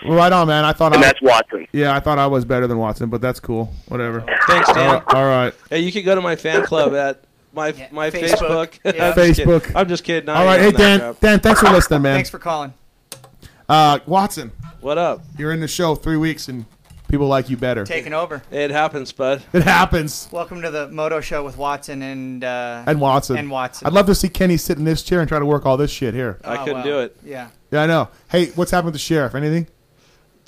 [SPEAKER 4] Right on, man. I thought
[SPEAKER 18] And
[SPEAKER 4] I.
[SPEAKER 18] that's Watson.
[SPEAKER 4] Yeah, I thought I was better than Watson, but that's cool. Whatever.
[SPEAKER 5] Thanks, Dan.
[SPEAKER 4] All right- All right.
[SPEAKER 5] Hey, you can go to my
[SPEAKER 6] [COUGHS]
[SPEAKER 5] fan club at my my
[SPEAKER 6] Facebook. Yeah.
[SPEAKER 5] Facebook. [LAUGHS] I'm just kidding.
[SPEAKER 4] Facebook.
[SPEAKER 5] I'm just kidding. I
[SPEAKER 4] All right,
[SPEAKER 5] ain't
[SPEAKER 4] hey Dan.
[SPEAKER 5] on that crap.
[SPEAKER 4] Dan, thanks for listening, man.
[SPEAKER 6] Thanks for calling.
[SPEAKER 4] Uh, Watson,
[SPEAKER 5] What up?
[SPEAKER 4] you're in the show three weeks, and people like you better.
[SPEAKER 6] Taking over.
[SPEAKER 5] It happens, bud.
[SPEAKER 4] It happens.
[SPEAKER 6] Welcome to the Moto Show with Watson and uh,
[SPEAKER 4] And Watson.
[SPEAKER 6] and Watson.
[SPEAKER 4] I'd love to see Kenny sit in this chair and try to work all this shit here.
[SPEAKER 5] I couldn't do it.
[SPEAKER 6] Oh, Yeah.
[SPEAKER 4] Yeah, I know. Hey, what's happened with the sheriff? Anything?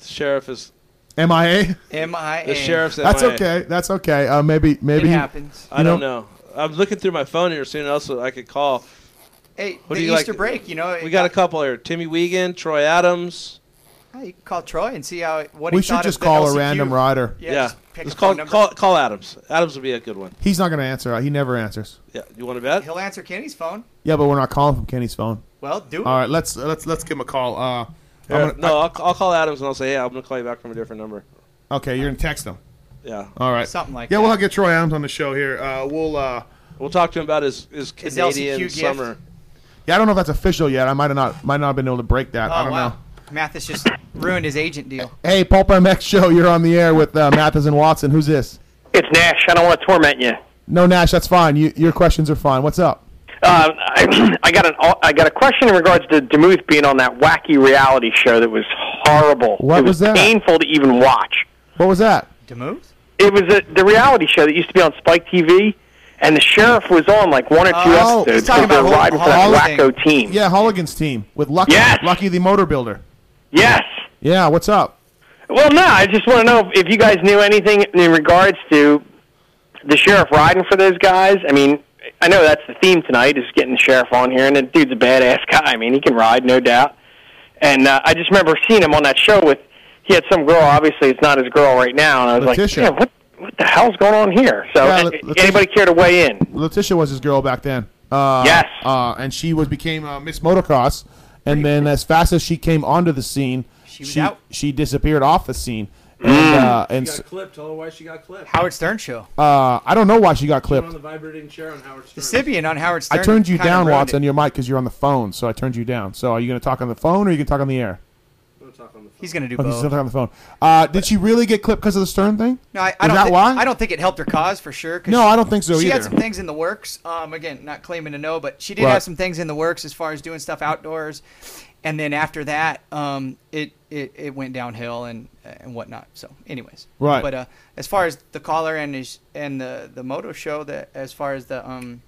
[SPEAKER 5] The sheriff is
[SPEAKER 4] MIA.
[SPEAKER 6] MIA.
[SPEAKER 5] The sheriff's
[SPEAKER 4] That's
[SPEAKER 5] MIA.
[SPEAKER 4] okay. That's okay. Uh, maybe maybe he-
[SPEAKER 5] I don't know. I'm looking through my phone here, seeing else that I could call.
[SPEAKER 6] Hey,
[SPEAKER 5] Who
[SPEAKER 6] the
[SPEAKER 5] do you like?
[SPEAKER 6] Easter break, you know.
[SPEAKER 5] We got a couple here: Timmy Wiegand, Troy Adams.
[SPEAKER 6] Hey, you can call Troy and see how what
[SPEAKER 4] We
[SPEAKER 6] he
[SPEAKER 4] should
[SPEAKER 6] thought
[SPEAKER 4] just
[SPEAKER 6] of the
[SPEAKER 4] call a
[SPEAKER 6] LCQ.
[SPEAKER 4] random rider.
[SPEAKER 6] Yeah.
[SPEAKER 5] Yeah,
[SPEAKER 6] Just pick
[SPEAKER 5] let's
[SPEAKER 6] a
[SPEAKER 5] call
[SPEAKER 6] phone number.
[SPEAKER 5] call call Adams. Adams would be a good one.
[SPEAKER 4] He's not going to answer. He never answers.
[SPEAKER 5] Yeah, you want to bet?
[SPEAKER 6] He'll answer Kenny's phone.
[SPEAKER 4] Yeah, but we're not calling from Kenny's phone.
[SPEAKER 6] Well, do it.
[SPEAKER 4] All right, let's let's let's give him a call. Uh, I'm
[SPEAKER 5] Here,
[SPEAKER 4] gonna-
[SPEAKER 5] no, I'll, I'll call Adams and I'll say, "Hey, I'm gonna call you back from a different number."
[SPEAKER 4] okay, you're gonna text him.
[SPEAKER 5] Yeah.
[SPEAKER 4] All right.
[SPEAKER 5] Something like
[SPEAKER 4] yeah. We'll get Troy Adams on the show here. Uh, we'll uh,
[SPEAKER 5] we'll talk to him about his his
[SPEAKER 6] His
[SPEAKER 5] Canadian
[SPEAKER 6] LCQ gift.
[SPEAKER 5] summer.
[SPEAKER 4] yeah. I don't know if that's official yet. I might have not might not have been able to break that. I
[SPEAKER 6] Oh,
[SPEAKER 4] don't
[SPEAKER 6] wow.
[SPEAKER 4] know.
[SPEAKER 6] Mathis just ruined his agent deal.
[SPEAKER 4] Hey, Pulp MX show. You're on the air with uh, Mathis and Watson. Who's this?
[SPEAKER 9] It's Nash. I don't want to torment you.
[SPEAKER 4] No, Nash. That's fine. You, your questions are fine. What's up?
[SPEAKER 9] Uh, [CLEARS THROAT] I, I got an I got a question in regards to Demuth being on that wacky reality show that was horrible.
[SPEAKER 4] What
[SPEAKER 9] it was,
[SPEAKER 4] was that?
[SPEAKER 9] Painful to even watch.
[SPEAKER 4] What was that?
[SPEAKER 6] Demuth?
[SPEAKER 9] It was a, the reality show that used to be on Spike TV, and the sheriff was on like one or two
[SPEAKER 4] Oh,
[SPEAKER 9] episodes.
[SPEAKER 4] he's talking
[SPEAKER 9] because they were
[SPEAKER 4] about
[SPEAKER 9] riding for
[SPEAKER 4] Hol-
[SPEAKER 9] that
[SPEAKER 4] Hol-
[SPEAKER 9] wacko team.
[SPEAKER 4] Yeah, Holligan's team with Lucky, Lucky the motor builder.
[SPEAKER 9] Yes.
[SPEAKER 4] Yeah. What's up?
[SPEAKER 9] Well, no, I just want to know if, if you guys knew anything in regards to the sheriff riding for those guys. I mean, I know that's the theme tonight is getting the sheriff on here, and the dude's a badass [LAUGHS] guy. I mean, he can ride, no doubt. And uh, I just remember seeing him on that show with he had some girl. Obviously, it's not his girl right now, and I was
[SPEAKER 4] Letitia.
[SPEAKER 9] like, yeah, what what the hell's going on here? So,
[SPEAKER 4] Yeah,
[SPEAKER 9] a-
[SPEAKER 4] Le- Letitia-
[SPEAKER 9] anybody care to weigh in?
[SPEAKER 4] Letitia was his girl back then. Uh,
[SPEAKER 9] Yes.
[SPEAKER 4] Uh, and she was became uh, Miss Motocross, and then as fast as she came onto the scene, she she,
[SPEAKER 5] out.
[SPEAKER 4] disappeared off the scene.
[SPEAKER 9] Mm.
[SPEAKER 4] And, uh, and
[SPEAKER 5] she
[SPEAKER 4] s-
[SPEAKER 5] got clipped. Tell her why she got clipped.
[SPEAKER 6] Howard Stern show.
[SPEAKER 4] uh, I don't know why she got
[SPEAKER 5] on
[SPEAKER 4] clipped.
[SPEAKER 5] the vibrating chair on Howard Stern.
[SPEAKER 6] The Sibian on Howard Stern.
[SPEAKER 4] I turned you
[SPEAKER 6] kinda
[SPEAKER 4] down,
[SPEAKER 6] ruined
[SPEAKER 4] Watson, your mic because you're on the phone. So I turned you down. So are you going to talk on the phone or are you going to talk on the air?
[SPEAKER 6] it. He's going to do
[SPEAKER 4] Okay,
[SPEAKER 6] both.
[SPEAKER 4] so talk on the phone. Uh, did she really get clipped because of the Stern thing?
[SPEAKER 6] No, I, I
[SPEAKER 4] Is
[SPEAKER 6] don't.
[SPEAKER 4] that
[SPEAKER 6] thi-
[SPEAKER 4] why?
[SPEAKER 6] I don't think it helped her cause for sure. 'cause
[SPEAKER 4] No,
[SPEAKER 6] she-
[SPEAKER 4] I don't think so
[SPEAKER 6] She had
[SPEAKER 4] either.
[SPEAKER 6] some things in the works. Um, again, not claiming to know, but she did
[SPEAKER 4] Right.
[SPEAKER 6] have some things in the works as far as doing stuff outdoors. And then after that, um, it, it it went downhill and and whatnot. So, anyways,
[SPEAKER 4] Right.
[SPEAKER 6] But uh, as far as the caller and his and the the moto show, that as far as the um,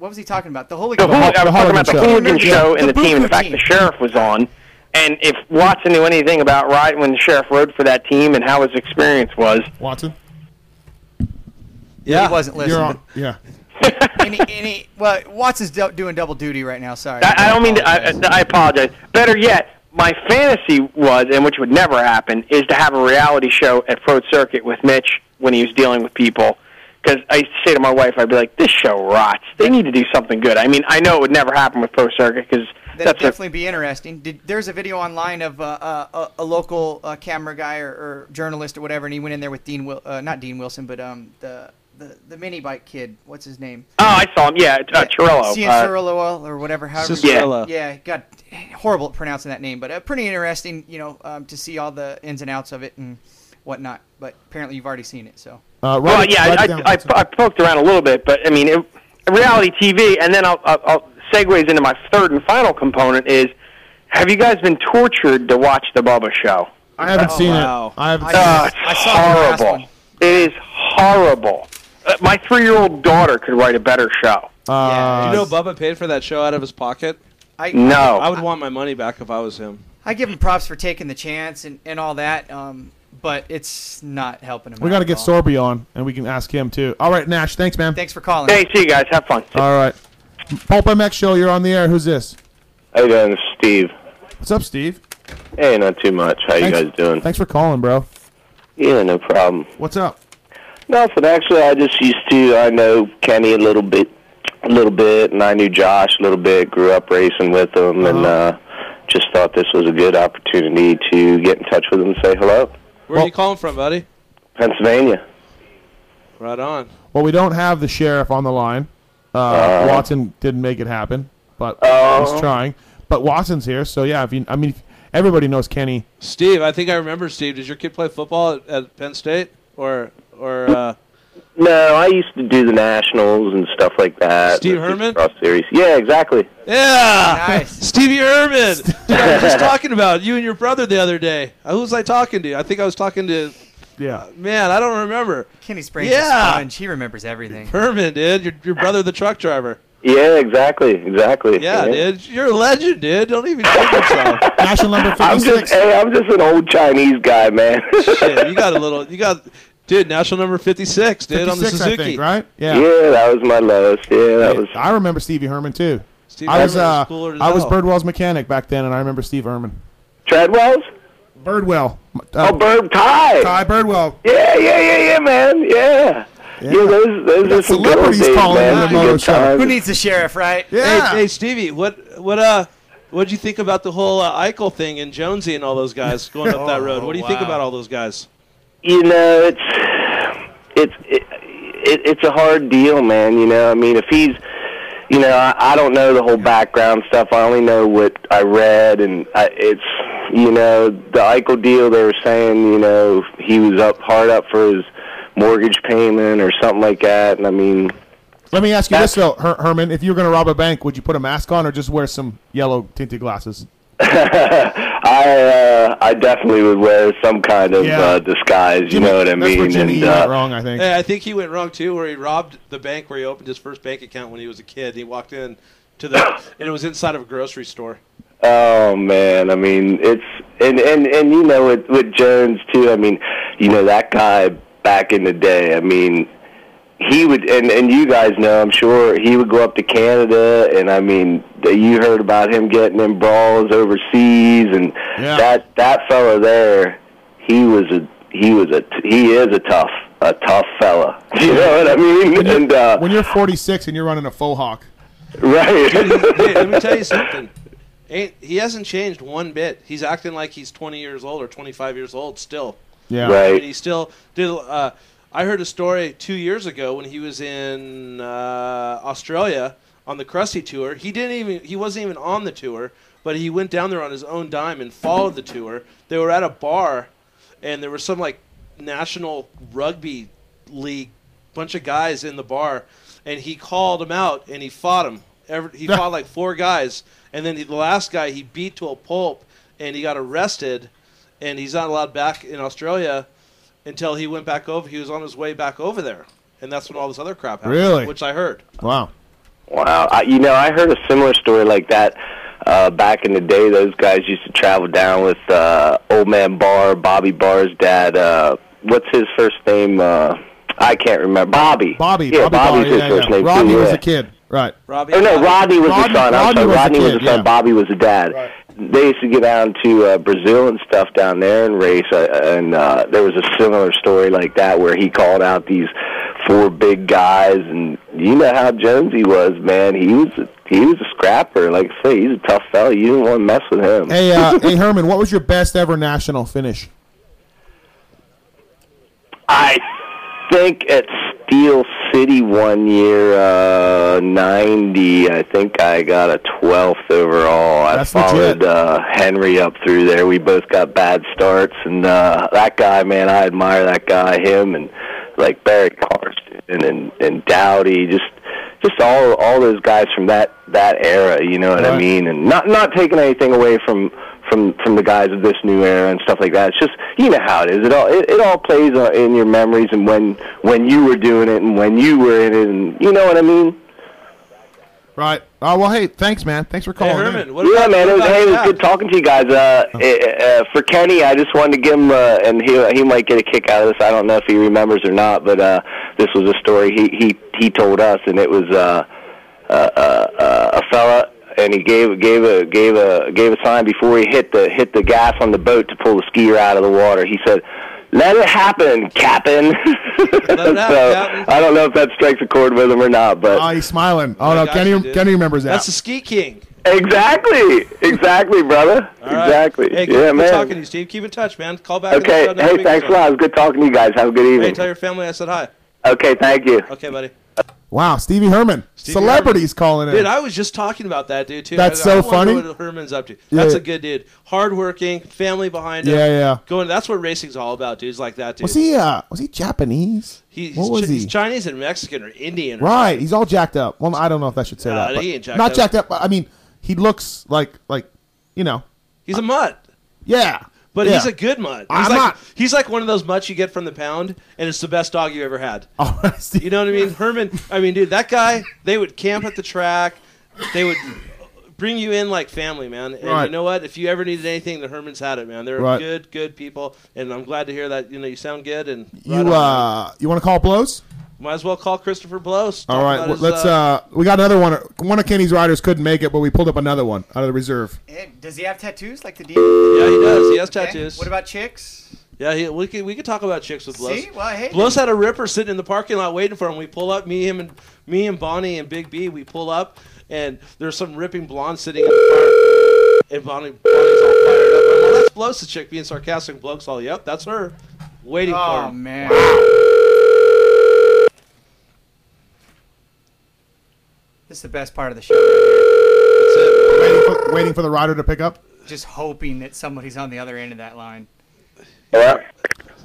[SPEAKER 6] what was he talking about? The holy.
[SPEAKER 9] The hooli- I was talking about the hooligan
[SPEAKER 6] Yeah.
[SPEAKER 9] show and the, team, and the
[SPEAKER 6] Boo-Boo
[SPEAKER 9] fact the sheriff was on. And if Watson knew anything about riding when the sheriff rode for that team and how his experience was,
[SPEAKER 4] Watson,
[SPEAKER 6] Yeah, he wasn't listening.
[SPEAKER 4] You're on, yeah.
[SPEAKER 6] any, any, well, Watson's do- doing double duty right now. Sorry.
[SPEAKER 9] I, I don't mean to. I, I- I apologize. Better yet, my fantasy was, and which would never happen, is to have a reality show at Pro Circuit with Mitch when he was dealing with people, because I used to say to my wife, I'd be like, "This show rots. They need to do something good." I mean, I know it would never happen with Pro Circuit because
[SPEAKER 6] That'd
[SPEAKER 9] that's a
[SPEAKER 6] definitely be interesting. Did, there's a video online of uh, uh, a, a local uh, camera guy or, or journalist or whatever, and he went in there with Dean, Wil- uh, not Dean Wilson, but um, the, the the mini bike kid. What's his name?
[SPEAKER 9] Oh, I saw him. Yeah, uh, Cirillo.
[SPEAKER 6] Cian
[SPEAKER 9] Uh,
[SPEAKER 6] Cirillo or whatever. However,
[SPEAKER 9] Cirillo.
[SPEAKER 6] yeah, God, horrible at pronouncing that name, but uh, pretty interesting. You know, um, to see all the ins and outs of it and whatnot. But apparently, you've already seen it, so.
[SPEAKER 4] Uh,
[SPEAKER 9] well, yeah, I, I, I, I poked around a little bit, but I mean, it, reality TV, and then I'll, I'll, I'll segues into my third and final component is: Have you guys been tortured to watch the Bubba Show?
[SPEAKER 4] I haven't
[SPEAKER 6] Oh,
[SPEAKER 4] seen it. I haven't.
[SPEAKER 9] Oh,
[SPEAKER 4] seen
[SPEAKER 9] it's horrible. It is horrible. Uh, My three-year-old daughter could write a better show.
[SPEAKER 5] Do you know Bubba paid for that show out of his pocket?
[SPEAKER 6] I
[SPEAKER 9] No.
[SPEAKER 5] I would want my money back if I was him.
[SPEAKER 6] I give him props for taking the chance and, and all that, um, but it's not helping him.
[SPEAKER 4] We
[SPEAKER 6] out
[SPEAKER 4] got to
[SPEAKER 6] at
[SPEAKER 4] get
[SPEAKER 6] all.
[SPEAKER 4] Sorby on, and we can ask him too. All right, Nash. Thanks, man.
[SPEAKER 6] Thanks for calling.
[SPEAKER 9] Hey, see you guys. Have fun.
[SPEAKER 4] All right, Pulp MX show. You're on the air. Who's this?
[SPEAKER 19] How you doing, This is Steve?
[SPEAKER 4] What's up, Steve?
[SPEAKER 19] Hey, not too much. How you guys doing?
[SPEAKER 4] Thanks for calling, bro.
[SPEAKER 19] Yeah, no problem.
[SPEAKER 4] What's up?
[SPEAKER 19] Nothing. Actually, I just used to. I know Kenny a little bit, a little bit, and I knew Josh a little bit. Grew up racing with them, and uh,
[SPEAKER 5] Uh-huh.
[SPEAKER 19] just thought this was a good opportunity to get in touch with them and say hello.
[SPEAKER 5] Where are you calling from, buddy?
[SPEAKER 19] Pennsylvania.
[SPEAKER 5] Right on.
[SPEAKER 4] Well, we don't have the sheriff on the line. Uh,
[SPEAKER 9] Uh-huh.
[SPEAKER 19] Uh.
[SPEAKER 4] Watson didn't make it happen, but he's trying. But Watson's here, so yeah. If you, I mean, if- everybody knows Kenny.
[SPEAKER 5] Steve, I think I remember. Steve, did your kid play football at, at Penn State or or uh,
[SPEAKER 19] No, I used to do the nationals and stuff like that.
[SPEAKER 5] Steve
[SPEAKER 19] the
[SPEAKER 5] Herman?
[SPEAKER 19] Cross series. Yeah, exactly.
[SPEAKER 5] yeah?
[SPEAKER 6] Nice.
[SPEAKER 5] [LAUGHS] Stevie Herman. Dude, I was just talking about you and your brother the other day. Uh, Who was I talking to? I think I was talking to. Uh,
[SPEAKER 4] Yeah.
[SPEAKER 5] Man, I don't remember.
[SPEAKER 6] Kenny's brain's
[SPEAKER 5] Yeah.
[SPEAKER 6] a sponge. He remembers everything.
[SPEAKER 5] Herman, dude, your your brother, the truck driver.
[SPEAKER 19] Yeah, exactly, exactly.
[SPEAKER 5] Yeah, dude, you're a legend, dude. Don't even kid yourself.
[SPEAKER 4] National number
[SPEAKER 19] I'm just, hey, I'm just an old Chinese guy, man. [LAUGHS]
[SPEAKER 5] Shit, you got a little. You got, dude. National number fifty-six, dude, on the
[SPEAKER 4] 56, I
[SPEAKER 5] Suzuki,
[SPEAKER 4] think, right? Yeah.
[SPEAKER 19] that was my lowest. Yeah, that was.
[SPEAKER 4] I remember Stevie Herman too.
[SPEAKER 5] Steve
[SPEAKER 4] I was,
[SPEAKER 5] Herman was
[SPEAKER 4] uh,
[SPEAKER 5] cooler than
[SPEAKER 4] I was
[SPEAKER 5] hell.
[SPEAKER 4] Birdwell's mechanic back then, and I remember Steve Herman.
[SPEAKER 19] Treadwell's?
[SPEAKER 4] Birdwell. Uh,
[SPEAKER 19] oh, Bird Ty.
[SPEAKER 4] Ty Birdwell.
[SPEAKER 19] Yeah, yeah, yeah, yeah, man. Yeah. Yeah, those, those are some good old days, man. Some good times.
[SPEAKER 6] Who needs the sheriff, right?
[SPEAKER 5] Hey, hey, Stevie, what what uh what'd you think about the whole uh, Eichel thing and Jonesy and all those guys going
[SPEAKER 4] [LAUGHS]
[SPEAKER 5] up that
[SPEAKER 4] Oh,
[SPEAKER 5] road? What do you think
[SPEAKER 19] wow.
[SPEAKER 5] about all those guys?
[SPEAKER 19] you know, it's it's it, it, it's a hard deal, man. You know, I mean, if he's, you know, I, I don't know the whole background stuff. I only know what I read, and I, it's, you know, the Eichel deal. They were saying, you know, he was up hard up for his mortgage payment or something like that. And I mean,
[SPEAKER 4] Let me ask you this though, Her- Herman: If you were going to rob a bank, would you put a mask on or just wear some yellow tinted glasses?
[SPEAKER 19] I uh, I definitely would wear some kind of
[SPEAKER 4] Yeah.
[SPEAKER 19] uh, disguise. You
[SPEAKER 4] Jimmy-
[SPEAKER 19] know what I
[SPEAKER 4] that's where
[SPEAKER 19] mean?
[SPEAKER 4] Jimmy
[SPEAKER 19] and
[SPEAKER 4] went
[SPEAKER 19] uh,
[SPEAKER 4] wrong, I think.
[SPEAKER 5] Hey, I think he went wrong too, where he robbed the bank where he opened his first bank account when he was a kid. He walked in to the and it was inside of a grocery store.
[SPEAKER 19] Oh man, I mean it's and and and you know with with Jones too. I mean, you know that guy back in the day. I mean, he would and and you guys know I'm sure he would go up to Canada and I mean that you heard about him getting in brawls overseas and that that fella there, he was a he was a he is a tough a tough fella. [LAUGHS] You know what I mean? And uh,
[SPEAKER 4] When you're 46 and you're running a faux hawk,
[SPEAKER 19] right.
[SPEAKER 5] Dude, let me tell you something. Ain't, he hasn't changed one bit. He's acting like he's 20 years old or 25 years old still.
[SPEAKER 4] Yeah.
[SPEAKER 5] I mean,
[SPEAKER 19] Right.
[SPEAKER 5] he still did. Uh, I heard a story two years ago when he was in uh, Australia on the Krusty tour. He didn't even. He wasn't even on the tour, but he went down there on his own dime and followed the tour. They were at a bar, and there was some like national rugby league bunch of guys in the bar, and he called them out and he fought them. Every, he fought like four guys, and then he, the last guy he beat to a pulp, and he got arrested, and he's not allowed back in Australia until he went back over. He was on his way back over there, and that's when all this other crap happened.
[SPEAKER 19] Really?
[SPEAKER 5] Which I heard.
[SPEAKER 4] Wow.
[SPEAKER 19] Wow. I, you know, I heard a similar story like that uh, back in the day. Those guys used to travel down with uh, old man Barr, Bobby Barr's dad. Uh, what's his first name? Uh, I can't remember. Bobby.
[SPEAKER 4] Bobby.
[SPEAKER 19] [LAUGHS] Yeah, Bobby's
[SPEAKER 4] Bobby Barr,
[SPEAKER 19] his
[SPEAKER 4] yeah,
[SPEAKER 19] first
[SPEAKER 4] yeah.
[SPEAKER 19] name.
[SPEAKER 4] Rodney
[SPEAKER 19] too,
[SPEAKER 4] was
[SPEAKER 19] yeah.
[SPEAKER 4] a kid, right?
[SPEAKER 5] Robbie.
[SPEAKER 19] Oh no, Rodney was the son. I'm sorry, Rodney was
[SPEAKER 4] kid,
[SPEAKER 19] the son.
[SPEAKER 4] yeah.
[SPEAKER 19] Bobby was the dad. They used to get down to uh, Brazil and stuff down there and race. Uh, and uh, there was a similar story like that where he called out these four big guys, and you know how Jonesy was, man. He was he was a scrapper. Like I say, he's a tough fella. You didn't want to mess with him.
[SPEAKER 4] Hey, uh, hey, Herman, what was your best ever national finish?
[SPEAKER 19] I [LAUGHS] think at Steel City one year, uh, 90, I think I got a 12th overall.
[SPEAKER 4] That's
[SPEAKER 19] I
[SPEAKER 4] legit.
[SPEAKER 19] followed uh, Henry up through there. We both got bad starts. And uh, that guy, man, I admire that guy, him and like Barry Carson and, and, and Dowdy, just just all all those guys from that that era, you know what I mean? And not not taking anything away from from from the guys of this new era and stuff like that. It's just you know how it is. It all it, it all plays uh, in your memories and when when you were doing it and when you were in it and you know what I mean.
[SPEAKER 4] Right. Oh well, hey, thanks, man. Thanks for calling. in.
[SPEAKER 19] yeah, man. It was, hey, it was good talking to you guys. Uh, uh, uh, for Kenny, I just wanted to give him, uh, and he he might get a kick out of this. I don't know if he remembers or not, but uh, this was a story he he he told us, and it was uh, uh, uh, uh, a fella, and he gave gave a gave a gave a sign before he hit the hit the gas on the boat to pull the skier out of the water. He said. Let it happen, [LAUGHS] Captain. so I don't know if that strikes a chord with him or not, but
[SPEAKER 4] Oh, he's smiling. Oh, no,
[SPEAKER 19] gosh,
[SPEAKER 4] Kenny,
[SPEAKER 19] he did.
[SPEAKER 4] Kenny remembers that.
[SPEAKER 5] That's the Ski King.
[SPEAKER 19] Exactly. Exactly, brother.
[SPEAKER 5] right.
[SPEAKER 19] Exactly.
[SPEAKER 5] Hey, good,
[SPEAKER 19] yeah,
[SPEAKER 5] good
[SPEAKER 19] man.
[SPEAKER 5] talking to you, Steve. Keep in touch, man. Call back. in the
[SPEAKER 19] okay.
[SPEAKER 5] show next
[SPEAKER 19] Hey,
[SPEAKER 5] week or
[SPEAKER 19] thanks a
[SPEAKER 5] so.
[SPEAKER 19] lot. It was good talking to you guys. Have a good
[SPEAKER 5] Hey,
[SPEAKER 19] evening.
[SPEAKER 5] tell your family I said hi.
[SPEAKER 19] okay. Thank you.
[SPEAKER 5] Okay, buddy.
[SPEAKER 4] Wow, Stevie Herman,
[SPEAKER 5] Stevie
[SPEAKER 4] celebrities
[SPEAKER 5] Herman.
[SPEAKER 4] calling in.
[SPEAKER 5] Dude, I was just talking about that dude too.
[SPEAKER 4] That's
[SPEAKER 5] I- I
[SPEAKER 4] so
[SPEAKER 5] wonder
[SPEAKER 4] funny.
[SPEAKER 5] What Herman's up to?
[SPEAKER 4] Yeah.
[SPEAKER 5] That's a good dude. Hardworking, family behind him.
[SPEAKER 4] Yeah, yeah.
[SPEAKER 5] Going. That's what racing's all about, dudes like that, dude.
[SPEAKER 4] was he? Uh, was he Japanese?
[SPEAKER 5] He's,
[SPEAKER 4] what was
[SPEAKER 5] Ch-
[SPEAKER 4] he?
[SPEAKER 5] He's Chinese and Mexican or Indian. Or
[SPEAKER 4] Right, he's all jacked up. Well, I don't know if that should say
[SPEAKER 5] Nah,
[SPEAKER 4] that. but-
[SPEAKER 5] he ain't jacked
[SPEAKER 4] not
[SPEAKER 5] up.
[SPEAKER 4] jacked up. But, I mean, he looks like like you know.
[SPEAKER 5] He's a mutt.
[SPEAKER 4] Yeah,
[SPEAKER 5] But
[SPEAKER 4] yeah.
[SPEAKER 5] he's a good mutt. He's
[SPEAKER 4] I'm
[SPEAKER 5] like
[SPEAKER 4] not-
[SPEAKER 5] he's like one of those mutts you get from the pound, and it's the best dog you ever had.
[SPEAKER 4] Oh, [LAUGHS]
[SPEAKER 5] you know what I mean, Herman? I mean, dude, that guy. They would camp at the track. They would bring you in like family, man. And
[SPEAKER 4] Right.
[SPEAKER 5] you know what? If you ever needed anything, the Hermans had it, man. They're
[SPEAKER 4] Right.
[SPEAKER 5] good, good people, and I'm glad to hear that. You know, you sound good, and
[SPEAKER 4] You uh, you want to call blows?
[SPEAKER 5] might as well call Christopher Blows.
[SPEAKER 4] All
[SPEAKER 5] Talk
[SPEAKER 4] right,
[SPEAKER 5] about
[SPEAKER 4] well,
[SPEAKER 5] his,
[SPEAKER 4] let's. Uh, we got another one. One of Kenny's riders couldn't make it, but we pulled up another one out of the reserve.
[SPEAKER 6] And Eh, does he have tattoos like the D?
[SPEAKER 5] Yeah, he does. He has
[SPEAKER 6] Okay.
[SPEAKER 5] tattoos.
[SPEAKER 6] What about chicks?
[SPEAKER 5] Yeah, he, we could we could talk about chicks with Blows.
[SPEAKER 6] See? Well, hey.
[SPEAKER 5] Blows had a ripper sitting in the parking lot waiting for him. We pull up, me him and me and Bonnie and Big B. We pull up, and there's some ripping blonde sitting in the car, and Bonnie Bonnie's all fired up. I'm like, that's Blows the chick being sarcastic. Bloke's all, yep, that's her, waiting for
[SPEAKER 6] Oh
[SPEAKER 5] him.
[SPEAKER 6] man. This is the best part of the show.
[SPEAKER 4] Waiting for, waiting for the rider to pick up.
[SPEAKER 6] Just hoping that somebody's on the other end of that line.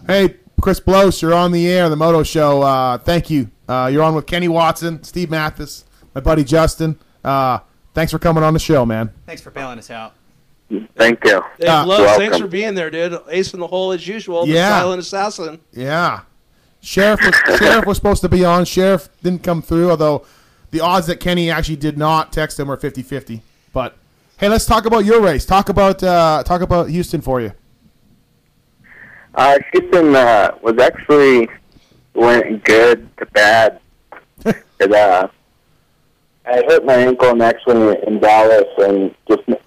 [SPEAKER 4] Hey, Chris Blows, you're on the air, the Moto Show. Uh, thank you. Uh, you're on with Kenny Watson, Steve Mathis, my buddy Justin. Uh, thanks for coming on the show, man.
[SPEAKER 6] Thanks for bailing us out.
[SPEAKER 19] Thank you.
[SPEAKER 5] Hey,
[SPEAKER 4] Uh,
[SPEAKER 5] Blows, thanks
[SPEAKER 4] welcome.
[SPEAKER 5] for being there, dude. Ace in the hole as usual.
[SPEAKER 4] Yeah.
[SPEAKER 5] The silent assassin.
[SPEAKER 4] Yeah. Sheriff [LAUGHS] was, Sheriff was supposed to be on. Sheriff didn't come through, although the odds that Kenny actually did not text him are 50-50. But hey, let's talk about your race. Talk about uh, talk about Houston for you.
[SPEAKER 17] Uh, Houston uh, was actually went good to bad. 'Cause, uh, I hurt my ankle and actually in Dallas and just n-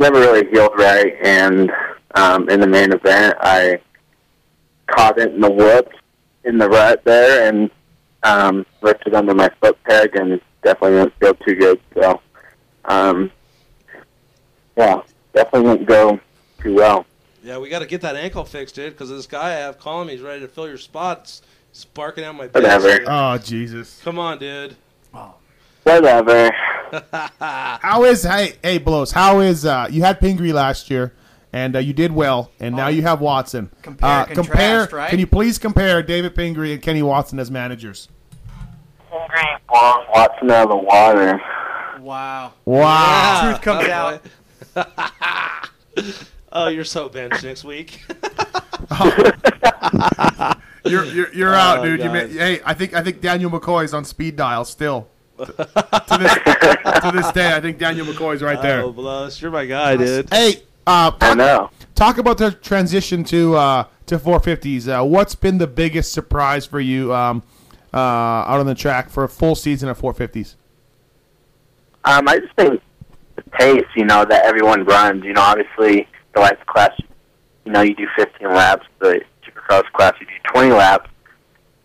[SPEAKER 17] never really healed right. And um, in the main event, I caught it in the whoops in the rut there and um, ripped it under my foot peg and definitely didn't feel too good. So, um, yeah, definitely didn't go too well.
[SPEAKER 5] Yeah, we got to get that ankle fixed, dude, because this guy I have calling me, he's ready to fill your spots. He's barking out my bitch.
[SPEAKER 17] Whatever.
[SPEAKER 4] Oh Jesus.
[SPEAKER 5] Come on, dude.
[SPEAKER 20] Oh.
[SPEAKER 17] Whatever.
[SPEAKER 4] How is hey hey blows? How is uh, you had Pingree last year and uh, you did well, and now you have Watson. Compare, uh,
[SPEAKER 6] Oh. contrast,
[SPEAKER 4] compare.
[SPEAKER 6] right?
[SPEAKER 4] Can you please compare David Pingree and Kenny Watson as managers?
[SPEAKER 17] Blown Watson out of the water.
[SPEAKER 6] Wow.
[SPEAKER 4] [LAUGHS]
[SPEAKER 5] Ah,
[SPEAKER 4] Wow.
[SPEAKER 6] Truth comes out.
[SPEAKER 5] [LAUGHS] Oh, you're so benched next week.
[SPEAKER 4] [LAUGHS] You're you're, you're
[SPEAKER 5] Oh,
[SPEAKER 4] out, dude. You
[SPEAKER 5] God.
[SPEAKER 4] may, hey, I think I think Daniel McCoy is on speed dial still. to, to this, to this day, I think Daniel McCoy's right there.
[SPEAKER 5] Oh, Blows, you're my guy, dude.
[SPEAKER 4] Hey, uh, talk,
[SPEAKER 5] I know.
[SPEAKER 4] Talk about the transition to uh, to 450s. Uh, what's been the biggest surprise for you um, uh, out on the track for a full season of 450s?
[SPEAKER 17] Um, I just think the pace, you know, that everyone runs. You know, obviously the life class, you know, you do 15 laps. The supercross class, you do 20 laps.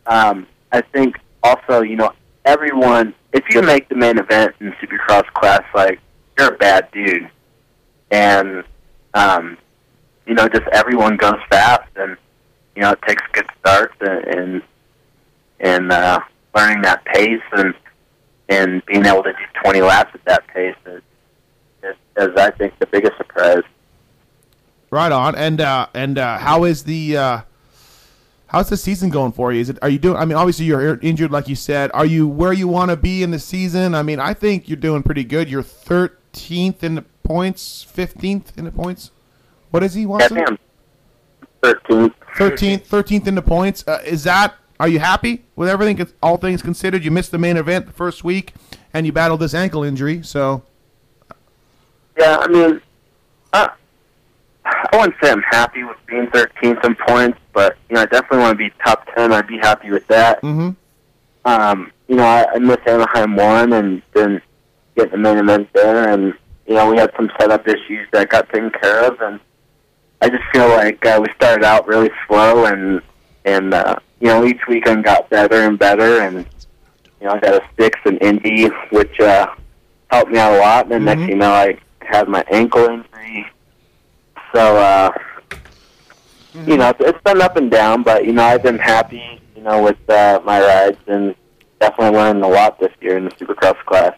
[SPEAKER 17] Um, I think
[SPEAKER 20] also, you know, everyone, if you make the main event in Supercross class, like, you're a bad dude. And, um, you know, just everyone goes fast and, you know, it takes good starts and, and, and uh, learning that pace and, and being able to do 20 laps at that pace is, is, is I think, the biggest surprise.
[SPEAKER 4] Right on. And uh, and uh, how is the uh, how's the season going for you? Is it are you doing? I mean, obviously you're ir- injured, like you said. Are you where you want to be in the season? I mean, I think you're doing pretty good. You're 13th in the points, 15th in the points. What is he? Watson?
[SPEAKER 20] Yeah, 13th.
[SPEAKER 4] 13th, 13th in the points. Uh, is that? Are you happy with everything? cons- All things considered, you missed the main event the first week, and you battled this ankle injury. So
[SPEAKER 20] Yeah, I mean, uh, I wouldn't say I'm happy with being 13th in points, but you know, I definitely want to be top 10. I'd be happy with that.
[SPEAKER 4] Mm-hmm.
[SPEAKER 20] Um, you know, I, I missed Anaheim one, and then get the main event there, and you know, we had some setup issues that got taken care of, and I just feel like uh, we started out really slow, and and uh, you know, each weekend got better and better, and you know, I got a six in Indy, which uh, helped me out a lot. And then next thing you know, I had my ankle injury, so uh, you know, it's, it's been up and down, but you know, I've been happy, you know, with uh, my rides, and definitely learning a lot this year in the Supercross class.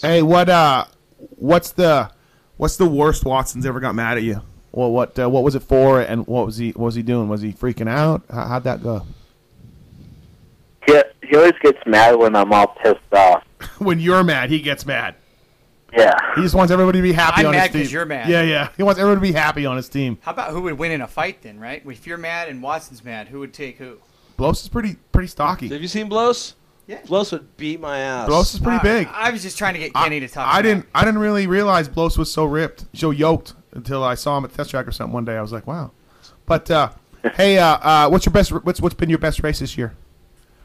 [SPEAKER 4] Hey, what uh, what's the what's the worst Watson's ever got mad at you? Well, what uh, what was it for, and what was he what was he doing? Was he freaking out? How, how'd that go?
[SPEAKER 20] He, he always gets mad when I'm all pissed off.
[SPEAKER 4] [LAUGHS] when you're mad, he gets mad.
[SPEAKER 20] Yeah.
[SPEAKER 4] He just wants everybody to be happy
[SPEAKER 6] I'm
[SPEAKER 4] on
[SPEAKER 6] mad
[SPEAKER 4] his
[SPEAKER 6] 'cause
[SPEAKER 4] team.
[SPEAKER 6] you're mad.
[SPEAKER 4] Yeah, yeah. He wants everyone to be happy on his team.
[SPEAKER 6] How about who would win in a fight then, right? If you're mad and Watson's mad, who would take who?
[SPEAKER 4] Blos is pretty pretty stocky.
[SPEAKER 5] Have you seen Blos?
[SPEAKER 6] Yeah.
[SPEAKER 5] Blos would beat my ass.
[SPEAKER 4] Blos is pretty big.
[SPEAKER 6] I was just trying to get Kenny to talk.
[SPEAKER 4] I didn't I didn't really realize Blos was so ripped, so yoked until I saw him at test track or something one day. I was like, wow. But uh, hey, uh, uh, what's your best? What's what's been your best race this year?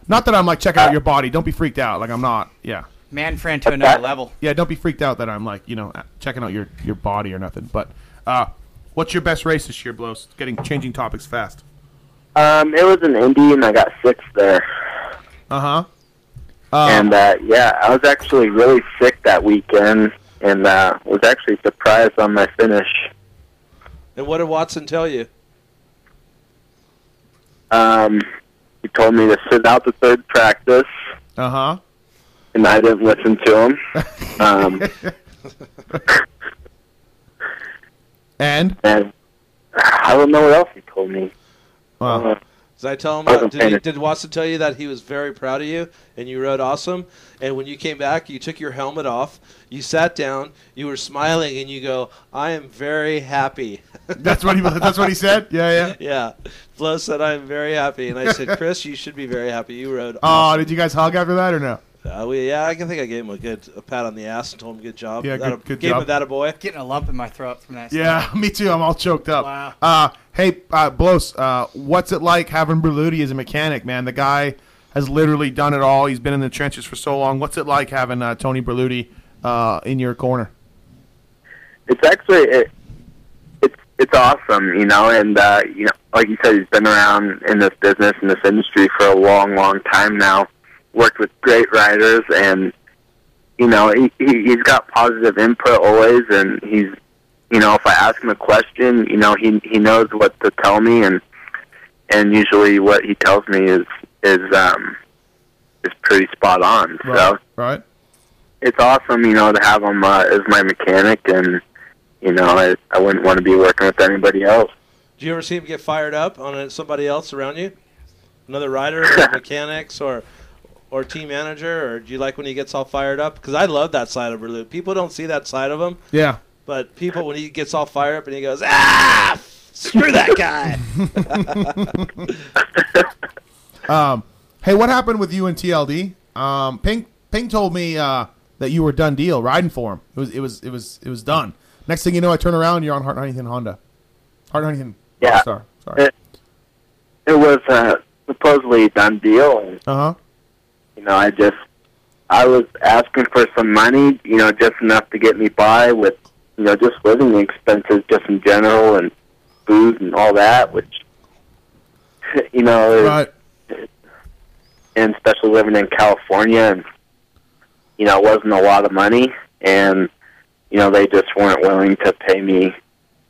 [SPEAKER 4] Not that I'm like checking out your body. Don't be freaked out. Like I'm not. Yeah.
[SPEAKER 6] Man friend to another level.
[SPEAKER 4] Yeah, don't be freaked out that I'm like you know uh, checking out your your body or nothing. But uh, what's your best race this year, Blos? Getting changing topics fast.
[SPEAKER 20] Um, it was an Indy, and I got sixth there.
[SPEAKER 4] Uh huh.
[SPEAKER 20] and uh, yeah, I was actually really sick that weekend, and uh, was actually surprised on my finish.
[SPEAKER 5] And what did Watson tell you?
[SPEAKER 20] Um, he told me to sit out the third practice,
[SPEAKER 4] Uh huh.
[SPEAKER 20] and I didn't listen to him. Um,
[SPEAKER 4] and
[SPEAKER 20] and I don't know what else he told me. Uh,
[SPEAKER 5] Did I tell him?
[SPEAKER 20] Wasn't
[SPEAKER 5] did, he,
[SPEAKER 20] paying
[SPEAKER 5] did Watson tell you that he was very proud of you and you rode awesome? And when you came back, you took your helmet off, you sat down, you were smiling, and you go, "I am very happy."
[SPEAKER 4] That's what he that's what he
[SPEAKER 5] [LAUGHS]
[SPEAKER 4] said. Yeah, yeah.
[SPEAKER 5] yeah. Flo said, "I'm very happy," and I
[SPEAKER 4] [LAUGHS]
[SPEAKER 5] said, "Chris, you should be very happy. You rode."
[SPEAKER 4] Oh, did you guys hug after that or no?
[SPEAKER 5] Uh, we, yeah, I can think I gave him a good a pat on the ass and told him good job.
[SPEAKER 4] Yeah,
[SPEAKER 5] That
[SPEAKER 4] good-
[SPEAKER 5] a-
[SPEAKER 4] good
[SPEAKER 5] gave
[SPEAKER 4] job.
[SPEAKER 5] him that a boy.
[SPEAKER 6] Getting a lump in my throat from that.
[SPEAKER 4] Yeah, [LAUGHS] me too. I'm all choked up. Wow. Uh, hey, uh, Blos, uh, what's it like having Berluti as a mechanic, man? The guy has literally done it all. He's been in the trenches for so long. What's it like having uh, Tony Berluti uh, in your corner?
[SPEAKER 20] it's actually it, it's it's awesome, you know, and uh, you know, like you said, he's been around in this business in this industry for a long, long time now. Worked with great writers, and you know, he, he he's got positive input always, and he's you know, if I ask him a question, you know, he he knows what to tell me, and and usually what he tells me is is um is pretty spot on. So
[SPEAKER 4] Right?
[SPEAKER 20] it's awesome, you know, to have him uh, as my mechanic, and you know, I, I wouldn't want to be working with anybody else.
[SPEAKER 5] Do you ever see him get fired up on uh, somebody else around you? Another rider,
[SPEAKER 4] [COUGHS]
[SPEAKER 5] or mechanics, or or team manager, or do you like when he gets all fired up? Because I love that side of Berlut. People don't see that side of him,
[SPEAKER 4] Yeah.
[SPEAKER 5] but people when he gets all fired up and he goes, ah, screw that guy.
[SPEAKER 4] [LAUGHS] Um, hey, what happened with you and TLD? Um, Ping Ping told me uh, that you were done deal riding for him. It was it was it was it was done. Next thing you know, I turn around, you're on Hart Huntington Honda. Hart Huntington.
[SPEAKER 20] Yeah.
[SPEAKER 4] Rockstar. Sorry.
[SPEAKER 20] It, it was uh, supposedly a done deal, and
[SPEAKER 4] Uh huh.
[SPEAKER 20] you know, I just I was asking for some money, you know, just enough to get me by with you know just living expenses, just in general, and [LAUGHS] food and all that, which you know, it-
[SPEAKER 4] Right.
[SPEAKER 20] and especially living in California, and you know, it wasn't a lot of money, and you know, they just weren't willing to pay me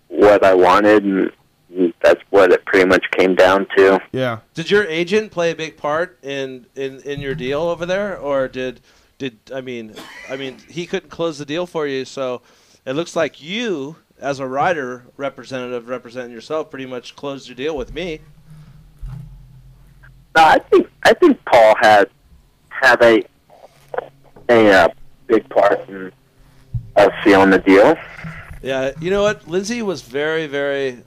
[SPEAKER 20] what I wanted, and that's what it pretty much came down to.
[SPEAKER 4] Yeah.
[SPEAKER 5] Did your agent play a big part in, in, in your deal over there, or did did I mean I mean he couldn't close the deal for you, so it looks like you as a rider representative representing yourself pretty much closed your deal with me.
[SPEAKER 20] No, I think I think Paul had had a a uh, big part in us sealing the deal.
[SPEAKER 5] Yeah, you know what? Lindsay was very, very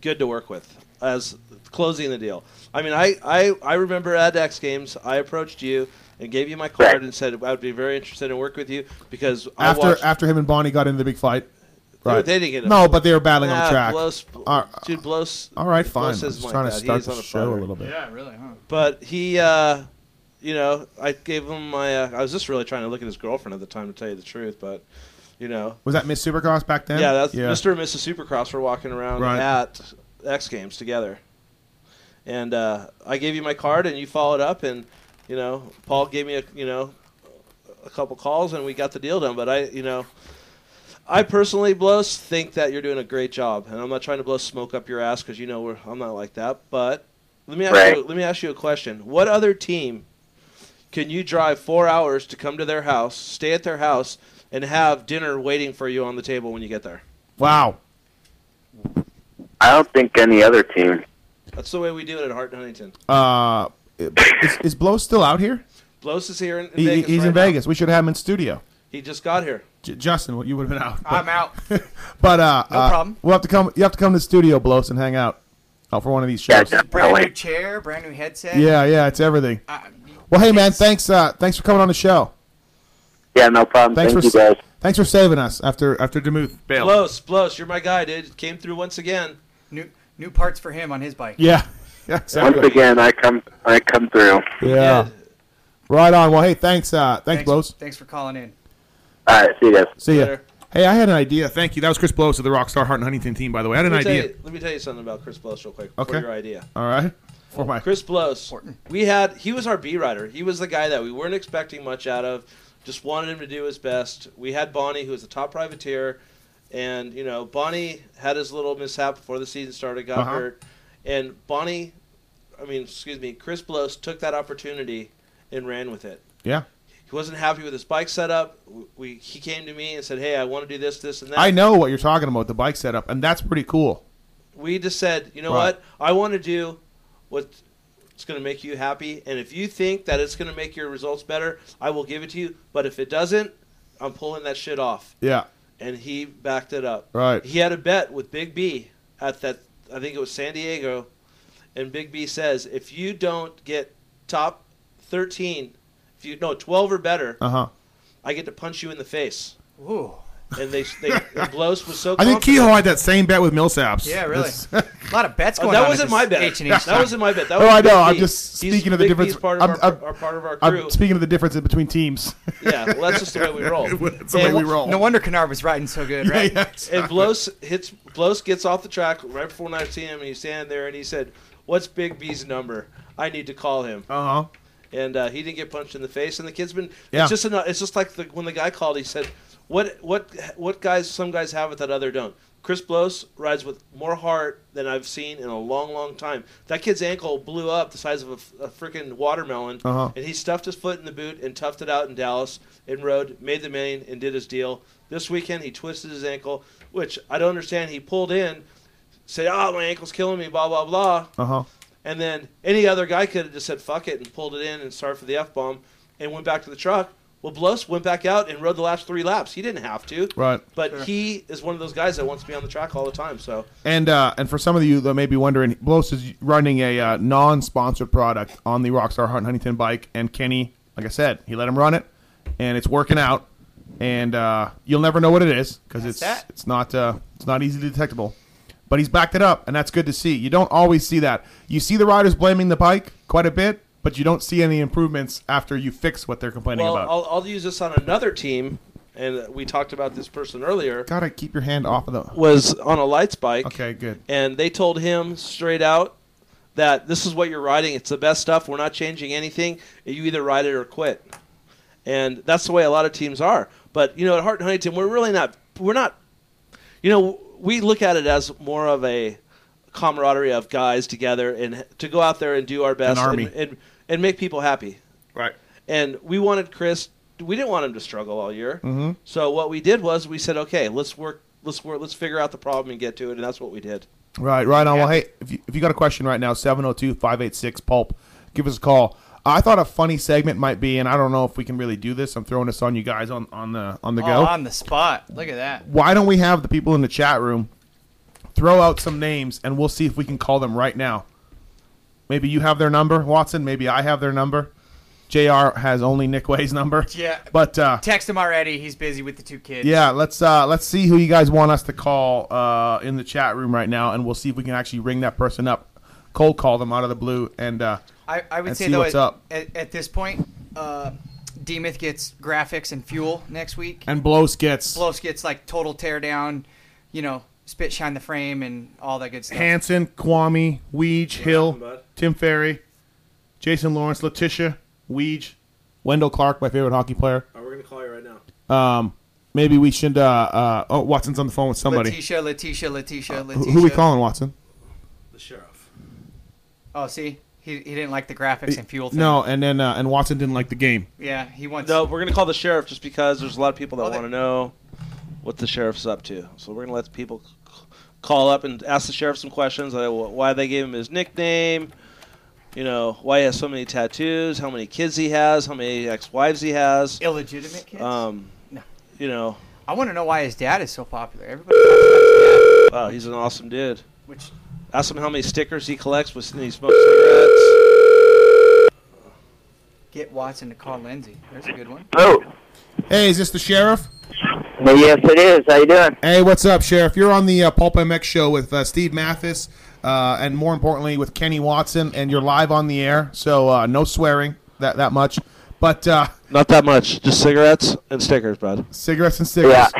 [SPEAKER 5] good to work with as closing the deal. I mean, I, I, I remember at X Games, I approached you and gave you my card and said I would be very interested in working with you because I
[SPEAKER 4] After
[SPEAKER 5] watched.
[SPEAKER 4] after him and Bonnie got into the big fight.
[SPEAKER 5] They-
[SPEAKER 4] Right.
[SPEAKER 5] they didn't get a-
[SPEAKER 4] no, but they were battling on
[SPEAKER 5] Nah,
[SPEAKER 4] the track. Uh,
[SPEAKER 5] Blows,
[SPEAKER 4] All
[SPEAKER 5] dude, blows.
[SPEAKER 4] all right, fine.
[SPEAKER 5] Blows
[SPEAKER 4] I'm
[SPEAKER 5] isn't
[SPEAKER 4] just
[SPEAKER 5] like
[SPEAKER 4] trying to
[SPEAKER 5] that.
[SPEAKER 4] start
[SPEAKER 5] He's
[SPEAKER 4] the
[SPEAKER 5] on a
[SPEAKER 4] show
[SPEAKER 5] putter.
[SPEAKER 4] a little bit.
[SPEAKER 6] Yeah, really, huh?
[SPEAKER 5] But he, uh, you know, I gave him my. Uh, I was just really trying to look at his girlfriend at the time to tell you the truth, but you know,
[SPEAKER 4] Was that Miss Supercross back then?
[SPEAKER 5] yeah, that's Mr. and Mrs. Supercross were walking around
[SPEAKER 4] Right.
[SPEAKER 5] at X Games together, and uh, I gave you my card, and you followed up, and you know, Paul gave me a you know a couple calls, and we got the deal done. But I, you know, I personally, Blos, think that you're doing a great job, and I'm not trying to blow smoke up your ass because you know we're, I'm not like that. But let me ask
[SPEAKER 20] Right.
[SPEAKER 5] you, let me ask you a question: What other team can you drive four hours to come to their house, stay at their house, and have dinner waiting for you on the table when you get there?
[SPEAKER 4] Wow.
[SPEAKER 20] I don't think any other team.
[SPEAKER 5] That's the way we do it at Hart and Huntington.
[SPEAKER 4] Uh, is, is Blow still out here?
[SPEAKER 5] Blos is here in, in
[SPEAKER 4] He-
[SPEAKER 5] Vegas.
[SPEAKER 4] he's
[SPEAKER 5] right
[SPEAKER 4] in
[SPEAKER 5] now.
[SPEAKER 4] Vegas. We should have him in studio.
[SPEAKER 5] He just got here.
[SPEAKER 4] J- Justin, well, you would have been out.
[SPEAKER 6] [LAUGHS] I'm out.
[SPEAKER 4] But uh,
[SPEAKER 6] No
[SPEAKER 4] uh,
[SPEAKER 6] problem.
[SPEAKER 4] We'll have to come. You have to come to the studio, Blows, and hang out. Out for one of these shows.
[SPEAKER 6] Brand new chair, brand new headset.
[SPEAKER 4] Yeah, yeah, it's everything.
[SPEAKER 6] Uh,
[SPEAKER 4] well, hey man, thanks. Uh, thanks for coming on the show.
[SPEAKER 20] Yeah, no problem.
[SPEAKER 4] Thanks
[SPEAKER 20] Thank
[SPEAKER 4] for
[SPEAKER 20] you guys.
[SPEAKER 4] thanks for saving us after after
[SPEAKER 5] [LAUGHS]
[SPEAKER 4] Demuth bailed.
[SPEAKER 5] Blos, Blos, you're my guy, dude. Came through once again.
[SPEAKER 6] New new parts for him on his bike.
[SPEAKER 4] Yeah, [LAUGHS] yeah, exactly.
[SPEAKER 20] Once again, I come I come through.
[SPEAKER 4] Yeah. Right on. Well, hey, thanks. Uh, thanks, Blows.
[SPEAKER 6] Thanks for calling in.
[SPEAKER 20] All right, see you guys.
[SPEAKER 4] See ya. Hey, I had an idea. Thank you. That was Chris Blows of the Rockstar Heart and Huntington team, by the way. I had an
[SPEAKER 5] let me tell
[SPEAKER 4] idea.
[SPEAKER 5] you- let me tell you something about Chris Blos real quick
[SPEAKER 4] okay.
[SPEAKER 5] for your idea.
[SPEAKER 4] All right. For my
[SPEAKER 5] Chris Blos. We had he was our B rider. He was the guy that we weren't expecting much out of. Just wanted him to do his best. We had Bonnie, who was the top privateer, and you know Bonnie had his little mishap before the season started, got
[SPEAKER 21] Uh-huh.
[SPEAKER 5] hurt, and Bonnie, I mean, excuse me, Chris Blos took that opportunity and ran with it.
[SPEAKER 4] Yeah.
[SPEAKER 5] He wasn't happy with his bike setup. We, we he came to me and said, "Hey, I want to do this, this, and that."
[SPEAKER 4] I know what you're talking about, the bike setup, and that's pretty cool.
[SPEAKER 5] we just said, you know
[SPEAKER 4] Right.
[SPEAKER 5] what? I want to do what's going to make you happy. And if you think that it's going to make your results better, I will give it to you. But if it doesn't, I'm pulling that shit off.
[SPEAKER 4] Yeah.
[SPEAKER 5] And he backed it up.
[SPEAKER 4] Right.
[SPEAKER 5] He had a bet with Big B at that, I think it was San Diego. And Big B says, if you don't get top 13, if you, no, 12 or better,
[SPEAKER 4] Uh huh.
[SPEAKER 5] I get to punch you in the face.
[SPEAKER 6] Ooh.
[SPEAKER 5] And they, they, and Blows was so
[SPEAKER 4] I think
[SPEAKER 5] confident.
[SPEAKER 4] Kehoe had that same bet with Millsaps.
[SPEAKER 6] Yeah, really.
[SPEAKER 4] [LAUGHS] This-
[SPEAKER 6] a lot of bets
[SPEAKER 5] Oh,
[SPEAKER 6] going
[SPEAKER 5] that
[SPEAKER 6] on.
[SPEAKER 5] wasn't my bet.
[SPEAKER 6] H&H
[SPEAKER 5] That wasn't my bet. That
[SPEAKER 4] oh,
[SPEAKER 5] was
[SPEAKER 4] I
[SPEAKER 5] Big
[SPEAKER 4] know. I'm
[SPEAKER 5] B.
[SPEAKER 4] just
[SPEAKER 5] He's-
[SPEAKER 4] speaking of the
[SPEAKER 5] Big
[SPEAKER 4] difference.
[SPEAKER 5] B's part of
[SPEAKER 4] I'm,
[SPEAKER 5] our-
[SPEAKER 4] I'm-
[SPEAKER 5] our- part of our crew.
[SPEAKER 4] I'm speaking of the difference between teams.
[SPEAKER 5] Yeah, well, that's just the way we roll.
[SPEAKER 4] [LAUGHS] That's the way we roll.
[SPEAKER 6] No wonder Kennard was riding so good, right?
[SPEAKER 5] [LAUGHS] And Blos hits Blos gets off the track right before 9 him, and he's standing there, and he said, "What's Big B's number? I need to call him."
[SPEAKER 4] Uh huh.
[SPEAKER 5] And uh, he didn't get punched in the face, and the kid's been.
[SPEAKER 4] Yeah.
[SPEAKER 5] It's just an, It's just like the, when the guy called, he said, "What what what guys? Some guys have it that other don't." Chris Blos rides with more heart than I've seen in a long, long time. That kid's ankle blew up the size of a, f- a freaking watermelon,
[SPEAKER 4] Uh-huh.
[SPEAKER 5] and he stuffed his foot in the boot and toughed it out in Dallas and rode, made the main, and did his deal. This weekend he twisted his ankle, which I don't understand. He pulled in, said, "Oh, my ankle's killing me," blah blah blah,
[SPEAKER 4] Uh huh.
[SPEAKER 5] and then any other guy could have just said "fuck it" and pulled it in and started for the f bomb and went back to the truck. Well, Blos went back out and rode the last three laps. He didn't have to,
[SPEAKER 4] Right.
[SPEAKER 5] But he is one of those guys that wants to be on the track all the time. So
[SPEAKER 4] And uh, and for some of you that may be wondering, Blos is running a uh, non-sponsored product on the Rockstar Hunt Huntington bike, and Kenny, like I said, he let him run it, and it's working out. And uh, you'll never know what it is because it's
[SPEAKER 6] that.
[SPEAKER 4] it's not uh, it's not easily detectable. But he's backed it up, and that's good to see. You don't always see that. You see the riders blaming the bike quite a bit, but you don't see any improvements after you fix what they're complaining
[SPEAKER 5] well,
[SPEAKER 4] about.
[SPEAKER 5] I'll, I'll use this on another team, and we talked about this person earlier.
[SPEAKER 4] Gotta keep your hand off of the
[SPEAKER 5] was on a lights bike.
[SPEAKER 4] Okay, good.
[SPEAKER 5] and they told him straight out, that this is what you're riding. It's the best stuff. We're not changing anything. You either ride it or quit. And that's the way a lot of teams are. But you know, at Hart and Huntington, we're really not. We're not. You know, we look at it as more of a camaraderie of guys together and to go out there and do our best
[SPEAKER 4] army.
[SPEAKER 5] And, and and make people happy.
[SPEAKER 4] Right.
[SPEAKER 5] And we wanted Chris. We didn't want him to struggle all year.
[SPEAKER 4] Mm-hmm.
[SPEAKER 5] So what we did was we said, okay, let's work, let's work, let's figure out the problem and get to it, and that's what we did.
[SPEAKER 4] Right, right on. Well, hey, if you, if you got a question right now, 702 586 Pulp, give us a call. I thought a funny segment might be, and I don't know if we can really do this. I'm throwing this on you guys on, on the on the
[SPEAKER 6] Oh,
[SPEAKER 4] go.
[SPEAKER 6] on the spot. Look at that.
[SPEAKER 4] Why don't we have the people in the chat room throw out some names, and we'll see if we can call them right now. Maybe you have their number, Watson. Maybe I have their number. Jr. has only Nick Way's number.
[SPEAKER 6] Yeah.
[SPEAKER 4] but uh,
[SPEAKER 6] Text him already. He's busy with the two kids.
[SPEAKER 4] yeah, let's uh, let's see who you guys want us to call uh, in the chat room right now, and we'll see if we can actually ring that person up, cold call them out of the blue, and uh,
[SPEAKER 6] I, I would
[SPEAKER 4] and
[SPEAKER 6] say
[SPEAKER 4] see
[SPEAKER 6] though,
[SPEAKER 4] what's
[SPEAKER 6] at,
[SPEAKER 4] up
[SPEAKER 6] At, at this point, uh, Demith gets graphics and fuel next week.
[SPEAKER 4] and blow skits.
[SPEAKER 6] Blows gets like total teardown, you know, spit shine the frame and all that good stuff.
[SPEAKER 4] Hanson, Kwame, Weege, Hill,
[SPEAKER 6] bud.
[SPEAKER 4] Tim Ferry, Jason Lawrence, Letitia, Weege, Wendell Clark, my favorite hockey player.
[SPEAKER 5] Oh, we're gonna call you right now.
[SPEAKER 4] Um, maybe we should. Uh, uh, oh, Watson's on the phone with somebody. Uh,
[SPEAKER 6] Letitia, Letitia, Letitia,
[SPEAKER 4] Who,
[SPEAKER 6] Letitia.
[SPEAKER 4] who we calling, Watson?
[SPEAKER 5] The sheriff.
[SPEAKER 6] Oh, see, he, he didn't like the graphics and fuel. Thing.
[SPEAKER 4] No, and then uh, and Watson didn't like the game.
[SPEAKER 6] Yeah, he wants. Oh,
[SPEAKER 5] No, we're gonna call the sheriff just because there's a lot of people that want to know what the sheriff's up to. So we're gonna let people c- c- call up and ask the sheriff some questions. Like wh- why they gave him his nickname. You know why he has so many tattoos, how many kids he has, how many ex-wives he has,
[SPEAKER 6] illegitimate kids.
[SPEAKER 5] Um, you know,
[SPEAKER 6] I want to know why his dad is so popular. Everybody.
[SPEAKER 5] wow, he's an awesome dude.
[SPEAKER 6] Which-
[SPEAKER 5] ask him how many stickers he collects with and he smokes cigarettes.
[SPEAKER 6] Get Watson to call Lindsay. There's a good one.
[SPEAKER 4] Oh. Hey, is this the sheriff?
[SPEAKER 21] Uh, Yes, it is. How you doing?
[SPEAKER 4] Hey, what's up, Sheriff? You're on the uh, Pulp MX show with uh, Steve Mathis, uh, and more importantly, with Kenny Watson, and you're live on the air, so uh, no swearing that that much, but uh, [LAUGHS]
[SPEAKER 5] Not that much, just cigarettes and stickers, bud.
[SPEAKER 4] cigarettes and stickers.
[SPEAKER 21] [LAUGHS]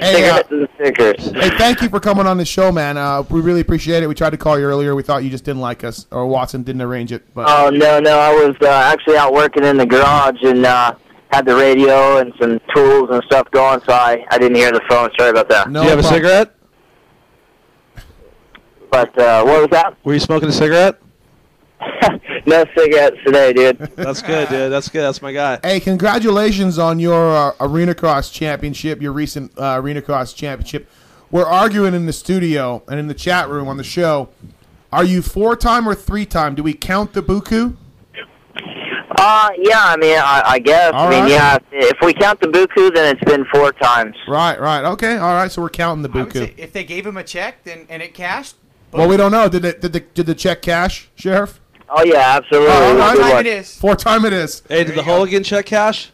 [SPEAKER 4] Hey, uh,
[SPEAKER 21] Stickers.
[SPEAKER 4] hey, thank you for coming on the show, man. Uh, we really appreciate it. We tried to call you earlier. We thought you just didn't like us, or Watson didn't arrange it. But
[SPEAKER 21] Oh no, no, I was uh, actually out working in the garage and uh, had the radio and some tools and stuff going, so I, I didn't hear the phone. Sorry about that.
[SPEAKER 5] Do you have a cigarette?
[SPEAKER 21] But uh, what was that?
[SPEAKER 5] Were you smoking a cigarette?
[SPEAKER 21] [LAUGHS] no cigarettes today, dude.
[SPEAKER 5] That's good, dude. That's good. That's my guy.
[SPEAKER 4] Hey, congratulations on your uh, Arena Cross Championship, your recent uh, Arena Cross Championship. We're arguing in the studio and in the chat room on the show. Are you four time or three time? Do we count the Buku?
[SPEAKER 21] Uh, yeah, I mean, I, I guess. I mean,
[SPEAKER 4] right.
[SPEAKER 21] yeah, if we count the Buku, then it's been four times.
[SPEAKER 4] Right, right. Okay, all right. So we're counting the Buku.
[SPEAKER 6] If they gave him a check then and it cashed,
[SPEAKER 4] Well, we don't know. Did it, did the did the check cash, Sheriff?
[SPEAKER 21] Oh yeah, absolutely.
[SPEAKER 4] All
[SPEAKER 6] oh
[SPEAKER 21] Good
[SPEAKER 4] right.
[SPEAKER 21] one.
[SPEAKER 4] Four time it is.
[SPEAKER 5] Hey, did the hooligan check cash?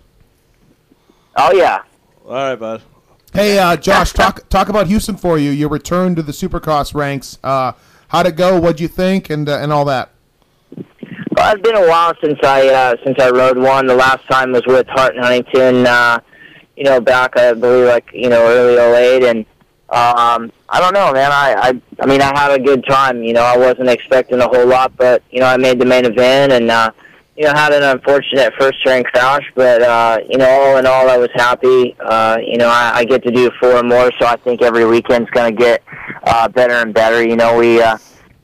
[SPEAKER 21] Oh yeah.
[SPEAKER 5] All right, bud.
[SPEAKER 4] Hey, uh, Josh, talk talk about Houston for you. Your return to the Supercross ranks. Uh, how'd it go? What'd you think? And uh, and all that.
[SPEAKER 21] Well, it's been a while since I uh, since I rode one. The last time was with Hart and Huntington. Uh, you know, back I believe like you know early '08, and um, I don't know, man. I, I I mean, I had a good time. You know, I wasn't expecting a whole lot, but you know, I made the main event, and uh, you know, had an unfortunate first turn crash. But uh, you know, all in all, I was happy. Uh, you know, I, I get to do four more, so I think every weekend's gonna get uh, better and better. You know, we. Uh,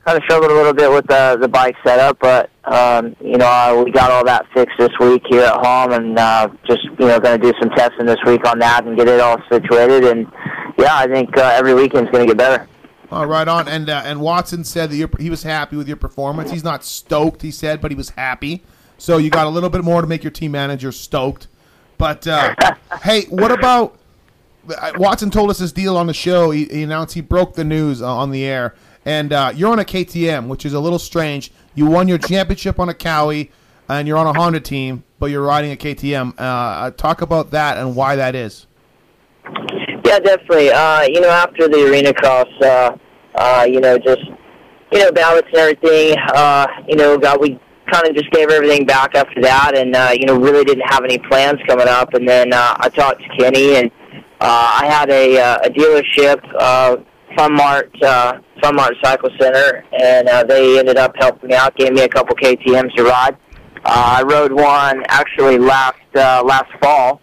[SPEAKER 21] kind of struggled a little bit with the the bike setup, but um, you know uh, we got all that fixed this week here at home, and uh, just you know going to do some testing this week on that and get it all situated. And yeah, I think uh, every weekend's going to get better.
[SPEAKER 4] Oh, right on. And uh, and Watson said that your, he was happy with your performance. He's not stoked, he said, but he was happy. So you got a little bit more to make your team manager stoked. But uh, hey, what about uh, Watson? Told us this deal on the show. He, he announced he broke the news uh, on the air, and uh, you're on a KTM, which is a little strange. You won your championship on a Cowie, and you're on a Honda team, but you're riding a KTM. Uh, talk about that and why that is.
[SPEAKER 21] Yeah, definitely. Uh, you know, after the arena cross, uh, uh, you know, just you know, ballots and everything. Uh, you know, got we kind of just gave everything back after that, and uh, you know, really didn't have any plans coming up. And then uh, I talked to Kenny, and uh, I had a, uh, a dealership uh, Fun Mart uh, Fun Mart Cycle Center, and uh, they ended up helping me out, gave me a couple KTM's to ride. Uh, I rode one actually last uh, last fall,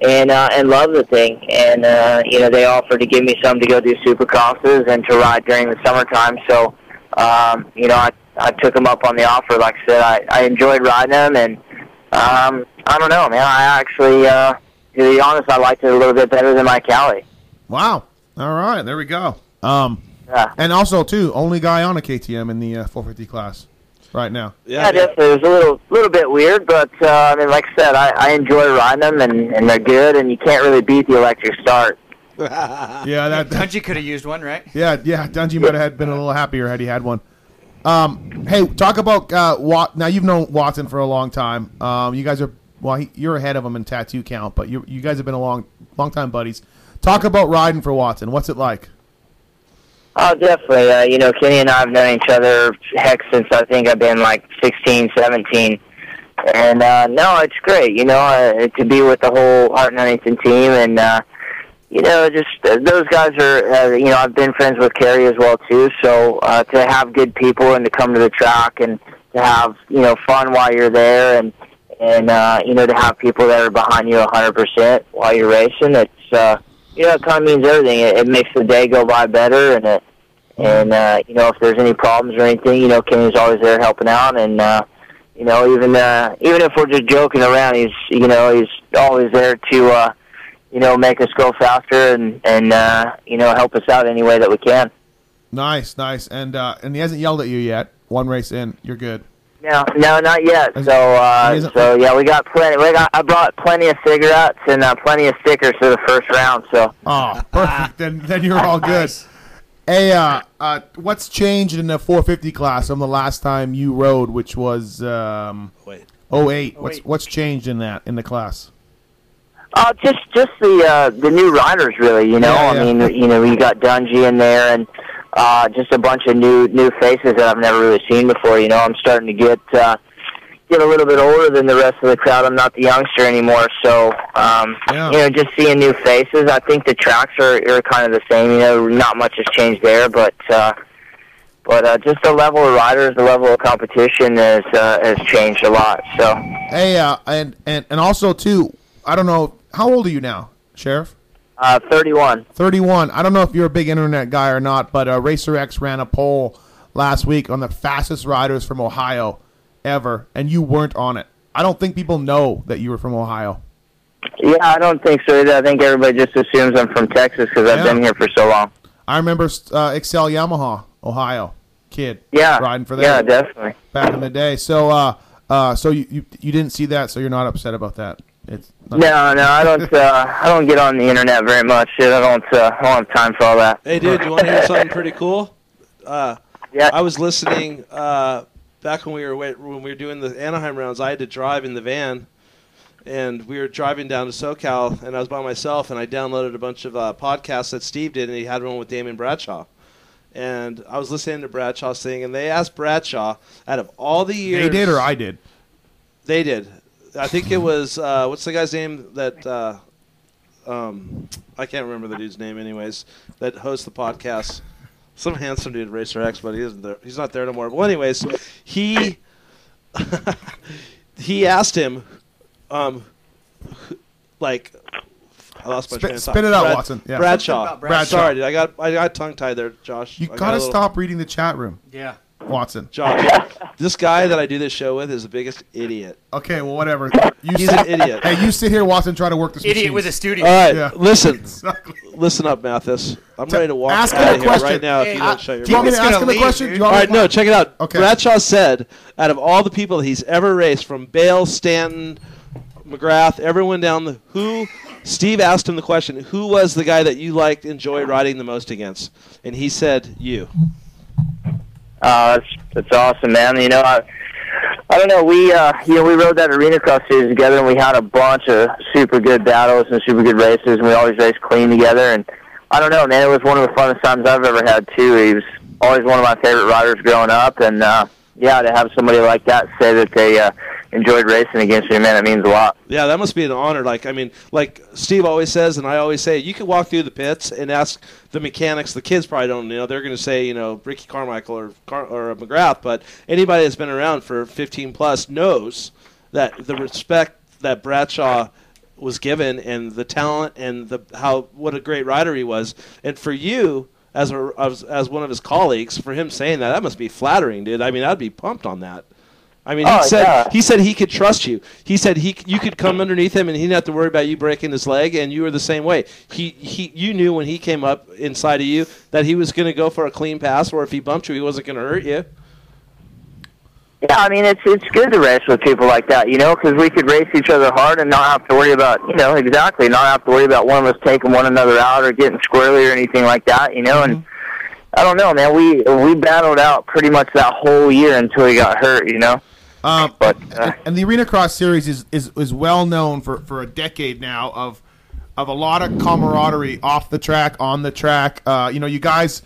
[SPEAKER 21] and uh, and loved the thing. And uh, you know they offered to give me some to go do supercrosses and to ride during the summertime. So um, you know I I took them up on the offer. Like I said, I, I enjoyed riding them, and um, I don't know, man. I actually uh, to be honest, I liked it a little bit better than my Cali.
[SPEAKER 4] Wow. All right. There we go. Um, And also, too, only guy on a KTM in the uh, 450 class right now.
[SPEAKER 21] Yeah, definitely. It was a little little bit weird, but uh, I mean, like I said, I, I enjoy riding them, and, and they're good, and you can't really beat the electric start. [LAUGHS]
[SPEAKER 4] yeah, that, that
[SPEAKER 6] Dungey could have used one, right?
[SPEAKER 4] [LAUGHS] yeah, yeah. Dungy might have had been a little happier had he had one. Um, hey, talk about uh, Wat. Now you've known Watson for a long time. Um, you guys are well, he, you're ahead of him in tattoo count, but you you guys have been a long long time buddies. Talk about riding for Watson. What's it like?
[SPEAKER 21] Oh, definitely. Uh, you know, Kenny and I have known each other heck since I think I've been like sixteen, seventeen, And uh, no, it's great. You know, uh, to be with the whole Hart and Huntington team, and uh, you know, just uh, those guys are. Uh, you know, I've been friends with Kerry as well too. So uh, to have good people and to come to the track and to have you know fun while you're there, and and uh, you know to have people that are behind you 100% while you're racing, it's. Uh, you know, it kind of means everything. It, it makes the day go by better, and it, and uh, you know, if there's any problems or anything, you know, Kenny's always there helping out, and uh, you know, even uh, even if we're just joking around, he's you know, he's always there to uh, you know, make us go faster and and uh, you know, help us out any way that we can.
[SPEAKER 4] Nice, nice, and uh, and he hasn't yelled at you yet. One race in, you're good.
[SPEAKER 21] No, no, not yet. So, uh, so yeah, we got plenty. We got. I brought plenty of cigarettes and uh, plenty of stickers for the first round. So.
[SPEAKER 4] Oh, perfect. then then you're all good. Hey, uh, uh, what's changed in the 450 class from the last time you rode, which was um, 08. What's what's changed in that in the class?
[SPEAKER 21] Uh, just just the uh, the new riders, really. You know,
[SPEAKER 4] Yeah, yeah.
[SPEAKER 21] I mean, you know, you got Dungy in there, and uh, just a bunch of new new faces that I've never really seen before. You know, I'm starting to get uh, get a little bit older than the rest of the crowd. I'm not the youngster anymore, so um, you know, just seeing new faces. I think the tracks are are kind of the same. You know, not much has changed there, but. Uh, but uh, just the level of riders, the level of competition has uh, has changed a lot. So
[SPEAKER 4] Hey, uh, and and and also too, I don't know how old are you now, Sheriff?
[SPEAKER 21] Uh, thirty-one.
[SPEAKER 4] Thirty-one. I don't know if you're a big internet guy or not, but uh, Racer X ran a poll last week on the fastest riders from Ohio ever, and you weren't on it. I don't think people know that you were from Ohio.
[SPEAKER 21] Yeah, I don't think so either. I think everybody just assumes I'm from Texas because I've been here for so long.
[SPEAKER 4] I remember uh, Excel Yamaha, Ohio kid.
[SPEAKER 21] Yeah,
[SPEAKER 4] riding for
[SPEAKER 21] yeah,
[SPEAKER 4] that.
[SPEAKER 21] definitely.
[SPEAKER 4] Back in the day. So, uh, uh, so you, you you didn't see that, so you're not upset about that. It's
[SPEAKER 5] Uh-huh.
[SPEAKER 21] No, no, I don't. Uh, I don't get on the internet very much. Shit, I don't. Uh, I don't have time for all that.
[SPEAKER 5] Hey, dude, you want
[SPEAKER 21] [LAUGHS]
[SPEAKER 5] to hear something pretty cool? Uh,
[SPEAKER 21] yeah.
[SPEAKER 5] I was listening uh, back when we were wa- when we were doing the Anaheim rounds. I had to drive in the van, and we were driving down to SoCal, and I was by myself, and I downloaded a bunch of uh, podcasts that Steve did, and he had one with Damon Bradshaw. And I was listening to Bradshaw sing, and they asked Bradshaw, out of all the years,
[SPEAKER 4] They did or I did.
[SPEAKER 5] They did. I think it was uh, what's the guy's name that uh, um, I can't remember the dude's name. Anyways, that hosts the podcast. Some handsome dude, Racer X, but he isn't there. He's not there no more. Well, anyways, he [LAUGHS] he asked him, um, like. I lost my
[SPEAKER 4] Spit-
[SPEAKER 5] train of thought.
[SPEAKER 4] spit it out, Watson. Yeah. Something
[SPEAKER 5] Bradshaw.
[SPEAKER 4] about Bradshaw.
[SPEAKER 5] Sorry, dude. I got I got tongue tied there, Josh.
[SPEAKER 4] You
[SPEAKER 5] I got
[SPEAKER 4] gotta
[SPEAKER 5] a little-
[SPEAKER 4] stop reading the chat room,
[SPEAKER 5] Yeah.
[SPEAKER 4] Watson.
[SPEAKER 5] Josh, this guy that I do this show with is the biggest idiot.
[SPEAKER 4] Okay, well,
[SPEAKER 5] [LAUGHS]
[SPEAKER 4] whatever. You
[SPEAKER 5] He's
[SPEAKER 4] sit-
[SPEAKER 5] an idiot.
[SPEAKER 4] Hey, you sit here, Watson, try to work this. machine.
[SPEAKER 5] All right,
[SPEAKER 4] Yeah.
[SPEAKER 5] [LAUGHS] listen, listen up, Mathis. I'm ready to walk
[SPEAKER 4] ask him
[SPEAKER 5] out
[SPEAKER 4] a
[SPEAKER 5] of here right
[SPEAKER 4] question.
[SPEAKER 5] now.
[SPEAKER 4] Hey,
[SPEAKER 5] if you
[SPEAKER 4] I-
[SPEAKER 5] don't shut your
[SPEAKER 4] do you want me
[SPEAKER 5] mouth.
[SPEAKER 4] to ask him a question? Do you
[SPEAKER 5] All
[SPEAKER 4] want me
[SPEAKER 5] right,
[SPEAKER 4] to-
[SPEAKER 5] no, check it out.
[SPEAKER 4] Okay.
[SPEAKER 5] Bradshaw said, out of all the people he's ever raced, from Bale, Stanton, McGrath, everyone down the who, Steve asked him the question, who was the guy that you liked, enjoyed riding the most against? And he said, you.
[SPEAKER 21] Uh, that's, that's awesome, man. You know, I, I don't know. We, uh, you know, we rode that arena cross series together, and we had a bunch of super good battles and super good races, and we always raced clean together. And I don't know, man. It was one of the funnest times I've ever had too. He was always one of my favorite riders growing up, and uh, yeah, to have somebody like that say that they, uh, enjoyed racing against me, man. It means a lot.
[SPEAKER 5] Yeah, that must be an honor. Like, I mean, like Steve always says, and I always say, you can walk through the pits and ask the mechanics. The kids probably don't, you know, they're going to say, you know, Ricky Carmichael or Car- or McGrath, but anybody that's been around for 15 plus knows that the respect that Bradshaw was given and the talent and the how what a great rider he was. And for you, as a as, as one of his colleagues, for him saying that, that must be flattering, dude. I mean, I'd be pumped on that. I mean, he
[SPEAKER 21] Oh,
[SPEAKER 5] said
[SPEAKER 21] yeah.
[SPEAKER 5] he said he could trust you. He said he c- you could come underneath him and he didn't have to worry about you breaking his leg. And you were the same way. He he you knew when he came up inside of you that he was going to go for a clean pass, or if he bumped you, he wasn't going to hurt you.
[SPEAKER 21] Yeah, I mean it's it's good to race with people like that, you know, because we could race each other hard and not have to worry about, you know, exactly, not have to worry about one of us taking one another out or getting squirrely or anything like that, you know. And I don't know, man. We we battled out pretty much that whole year until he got hurt, you know.
[SPEAKER 4] Um,
[SPEAKER 21] but uh,
[SPEAKER 4] and the arena cross series is, is, is well known for, for a decade now of of a lot of camaraderie off the track on the track uh, you know you guys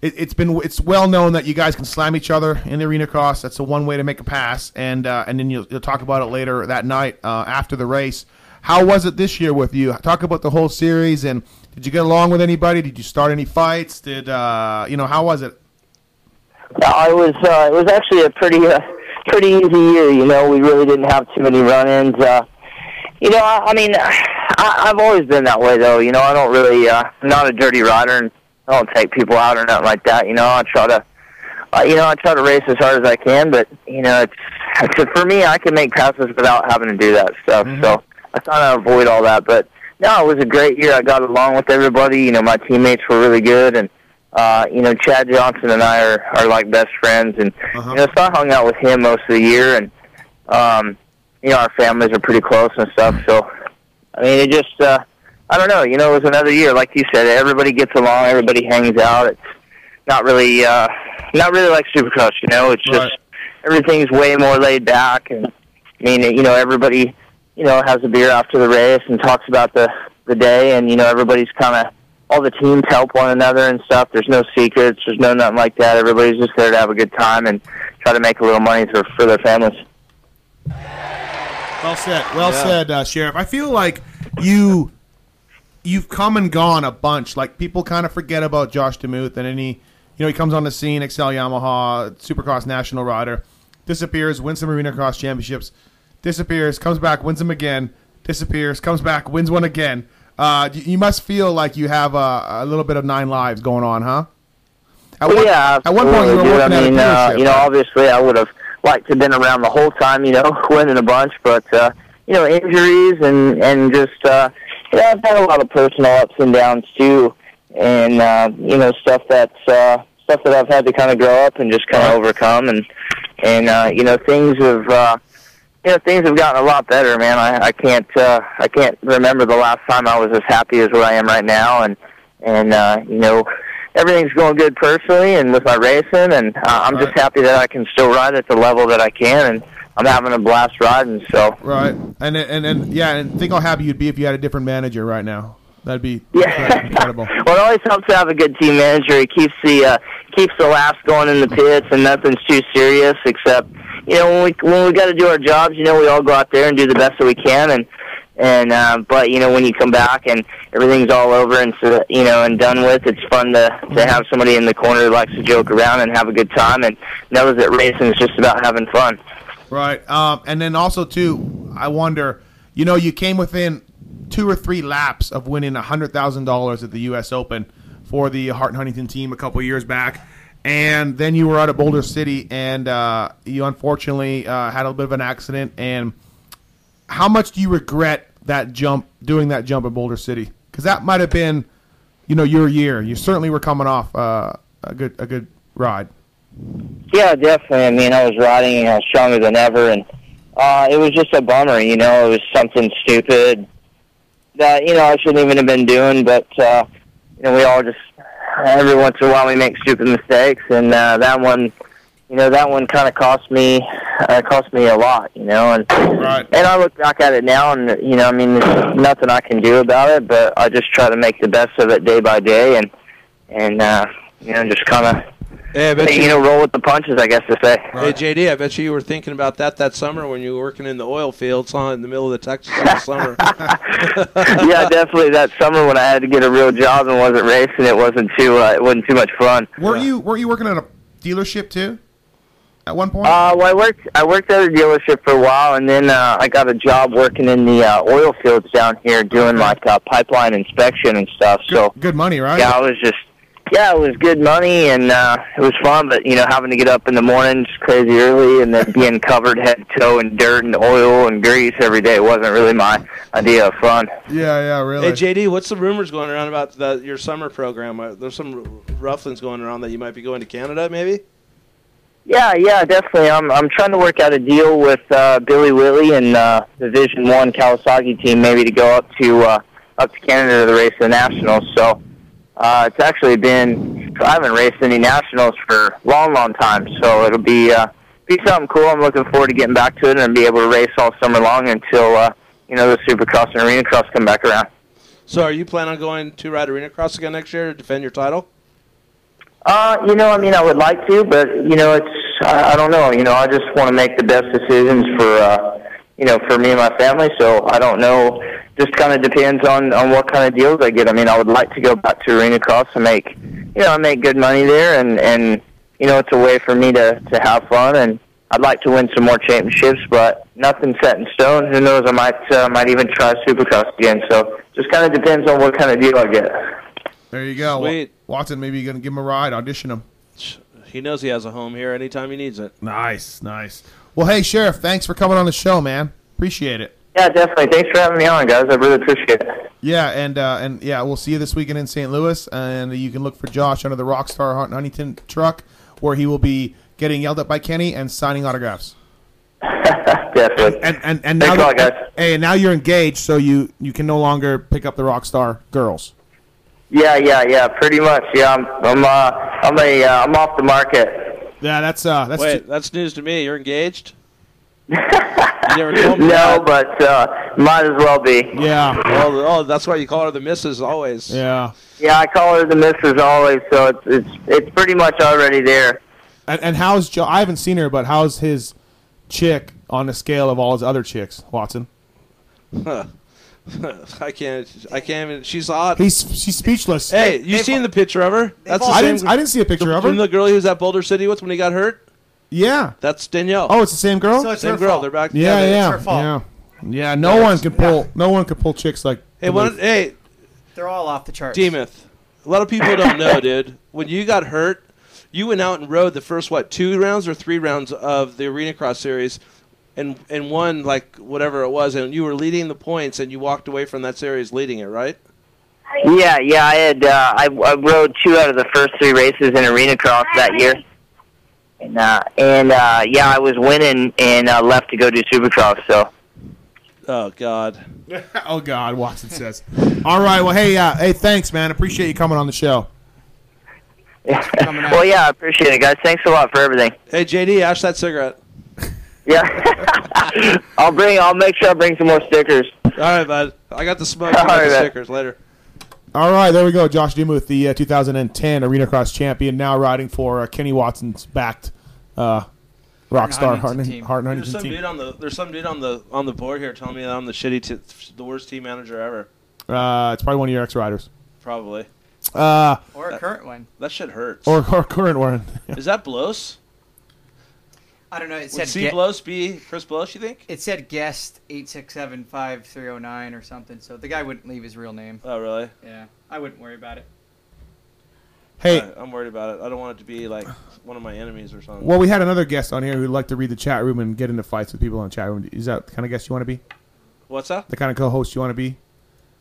[SPEAKER 4] it, it's been it's well known that you guys can slam each other in the arena cross that's the one way to make a pass and uh, and then you'll, you'll talk about it later that night uh, after the race how was it this year with you talk about the whole series and did you get along with anybody did you start any fights did uh, you know how was it
[SPEAKER 21] I was uh, it was actually a pretty uh, pretty easy year, you know. We really didn't have too many run-ins. Uh, you know, I, I mean, I, I've always been that way though. You know, I don't really, uh, I'm not a dirty rider, and I don't take people out or nothing like that. You know, I try to, uh, you know, I try to race as hard as I can, but you know, it's, it's for me, I can make passes without having to do that stuff. So I try to avoid all that. But no, it was a great year. I got along with everybody. You know, my teammates were really good, and uh, you know, Chad Johnson and I are are like best friends, and you know, so I hung out with him most of the year, and um, you know, our families are pretty close and stuff. So I mean, it just, uh, I don't know. You know, it was another year, like you said. Everybody gets along. Everybody hangs out. It's not really, uh, not really like Supercross. You know, it's just everything's way more laid back. And I mean, you know, everybody, you know, has a beer after the race and talks about the the day. And you know, everybody's kind of all the teams help one another and stuff. There's no secrets. There's no nothing like that. Everybody's just there to have a good time and try to make a little money for for their families.
[SPEAKER 4] Well said. Well
[SPEAKER 21] Yeah.
[SPEAKER 4] said, uh, Sheriff. I feel like you you've come and gone a bunch. Like people kind of forget about Josh Demuth and any you know he comes on the scene, Excel Yamaha, Supercross national rider, disappears, wins some arena cross championships, disappears, comes back, wins them again, disappears, comes back, wins one again. Uh, you, you must feel like you have a, a little bit of nine lives going on, huh? At
[SPEAKER 21] Well,
[SPEAKER 4] one-
[SPEAKER 21] yeah,
[SPEAKER 4] at one point you were
[SPEAKER 21] absolutely, dude.
[SPEAKER 4] working at
[SPEAKER 21] I
[SPEAKER 4] a
[SPEAKER 21] mean, uh,
[SPEAKER 4] dealership,
[SPEAKER 21] you know,
[SPEAKER 4] right?
[SPEAKER 21] obviously I would have liked to have been around the whole time, you know, [LAUGHS] winning a bunch, but uh, you know, injuries and and just uh, you know, I've had a lot of personal ups and downs too, and uh, you know, stuff that's uh, stuff that I've had to kind of grow up and just kind
[SPEAKER 4] Uh-huh.
[SPEAKER 21] of overcome, and and uh, you know, things have. Uh, you know, things have gotten a lot better, man. I, I can't uh, I can't remember the last time I was as happy as what I am right now, and and uh, you know everything's going good personally and with my racing, and uh, I'm just happy that I can still ride at the level that I can, and I'm having a blast riding. So
[SPEAKER 4] Right. And and and yeah, and think how happy you'd be if you had a different manager right now. That'd be incredible.
[SPEAKER 21] Well, it always helps to have a good team manager. He keeps the uh, keeps the laughs going in the pits, and nothing's too serious. Except, you know, when we when we got to do our jobs, you know, we all go out there and do the best that we can. And and uh, but you know, when you come back and everything's all over and so, you know and done with, it's fun to to have somebody in the corner who likes to joke around and have a good time. And knows that racing is just about having fun.
[SPEAKER 4] Right. Um, and then also too, I wonder, you know, you came within two or three laps of winning hundred thousand dollars at the U.S. Open for the Hart and Huntington team a couple years back, and then you were out at Boulder City and uh, you unfortunately uh, had a bit of an accident. And how much do you regret that jump, doing that jump at Boulder City? Because that might have been, you know, your year. You certainly were coming off uh, a good a good ride.
[SPEAKER 21] Yeah, definitely. I mean, I was riding and I was stronger than ever, and uh, it was just a bummer. You know, it was something stupid that you know I shouldn't even have been doing. But uh, you know, we all just every once in a while we make stupid mistakes, and uh, that one, you know, that one kind of cost me uh, cost me a lot. You know, and and I look back at it now, and you know, I mean, there's nothing I can do about it, but I just try to make the best of it day by day, and and uh, you know, just kind of
[SPEAKER 5] Hey, I bet
[SPEAKER 21] you,
[SPEAKER 5] you-
[SPEAKER 21] know, roll with the punches, I guess to say.
[SPEAKER 5] Hey
[SPEAKER 4] [LAUGHS]
[SPEAKER 5] JD, I bet you you were thinking about that that summer when you were working in the oil fields, huh? In the middle of the Texas
[SPEAKER 4] [LAUGHS]
[SPEAKER 5] in the summer.
[SPEAKER 21] [LAUGHS] yeah, definitely. That summer when I had to get a real job and wasn't racing, it wasn't too uh, it wasn't too much fun.
[SPEAKER 4] Were you were you working at a dealership too? At one point.
[SPEAKER 21] Uh, well, I worked I worked at a dealership for a while, and then uh, I got a job working in the uh, oil fields down here, doing like uh, pipeline inspection and stuff. So
[SPEAKER 4] good money, right?
[SPEAKER 21] Yeah, I was just yeah, it was good money and uh, it was fun, but you know, having to get up in the mornings crazy early and then
[SPEAKER 4] [LAUGHS]
[SPEAKER 21] being covered head to toe in dirt and oil and grease every day wasn't really my idea of fun.
[SPEAKER 4] Yeah, yeah, really.
[SPEAKER 5] Hey JD, what's the rumors going around about the, your summer program? Uh, There's some r- rufflings going around that you might be going to Canada, maybe.
[SPEAKER 21] Yeah, yeah, definitely. I'm I'm trying to work out a deal with uh, Billy Whitley and uh, the Division One Kawasaki team, maybe to go up to uh, up to Canada to race the nationals. So uh, it's actually been I haven't raced any nationals for a long, long time. So it'll be uh, be something cool. I'm looking forward to getting back to it and be able to race all summer long until uh, you know the Supercross and Arena Cross come back around.
[SPEAKER 5] So, are you planning on going to Ride Arena Cross again next year to defend your title?
[SPEAKER 21] Uh, you know, I mean, I would like to, but you know, it's I, I don't know. You know, I just want to make the best decisions for uh, you know for me and my family. So I don't know. Just kind of depends on on what kind of deals I get. I mean, I would like to go back to Arena Cross and make you know I make good money there, and and you know it's a way for me to to have fun, and I'd like to win some more championships, but nothing set in stone. Who knows? I might uh, might even try Supercross again. So just kind of depends on what kind of deal I get.
[SPEAKER 4] There you go. Sweet. Watson, maybe you're gonna give him a ride, audition him.
[SPEAKER 5] He knows he has a home here anytime he needs it.
[SPEAKER 4] Nice, nice. Well, hey, Sheriff, thanks for coming on the show, man. Appreciate it.
[SPEAKER 21] Yeah, definitely. Thanks for having me on, guys. I really appreciate it.
[SPEAKER 4] Yeah, and uh, and yeah, we'll see you this weekend in St. Louis, and you can look for Josh under the Rockstar Hunt Huntington truck, where he will be getting yelled at by Kenny and signing autographs.
[SPEAKER 21] Definitely.
[SPEAKER 4] And and, and now,
[SPEAKER 21] Thanks a lot,
[SPEAKER 4] that- hey, and now you're engaged, so you you can no longer pick up the Rockstar girls.
[SPEAKER 21] Yeah, yeah, yeah. Pretty much. Yeah, I'm I'm uh, I'm a uh, I'm off the market.
[SPEAKER 4] Yeah, that's uh, that's
[SPEAKER 5] Wait, that's news to me. You're
[SPEAKER 21] [LAUGHS]
[SPEAKER 5] engaged. you never told me.
[SPEAKER 21] No, but uh, might as well be.
[SPEAKER 4] Yeah.
[SPEAKER 5] Oh, oh, that's why you call her the missus always.
[SPEAKER 4] Yeah.
[SPEAKER 21] Yeah, I call her the missus always, so it's it's it's pretty much already there.
[SPEAKER 4] And, and how's Joe? I haven't seen her, but how's his chick on the scale of all his other chicks, Watson?
[SPEAKER 5] [LAUGHS] I can't. I can't even. She's hot.
[SPEAKER 4] He's she's speechless.
[SPEAKER 5] Hey, you seen the picture of her? That's the
[SPEAKER 4] I
[SPEAKER 5] same.
[SPEAKER 4] didn't I didn't see a picture of her.
[SPEAKER 5] From the girl he was at Boulder City with when he got hurt.
[SPEAKER 4] yeah.
[SPEAKER 5] That's Danielle.
[SPEAKER 4] Oh, it's the same girl.
[SPEAKER 5] So it's Same her girl. fault. They're back
[SPEAKER 4] Yeah,
[SPEAKER 5] together.
[SPEAKER 4] yeah,
[SPEAKER 5] It's her fault.
[SPEAKER 4] yeah, yeah. No one can pull. No one can pull chicks like.
[SPEAKER 5] Hey, one, hey,
[SPEAKER 6] They're all off the charts.
[SPEAKER 5] Demuth. A lot of people don't know, [LAUGHS] dude. When you got hurt, you went out and rode the first what two rounds or three rounds of the Arena Cross series, and and won like whatever it was, and you were leading the points, and you walked away from that series leading it, right?
[SPEAKER 21] Yeah, yeah. I had uh, I I rode two out of the first three races in arena cross that year. And uh, and uh, yeah, I was winning and uh, left to go do supercross. So
[SPEAKER 5] Oh God.
[SPEAKER 4] oh God, Watson says. All right. Well, hey, uh, hey, thanks, man. Appreciate you coming on the show.
[SPEAKER 21] well, yeah, I appreciate it, guys. Thanks a lot for everything.
[SPEAKER 5] Hey, JD, ash that cigarette.
[SPEAKER 21] Yeah, [LAUGHS] I'll bring. I'll make sure I bring some more stickers.
[SPEAKER 5] All right, bud. I got
[SPEAKER 6] [LAUGHS]
[SPEAKER 5] the smoke. I
[SPEAKER 21] All
[SPEAKER 5] got
[SPEAKER 21] right,
[SPEAKER 5] the
[SPEAKER 21] man.
[SPEAKER 5] stickers later.
[SPEAKER 4] All right, there we go. Josh Demuth, the uh, 2010 Arena Cross champion, now riding for uh, Kenny Watson's backed uh, Rockstar Hart and Huntington,
[SPEAKER 5] There's some
[SPEAKER 4] team.
[SPEAKER 5] dude on the there's some dude on the on the board here telling me that I'm the shitty t- the worst team manager ever.
[SPEAKER 4] Uh, it's probably one of your ex riders,
[SPEAKER 5] Probably.
[SPEAKER 4] uh,
[SPEAKER 6] Or a current one.
[SPEAKER 5] That shit hurts.
[SPEAKER 4] or, or current one.
[SPEAKER 5] [LAUGHS] Is that Blos?
[SPEAKER 6] I don't know. It said
[SPEAKER 5] Would C
[SPEAKER 6] ge-
[SPEAKER 5] Blos be Chris Blos? You think?
[SPEAKER 6] It said guest eight six seven five three zero nine or something. So the guy wouldn't leave his real name.
[SPEAKER 5] Oh really?
[SPEAKER 6] Yeah, I wouldn't worry about it.
[SPEAKER 4] Hey.
[SPEAKER 5] I, am worried about it. I don't want it to be like one of my enemies or something.
[SPEAKER 4] Well, we had another guest on here who'd like to read the chat room and get into fights with people in the chat room. Is that the kind of guest you want to be?
[SPEAKER 5] What's that?
[SPEAKER 4] The kind of co-host you want to be?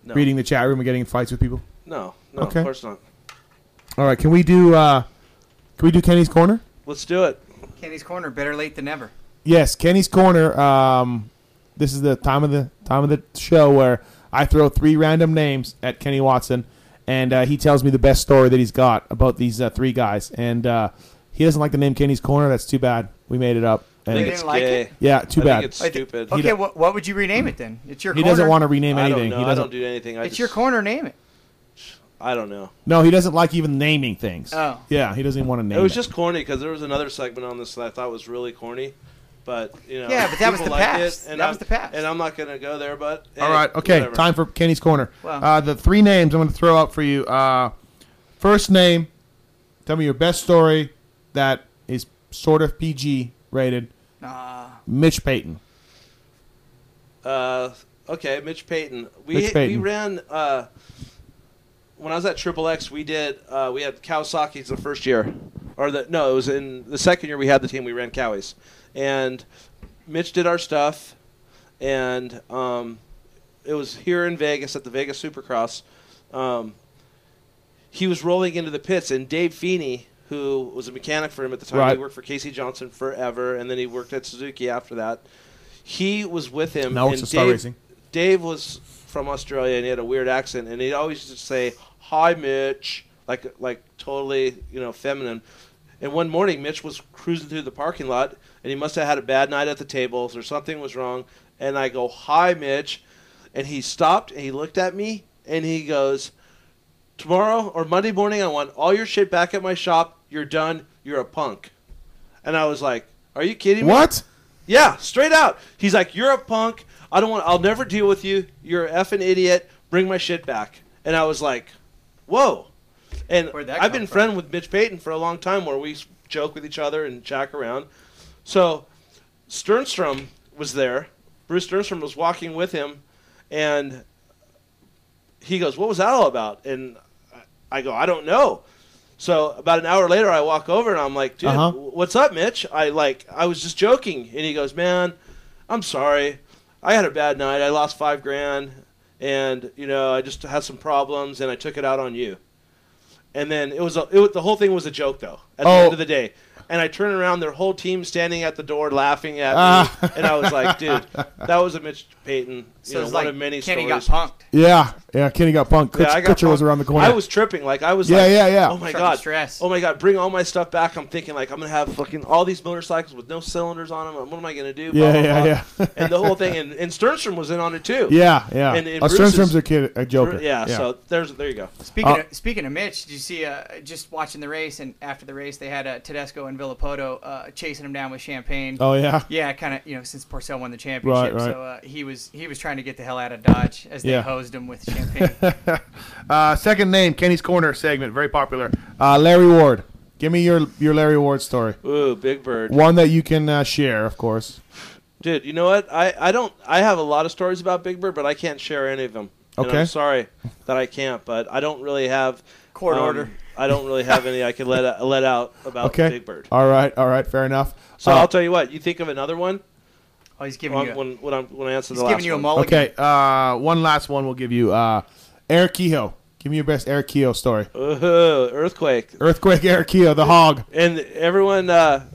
[SPEAKER 5] No.
[SPEAKER 4] Reading the chat room and getting in fights with people.
[SPEAKER 5] No, no,
[SPEAKER 4] Okay.
[SPEAKER 5] of course not.
[SPEAKER 4] All right, can we do? Uh, can we do Kenny's corner?
[SPEAKER 5] Let's do it.
[SPEAKER 6] Kenny's corner. Better late than never.
[SPEAKER 4] Yes, Kenny's corner. Um, this is the time of the time of the show where I throw three random names at Kenny Watson, and uh, he tells me the best story that he's got about these uh, three guys. And uh, he doesn't like the name Kenny's corner. That's too bad. We made it up.
[SPEAKER 6] They
[SPEAKER 4] And
[SPEAKER 6] didn't It's like gay. it?
[SPEAKER 4] Yeah, too
[SPEAKER 5] I think
[SPEAKER 4] bad.
[SPEAKER 5] it's stupid.
[SPEAKER 4] He
[SPEAKER 6] Okay,
[SPEAKER 4] do-
[SPEAKER 6] what, what would you rename it then? It's your.
[SPEAKER 4] He
[SPEAKER 6] corner.
[SPEAKER 4] doesn't want to rename
[SPEAKER 5] I don't
[SPEAKER 4] anything.
[SPEAKER 5] know.
[SPEAKER 4] He
[SPEAKER 5] I
[SPEAKER 4] doesn't.
[SPEAKER 5] don't do anything. I
[SPEAKER 6] It's
[SPEAKER 5] just,
[SPEAKER 6] your corner. Name it.
[SPEAKER 5] I don't know.
[SPEAKER 4] No, he doesn't like even naming things.
[SPEAKER 5] Oh.
[SPEAKER 4] Yeah, he doesn't even want to name
[SPEAKER 5] it was
[SPEAKER 4] it.
[SPEAKER 5] just corny because there was another segment on this that I thought was really corny, but you know,
[SPEAKER 6] Yeah, but that was
[SPEAKER 5] people
[SPEAKER 6] the
[SPEAKER 5] liked
[SPEAKER 6] past.
[SPEAKER 5] It, and
[SPEAKER 6] That
[SPEAKER 5] I'm,
[SPEAKER 6] was the past.
[SPEAKER 5] and I'm not gonna go there. But
[SPEAKER 4] All
[SPEAKER 5] hey,
[SPEAKER 4] right, okay.
[SPEAKER 5] eh, whatever.
[SPEAKER 4] Time for Kenny's corner.
[SPEAKER 5] Wow.
[SPEAKER 4] Uh, the three names I'm going to throw out for you. Uh, first name, tell me your best story that is sort of PG rated. Mitch Payton.
[SPEAKER 5] Uh, okay, Mitch Payton. We
[SPEAKER 4] Mitch Payton.
[SPEAKER 5] we ran uh, when I was at Triple X. We did uh, we had Kawasaki's the first year, or the no, it was in the second year we had the team. We ran Cowies, and Mitch did our stuff, and um, it was here in Vegas at the Vegas Supercross. Um, he was rolling into the pits, and Dave Feeney, who was a mechanic for him at the time,
[SPEAKER 4] Right.
[SPEAKER 5] he worked for Casey Johnson forever, and then he worked at Suzuki after that. He was with him.
[SPEAKER 4] Now
[SPEAKER 5] and
[SPEAKER 4] it's a Star
[SPEAKER 5] Dave,
[SPEAKER 4] Racing.
[SPEAKER 5] Dave was from Australia, and he had a weird accent, and he'd always just say "Hi, Mitch," like like totally you know feminine. And one morning, Mitch was cruising through the parking lot, and he must have had a bad night at the tables or something was wrong. And I go, "Hi, Mitch," and he stopped and he looked at me and he goes, tomorrow or Monday morning, I want all your shit back at my shop. You're done. You're a punk. And I was like, Are you kidding me?
[SPEAKER 4] What?
[SPEAKER 5] Yeah, straight out. He's like, You're a punk. I don't want. I'll never deal with you. You're an effing idiot. Bring my shit back. And I was like, Whoa. And I've been friend with Mitch Payton for a long time, where we s- joke with each other and jack around. So Sternstrom was there. Bruce Sternstrom was walking with him, and he goes, "What was that all about?" And I- I go, "I don't know." So about an hour later, I walk over and I'm like, "Dude,
[SPEAKER 4] Uh-huh.
[SPEAKER 5] what's up, Mitch?" I like, I was just joking, and he goes, "Man, I'm sorry. I had a bad night. I lost five grand, and you know, I just had some problems, and I took it out on you." And then it was, a, it was the whole thing was a joke though. At the
[SPEAKER 4] Oh.
[SPEAKER 5] end of the day, and I turn around, their whole team standing at the door laughing at me,
[SPEAKER 4] Ah.
[SPEAKER 5] and I was like,
[SPEAKER 4] [LAUGHS]
[SPEAKER 5] "Dude, that was a Mitch Payton. You
[SPEAKER 6] So
[SPEAKER 5] know,
[SPEAKER 6] it's
[SPEAKER 5] one
[SPEAKER 6] like
[SPEAKER 5] of many
[SPEAKER 6] Kenny got
[SPEAKER 5] stories."
[SPEAKER 6] punked.
[SPEAKER 4] Yeah, yeah. Kenny got punked. Kutch,
[SPEAKER 5] Yeah, I got
[SPEAKER 4] Kutcher was
[SPEAKER 5] punked.
[SPEAKER 4] around the corner.
[SPEAKER 5] I was tripping. Like I was.
[SPEAKER 4] Yeah,
[SPEAKER 5] like,
[SPEAKER 4] yeah, yeah.
[SPEAKER 5] Oh my
[SPEAKER 4] Starting
[SPEAKER 5] god. Oh my god. Bring all my stuff back. I'm thinking like I'm gonna have fucking all these motorcycles with no cylinders on them. What am I gonna do? Blah,
[SPEAKER 4] Yeah,
[SPEAKER 5] blah,
[SPEAKER 4] yeah,
[SPEAKER 5] blah.
[SPEAKER 4] yeah.
[SPEAKER 5] [LAUGHS] and the whole thing. And, and Sternstrom was in on it too.
[SPEAKER 4] Yeah, yeah.
[SPEAKER 5] And, and
[SPEAKER 4] Uh,
[SPEAKER 5] Bruce's-
[SPEAKER 4] Sternstrom's a kid- a joker.
[SPEAKER 5] Yeah,
[SPEAKER 4] Yeah.
[SPEAKER 5] So there's there you go.
[SPEAKER 6] Speaking,
[SPEAKER 4] Uh,
[SPEAKER 6] of, speaking of Mitch, did you see uh, just watching the race and after the race they had uh, Tedesco and Villapoto uh, chasing him down with champagne.
[SPEAKER 4] Oh, yeah?
[SPEAKER 6] yeah, kind of you know since Porcel won the championship,
[SPEAKER 4] right.
[SPEAKER 6] so uh, he was he was trying to get the hell out of Dodge as they
[SPEAKER 4] Yeah.
[SPEAKER 6] hosed him
[SPEAKER 4] [LAUGHS]
[SPEAKER 6] with champagne.
[SPEAKER 4] uh, second name, Kenny's corner segment, very popular. Uh, Larry Ward. Give me your your Larry Ward story.
[SPEAKER 5] Ooh, Big Bird.
[SPEAKER 4] One that you can uh, share, of course.
[SPEAKER 5] Dude, you know what? I, I don't. I have a lot of stories about Big Bird, but I can't share any of them. And
[SPEAKER 4] Okay.
[SPEAKER 5] I'm sorry that I can't, but I don't really have
[SPEAKER 6] court
[SPEAKER 5] order. I don't really have any I can let [LAUGHS] let out about
[SPEAKER 4] okay.
[SPEAKER 5] Oh, Big Bird.
[SPEAKER 4] All right, all right, fair enough.
[SPEAKER 5] So
[SPEAKER 4] Uh,
[SPEAKER 5] I'll tell you what. You think of another one?
[SPEAKER 6] Oh, he's giving
[SPEAKER 5] when,
[SPEAKER 6] you a-
[SPEAKER 5] when, when, I'm, when I answer
[SPEAKER 6] He's
[SPEAKER 5] the last
[SPEAKER 6] giving you a
[SPEAKER 5] one.
[SPEAKER 4] okay, uh, one last one we'll give you. Uh, Eric Kehoe. Give me your best Eric Kehoe story.
[SPEAKER 5] Ooh, earthquake.
[SPEAKER 4] Earthquake Eric Kehoe, the hog.
[SPEAKER 5] And everyone, uh,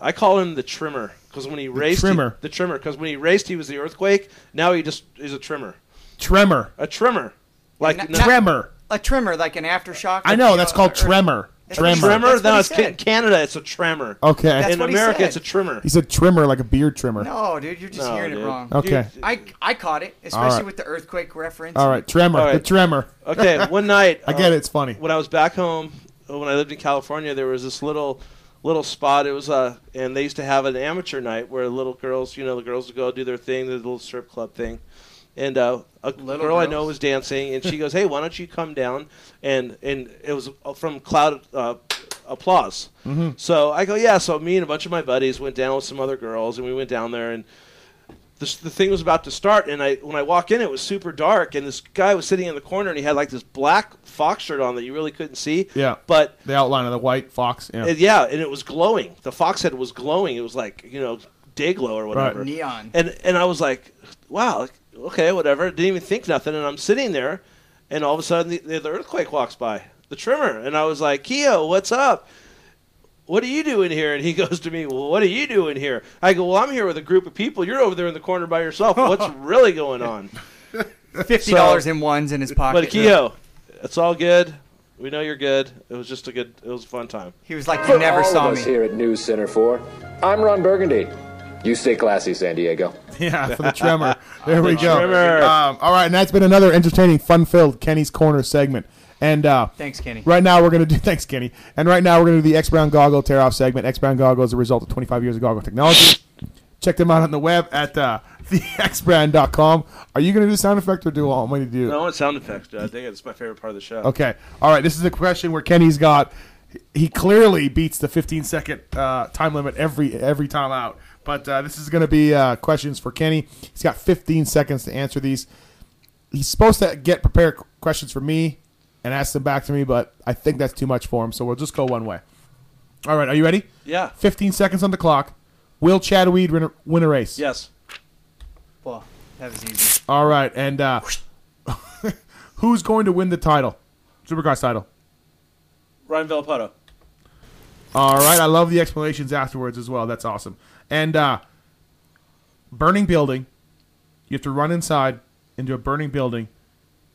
[SPEAKER 5] I call him the trimmer because when he raced, he-
[SPEAKER 4] trimmer.
[SPEAKER 5] the trimmer because when he raced, he was the earthquake. Now he just is a trimmer,
[SPEAKER 4] Tremor.
[SPEAKER 5] a trimmer, like
[SPEAKER 6] Not-
[SPEAKER 5] no-
[SPEAKER 6] not-
[SPEAKER 4] Tremor.
[SPEAKER 6] a trimmer like an aftershock.
[SPEAKER 4] I know, that's called tremor.
[SPEAKER 5] Tremor.
[SPEAKER 4] Tremor.
[SPEAKER 5] No,
[SPEAKER 6] he
[SPEAKER 5] it's in
[SPEAKER 6] said.
[SPEAKER 5] Canada. It's a tremor.
[SPEAKER 4] Okay. That's
[SPEAKER 5] in
[SPEAKER 4] what he
[SPEAKER 5] America,
[SPEAKER 4] said.
[SPEAKER 5] it's a trimmer.
[SPEAKER 4] He said trimmer like a beard trimmer.
[SPEAKER 6] No, Oh, dude, you're just
[SPEAKER 5] No,
[SPEAKER 6] hearing
[SPEAKER 5] dude.
[SPEAKER 6] it wrong.
[SPEAKER 4] Okay.
[SPEAKER 6] Dude, I I caught it,
[SPEAKER 4] All
[SPEAKER 6] especially
[SPEAKER 4] right.
[SPEAKER 6] with the earthquake reference.
[SPEAKER 4] All right, tremor.
[SPEAKER 5] All right.
[SPEAKER 4] The tremor. [LAUGHS]
[SPEAKER 5] Okay, one night. um,
[SPEAKER 4] I get it, it's funny.
[SPEAKER 5] When I was back home, uh, when I lived in California, there was this little little spot. It was uh, and they used to have an amateur night where little girls, you know, the girls would go do their thing, the little strip club thing. And uh, a girl I
[SPEAKER 6] girls?
[SPEAKER 5] know was
[SPEAKER 6] [LAUGHS]
[SPEAKER 5] dancing, and she goes, "Hey, why don't you come down?" And and it was uh, from Cloud uh, Applause.
[SPEAKER 4] Mhm.
[SPEAKER 5] So I go, "Yeah." So me and a bunch of my buddies went down with some other girls, and we went down there, and the, the thing was about to start, and I when I walk in, it was super dark, and this guy was sitting in the corner, and he had like this black fox shirt on that you really couldn't see.
[SPEAKER 4] Yeah.
[SPEAKER 5] But
[SPEAKER 4] the outline of the white fox. Yeah.
[SPEAKER 5] And yeah, and it was glowing. The fox head was glowing. It was like you know day glow or whatever.
[SPEAKER 6] Right. Neon.
[SPEAKER 5] And and I was like, wow, like, okay, whatever. Didn't even think nothing. And I'm sitting there, and all of a sudden the, the earthquake walks by, the trimmer, and I was like, Keo, what's up? What are you doing here? And he [LAUGHS] goes to me, Well, what are you doing here? I go, Well, I'm here with a group of people. You're over there in the corner by
[SPEAKER 6] [LAUGHS]
[SPEAKER 5] yourself. What's really going on?
[SPEAKER 6] Fifty dollars in ones in his [LAUGHS] pocket.
[SPEAKER 5] But uh, Keo, it's all good. We know you're good. It was just a good. It was a fun time.
[SPEAKER 6] He was like,
[SPEAKER 1] For
[SPEAKER 22] Oh,
[SPEAKER 1] all of us here at News Center 4, I'm Ron Burgundy. You stay classy, San Diego.
[SPEAKER 4] [LAUGHS]
[SPEAKER 22] [LAUGHS]
[SPEAKER 4] Yeah, for the tremor. There we
[SPEAKER 5] The
[SPEAKER 4] go.
[SPEAKER 5] tremor.
[SPEAKER 4] Um, all right, and that's been another entertaining, fun-filled Kenny's Corner segment. And uh,
[SPEAKER 6] Thanks, Kenny.
[SPEAKER 4] Right now we're gonna do [LAUGHS] thanks, Kenny. And right now we're gonna do the X Brown Goggle tear off segment. X Brown Goggle is a result of 25 years of goggle technology. Check them out on the web at uh, [LAUGHS] thexbrand.com. Are you gonna do sound effect or do all I'm gonna do?
[SPEAKER 5] No, it's sound effects. dude. I think it's my favorite part of the show.
[SPEAKER 4] Okay. All right. This is a question where Kenny's got. He clearly beats the 15 second uh, time limit every every time out. But uh, this is going to be uh, questions for Kenny. He's got 15 seconds to answer these. He's supposed to get prepared qu- questions for me and ask them back to me, but I think that's too much for him. So we'll just go one way. All right. Are you ready?
[SPEAKER 5] Yeah.
[SPEAKER 4] 15 seconds on the clock. Will Chad Weed win a, win a race?
[SPEAKER 5] Yes.
[SPEAKER 6] Well, that was easy.
[SPEAKER 4] All right. And uh, [LAUGHS] who's going to win the title? Supercross title.
[SPEAKER 5] Ryan Villapoto.
[SPEAKER 4] All right, I love the explanations afterwards as well. That's awesome. And uh, burning building, you have to run inside into a burning building,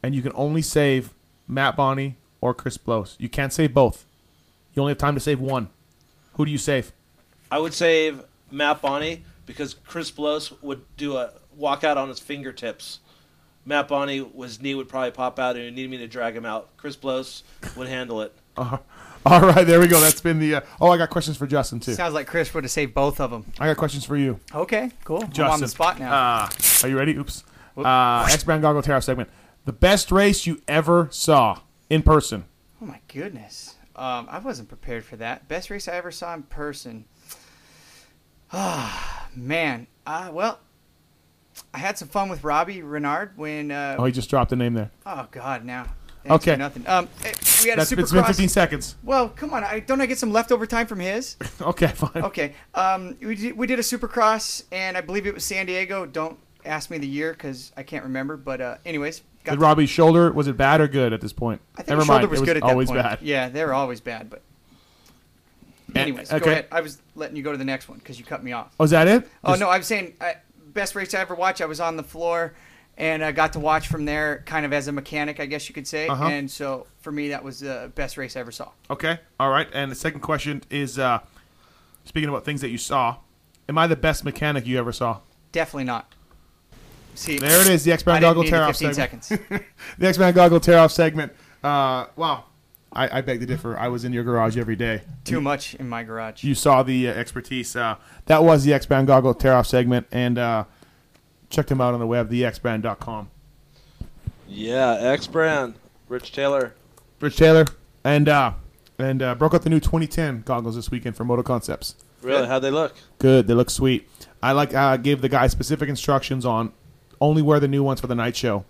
[SPEAKER 4] and you can only save Matt Bonnie or Chris Blows. You can't save both. You only have time to save one. Who do you save? [LAUGHS]
[SPEAKER 5] I would save Matt Bonney because Chris Bloss would do a walkout on his fingertips. Matt Bonney, his knee would probably pop out, and he'd need me to drag him out. Chris Bloss would handle it.
[SPEAKER 4] Uh, all right, there we go. That's been the. Uh, oh, I got questions for Justin too.
[SPEAKER 6] Sounds like Chris would have saved both of them.
[SPEAKER 4] I got questions for you.
[SPEAKER 6] Okay, cool. Oh, I'm on
[SPEAKER 4] Justin.
[SPEAKER 6] the spot now.
[SPEAKER 4] Uh, are you ready? Oops. Uh, X Brown Goggle Tear Off segment. The best race you ever saw in person.
[SPEAKER 6] Oh my goodness. Um, I wasn't prepared for that. Best race I ever saw in person. [SIGHS] Ah, man. Uh, well, I had some fun with Robbie Renard when. Uh,
[SPEAKER 4] Oh, he just dropped a name there.
[SPEAKER 6] Oh God, now. Thanks
[SPEAKER 4] Okay.
[SPEAKER 6] for Nothing. Um, eh, we had
[SPEAKER 4] That's
[SPEAKER 6] a
[SPEAKER 4] it's been
[SPEAKER 6] supercross.
[SPEAKER 4] 15 seconds. [LAUGHS]
[SPEAKER 6] Well, come on. I, don't I get some leftover time from his?
[SPEAKER 4] Okay, [LAUGHS] fine.
[SPEAKER 6] okay. Um, we did, we did a supercross, and I believe it was San Diego. Don't ask me the year because I can't remember. But uh, anyways, got
[SPEAKER 4] Did Robbie's shoulder was it bad or good at this point?
[SPEAKER 6] I think
[SPEAKER 4] Never
[SPEAKER 6] his shoulder
[SPEAKER 4] mind.
[SPEAKER 6] was,
[SPEAKER 4] it was
[SPEAKER 6] good at that
[SPEAKER 4] always
[SPEAKER 6] point.
[SPEAKER 4] bad. Eh,
[SPEAKER 6] Yeah, they were always bad. But anyways,
[SPEAKER 4] okay.
[SPEAKER 6] go ahead. I was letting you go to the next one because you cut me off.
[SPEAKER 4] Oh, is that it?
[SPEAKER 6] Oh
[SPEAKER 4] Just-
[SPEAKER 6] no, I'm saying I, best race I ever watched. I was on the floor, and I got to watch from there, kind of as a mechanic, I guess you could say.
[SPEAKER 4] Uh-huh.
[SPEAKER 6] And so for me, that was the best race I ever saw.
[SPEAKER 4] Okay. All right. And the second question is, uh, speaking about things that you saw, am I the best mechanic you ever saw?
[SPEAKER 6] Definitely not. See,
[SPEAKER 4] There it is, the X-Men
[SPEAKER 6] I didn't
[SPEAKER 4] goggle
[SPEAKER 6] need the
[SPEAKER 4] tear-off
[SPEAKER 6] 15
[SPEAKER 4] segment.
[SPEAKER 6] seconds.
[SPEAKER 4] The X Man Goggle Tear Off segment. [LAUGHS] Uh, wow. I, I beg to differ. I was in your garage every day.
[SPEAKER 6] Too much in my garage.
[SPEAKER 4] You saw the uh, expertise. Uh, that was the X Man Goggle Tear Off segment, and uh, check them out on the web, thexband.com.
[SPEAKER 5] Yeah, X Brand, Rich Taylor.
[SPEAKER 4] Rich Taylor and uh, and uh, broke out the new 2010 goggles this weekend for Moto Concepts.
[SPEAKER 5] Really, how'd they look?
[SPEAKER 4] Good. They look sweet. I like. I gave the guy specific instructions on only wear the new ones for the night show,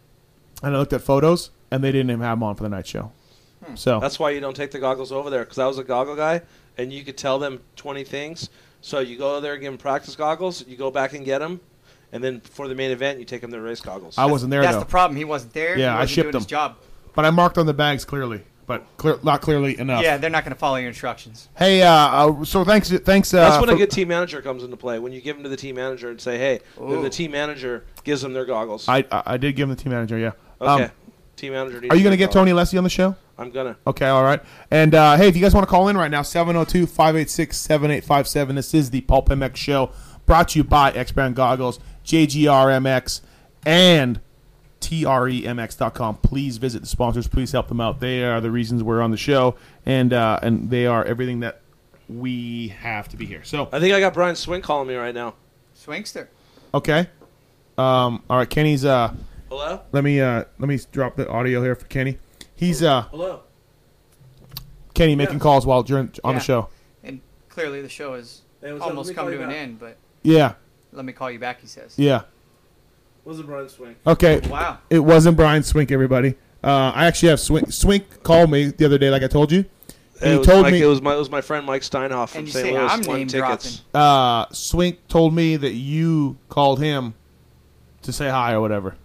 [SPEAKER 4] and I looked at photos, and they didn't even have them on for the night show. So
[SPEAKER 5] That's why you don't take the goggles over there, because I was a goggle guy, and you could tell them 20 things. So you go there and give them practice goggles, you go back and get them, and then for the main event, you take them to race goggles.
[SPEAKER 4] I wasn't there
[SPEAKER 6] That's
[SPEAKER 4] though.
[SPEAKER 6] the problem. He wasn't there.
[SPEAKER 4] Yeah,
[SPEAKER 6] he
[SPEAKER 4] I
[SPEAKER 6] wasn't
[SPEAKER 4] shipped
[SPEAKER 6] doing
[SPEAKER 4] them.
[SPEAKER 6] His job.
[SPEAKER 4] But I marked on the bags clearly, but clear, not clearly enough.
[SPEAKER 6] Yeah, they're not going to follow your instructions.
[SPEAKER 4] Hey, uh, uh, so thanks, thanks. Uh,
[SPEAKER 5] That's when
[SPEAKER 4] for-
[SPEAKER 5] a good team manager comes into play. When you give them to the team manager and say, "Hey," then the
[SPEAKER 6] Ooh.
[SPEAKER 5] team manager gives them their goggles.
[SPEAKER 4] I, I I did give him the team manager. Yeah.
[SPEAKER 5] okay.
[SPEAKER 4] Um,
[SPEAKER 5] team manager. needs
[SPEAKER 4] are you going to
[SPEAKER 5] their
[SPEAKER 4] get Tony
[SPEAKER 5] goggles.
[SPEAKER 4] Lessie on the show?
[SPEAKER 5] I'm gonna.
[SPEAKER 4] Okay, all right. And uh, hey, if you guys want to call in right now, 702 586 7857. This is the Pulp MX show brought to you by X Brand Goggles, JGRMX, and E TREMX.com. Please visit the sponsors. Please help them out. They are the reasons we're on the show, and uh, and they are everything that we have to be here. So
[SPEAKER 5] I think I got Brian Swing calling me right now.
[SPEAKER 6] Swingster.
[SPEAKER 4] Okay. Um, all right, Kenny's. Uh,
[SPEAKER 5] Hello?
[SPEAKER 4] Let me uh, let me drop the audio here for Kenny. He's uh,
[SPEAKER 5] Hello.
[SPEAKER 4] Kenny making calls while during on
[SPEAKER 6] Yeah.
[SPEAKER 4] the show.
[SPEAKER 6] And clearly, the show is
[SPEAKER 5] Hey, what's up? Let
[SPEAKER 6] almost
[SPEAKER 5] me
[SPEAKER 6] come
[SPEAKER 5] call
[SPEAKER 6] to
[SPEAKER 5] you
[SPEAKER 6] an
[SPEAKER 5] back.
[SPEAKER 6] end. But
[SPEAKER 4] Yeah.
[SPEAKER 6] let me call you back. He says.
[SPEAKER 4] Yeah.
[SPEAKER 5] Was it Brian Swing?
[SPEAKER 4] Okay.
[SPEAKER 6] Wow.
[SPEAKER 4] It wasn't Brian Swink, everybody. Uh, I actually have Swink. Swink called me the other day, like I told you. And
[SPEAKER 5] it
[SPEAKER 4] he
[SPEAKER 5] was
[SPEAKER 4] told
[SPEAKER 5] Mike,
[SPEAKER 4] me
[SPEAKER 5] it was my it was my friend Mike Steinhoff from
[SPEAKER 6] you
[SPEAKER 5] St.
[SPEAKER 6] say
[SPEAKER 5] Louis.
[SPEAKER 6] I'm
[SPEAKER 5] won
[SPEAKER 6] name
[SPEAKER 5] tickets.
[SPEAKER 4] uh, Swink told me that you called him to say hi or whatever.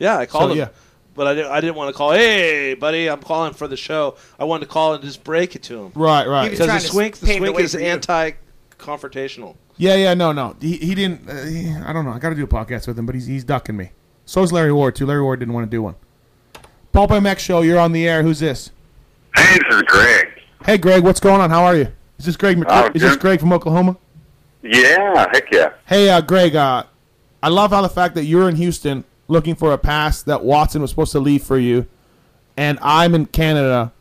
[SPEAKER 5] Yeah, I called
[SPEAKER 4] So,
[SPEAKER 5] him.
[SPEAKER 4] yeah.
[SPEAKER 5] But I didn't, I didn't want to call, hey, buddy, I'm calling for the show. I wanted to call and just break it to him.
[SPEAKER 4] Right, right. He was
[SPEAKER 5] Because the
[SPEAKER 4] trying to
[SPEAKER 5] swink, the
[SPEAKER 4] pave the
[SPEAKER 5] swink
[SPEAKER 4] way
[SPEAKER 5] is
[SPEAKER 4] for you.
[SPEAKER 5] anti confrontational.
[SPEAKER 4] Yeah, yeah, no, no. He, he didn't. Uh, he, I don't know. I got to do a podcast with him, but he's he's ducking me. So's Larry Ward too. Larry Ward didn't want to do one. Paul Mac show. You're on the air. Who's this?
[SPEAKER 1] Hey, this is Greg.
[SPEAKER 4] Hey, Greg. What's going on? How are you? Is this Greg? McCre-
[SPEAKER 1] Oh,
[SPEAKER 4] is this
[SPEAKER 1] good.
[SPEAKER 4] Greg from Oklahoma?
[SPEAKER 1] Yeah, heck yeah.
[SPEAKER 4] Hey, uh, Greg. Uh, I love how the fact that you're in Houston looking for a pass that Watson was supposed to leave for you, and I'm in Canada,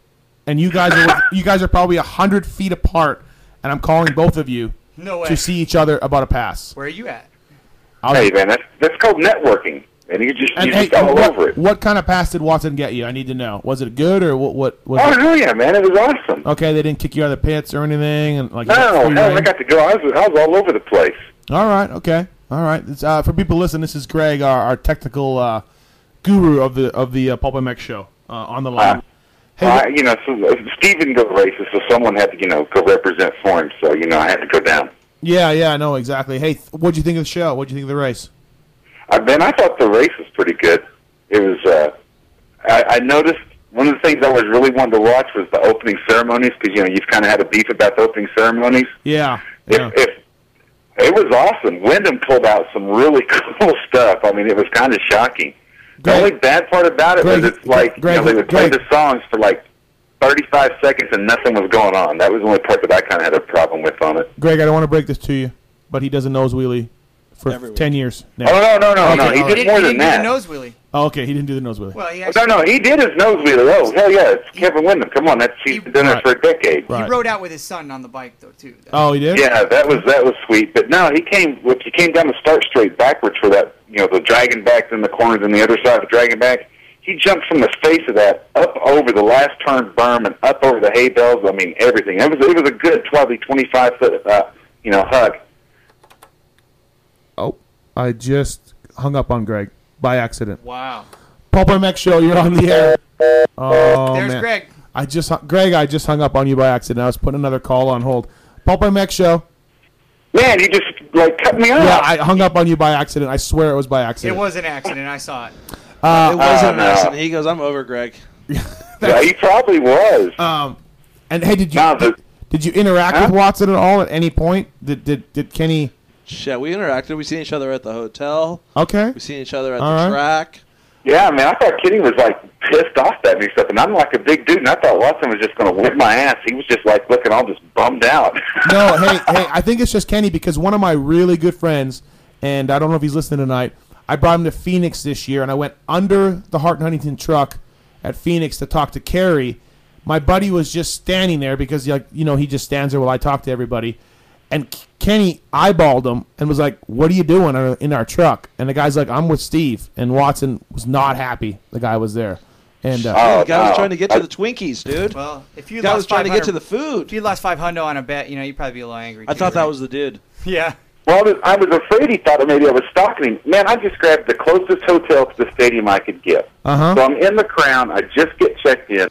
[SPEAKER 4] and you guys
[SPEAKER 2] [LAUGHS]
[SPEAKER 4] are you guys are probably hundred feet apart, and I'm calling both of you
[SPEAKER 6] No way.
[SPEAKER 4] to see each other about a pass.
[SPEAKER 6] Where are you at?
[SPEAKER 4] I'll-
[SPEAKER 2] hey man, that's that's called networking, and you just
[SPEAKER 4] And
[SPEAKER 2] you
[SPEAKER 4] hey,
[SPEAKER 2] just all
[SPEAKER 4] what,
[SPEAKER 2] over it.
[SPEAKER 4] what kind of pass did Watson get you? I need to know. Was it good or what? What? Was
[SPEAKER 2] Oh
[SPEAKER 4] it?
[SPEAKER 2] hell yeah, man! It was awesome.
[SPEAKER 4] Okay, they didn't kick you out of the pits or anything, and like you got
[SPEAKER 2] No,
[SPEAKER 4] free
[SPEAKER 2] hell, I
[SPEAKER 4] reign?
[SPEAKER 2] got to go. I was, I was all over the place.
[SPEAKER 4] All right. Okay. All right. It's, uh, for people listening, this is Greg, our, our technical uh, guru of the of the uh, Pulp MX show uh, on the line.
[SPEAKER 2] I, you know, so, uh, Steve didn't go races, so someone had to, you know, go represent for him. So you know, I had to go down.
[SPEAKER 4] Yeah. Yeah. I know exactly. Hey, th- what'd you think of the show? What'd you think of the race?
[SPEAKER 2] I Ben, I thought the race was pretty good. It was. Uh, I, I noticed one of the things I was really wanting to watch was the opening ceremonies because you know you've kind of had a beef about the opening ceremonies.
[SPEAKER 4] Yeah.
[SPEAKER 2] If, if it was awesome, Wyndham pulled out some really [LAUGHS] cool stuff. I mean, it was kind of shocking. The only bad part about it was it's like
[SPEAKER 4] Greg,
[SPEAKER 2] you know, they would play the songs for like thirty-five seconds and nothing was going on. That was the only part that I kind of had a problem with on it.
[SPEAKER 4] Greg, I don't want to break this to you, but he does a nose wheelie for ten years. Now.
[SPEAKER 2] Oh, no, no, no, no.
[SPEAKER 4] Okay,
[SPEAKER 2] He
[SPEAKER 4] all
[SPEAKER 2] did more He
[SPEAKER 4] right.
[SPEAKER 2] didn't than do the that.
[SPEAKER 6] nose wheelie.
[SPEAKER 4] Oh, okay, he didn't do the nose wheelie.
[SPEAKER 6] Well, he
[SPEAKER 2] No, no, he did his nose wheeler. Oh, hell yeah, it's Kevin Wyndham. Come on, that's he's been doing this for a decade.
[SPEAKER 6] He rode out with his son on the bike though too.
[SPEAKER 4] Oh, he did.
[SPEAKER 2] Yeah, that was that was sweet. But no, he came. Look, he came down the start straight backwards for that. You know, the dragon back, then the corners, and the other side of the dragon back. He jumped from the face of that up over the last turn berm and up over the hay bales. I mean, everything. It was it was a good probably twenty five foot. Uh, you know, hug.
[SPEAKER 4] Oh, I just hung up on Greg by accident.
[SPEAKER 6] Wow.
[SPEAKER 4] Pulp MX show, you're on the air. Oh
[SPEAKER 6] There's
[SPEAKER 4] man.
[SPEAKER 6] Greg.
[SPEAKER 4] I just hung- Greg, I just hung up on you by accident. I was putting another call on hold. Pulp MX show.
[SPEAKER 2] Man, you just like cut me off.
[SPEAKER 4] Yeah, I hung up on you by accident. I swear it was by accident.
[SPEAKER 6] It was an accident. I saw it.
[SPEAKER 4] Uh,
[SPEAKER 5] it wasn't
[SPEAKER 4] uh,
[SPEAKER 5] an accident. He goes, I'm
[SPEAKER 4] [LAUGHS]
[SPEAKER 5] over, Greg.
[SPEAKER 2] yeah, he probably was.
[SPEAKER 4] Um, and hey, did you did, did you interact with Watson at all at any point? Did did did Kenny?
[SPEAKER 5] Shit, we interacted. We seen each other at the hotel.
[SPEAKER 4] Okay.
[SPEAKER 5] We seen each other at
[SPEAKER 4] All
[SPEAKER 5] the
[SPEAKER 4] right.
[SPEAKER 5] track.
[SPEAKER 2] Yeah, man, I thought Kenny was like pissed off at me and stuff, and I'm like a big dude, and I thought Watson was just going to whip my ass. He was just like looking all just bummed out.
[SPEAKER 4] No, hey, hey, I think it's just Kenny because one of my really good friends, and I don't know if he's listening tonight. I brought him to Phoenix this year, and I went under the Hart and Huntington truck at Phoenix to talk to Kerry. My buddy was just standing there because, like, you know, he just stands there while I talk to everybody. And K- Kenny eyeballed him and was like, "What are you doing on- in our truck?" And the guy's like, "I'm with Steve." And Watson was not happy. The guy was there, and uh,
[SPEAKER 5] Yeah, the guy was trying to get to the Twinkies, dude.
[SPEAKER 6] Well, if you
[SPEAKER 5] Guy
[SPEAKER 6] lost
[SPEAKER 5] was trying to get
[SPEAKER 6] 500
[SPEAKER 5] to the food. If
[SPEAKER 6] you lost five hundo on a bet, you know you'd probably be a little angry.
[SPEAKER 5] I
[SPEAKER 6] too,
[SPEAKER 5] thought
[SPEAKER 6] right?
[SPEAKER 5] that was the dude.
[SPEAKER 6] Yeah.
[SPEAKER 2] Well, I was, I was afraid he thought that maybe I was stalking him. Man, I just grabbed the closest hotel to the stadium I could get.
[SPEAKER 4] Uh-huh.
[SPEAKER 2] So I'm in the crown. I just get checked in.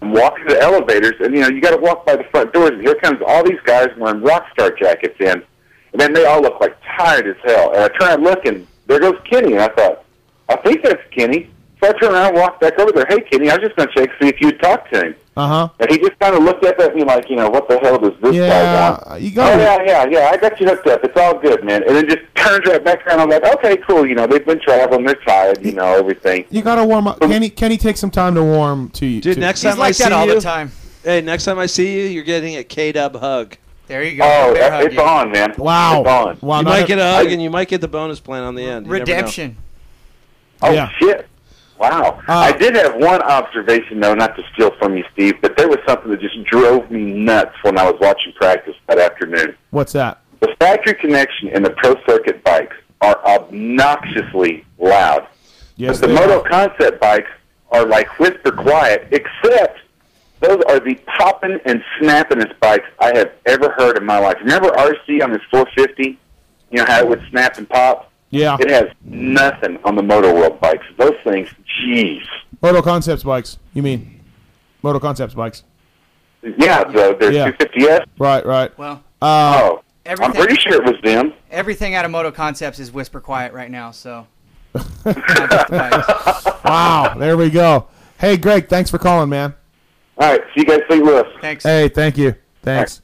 [SPEAKER 2] I'm walking to the elevators, and, you know, you got to walk by the front doors, and here comes all these guys wearing rock star jackets in. And then they all look like tired as hell. And I turn and look, and there goes Kenny. And I thought, I think that's Kenny. So I turn around and walk back over there. Hey, Kenny, I was just going to check see if you talked to him.
[SPEAKER 4] uh huh.
[SPEAKER 2] And he just kind of looked up at me like, you know, what the hell does this
[SPEAKER 4] Yeah,
[SPEAKER 2] guy want?
[SPEAKER 4] you got
[SPEAKER 2] oh,
[SPEAKER 4] it.
[SPEAKER 2] yeah, yeah, yeah, I got you hooked up. It's all good, man. And then just turns right back around. I'm like, okay, cool. You know, they've been traveling. They're tired, you know, everything.
[SPEAKER 4] You gotta warm up. Kenny, Kenny, take some time to warm to you.
[SPEAKER 5] Dude,
[SPEAKER 4] to-
[SPEAKER 5] next time I see you, Hey, next time I see you, you're getting a K Dub hug.
[SPEAKER 6] There you
[SPEAKER 5] go.
[SPEAKER 2] Oh, Bear hug, it's yeah. on, man.
[SPEAKER 4] Wow. It's on. Wow,
[SPEAKER 5] you
[SPEAKER 4] not
[SPEAKER 5] might
[SPEAKER 4] a-
[SPEAKER 5] get a hug,
[SPEAKER 4] I-
[SPEAKER 5] and you might get the bonus plan on the end. You never know.
[SPEAKER 6] Redemption.
[SPEAKER 2] Oh,
[SPEAKER 4] Yeah.
[SPEAKER 2] shit. Wow.
[SPEAKER 4] Uh,
[SPEAKER 2] I did have one observation, though, not to steal from you, Steve, but there was something that just drove me nuts when I was watching practice that afternoon.
[SPEAKER 4] What's that?
[SPEAKER 2] The factory connection and the pro circuit bikes are obnoxiously loud.
[SPEAKER 4] Yes,
[SPEAKER 2] but the Moto Concept bikes are like whisper quiet, except those are the popping and snappingest bikes I have ever heard in my life. Remember RC on his 450? You know how it would snap and pop?
[SPEAKER 4] Yeah.
[SPEAKER 2] It has nothing on the Moto World bikes. Those things, jeez.
[SPEAKER 4] Moto Concepts bikes. You mean Moto Concepts bikes?
[SPEAKER 2] Yeah, the, the
[SPEAKER 4] Yeah.
[SPEAKER 2] 250S.
[SPEAKER 4] Right, right.
[SPEAKER 6] Well,
[SPEAKER 4] Uh,
[SPEAKER 2] oh, I'm pretty sure it was them.
[SPEAKER 6] Everything out of Moto Concepts is whisper quiet right now.
[SPEAKER 4] [LAUGHS]
[SPEAKER 6] So
[SPEAKER 4] wow, there we go. Hey, Greg, thanks for calling, man.
[SPEAKER 2] All right, see you guys St. Louis.
[SPEAKER 6] Thanks.
[SPEAKER 4] Hey, thank you. Thanks.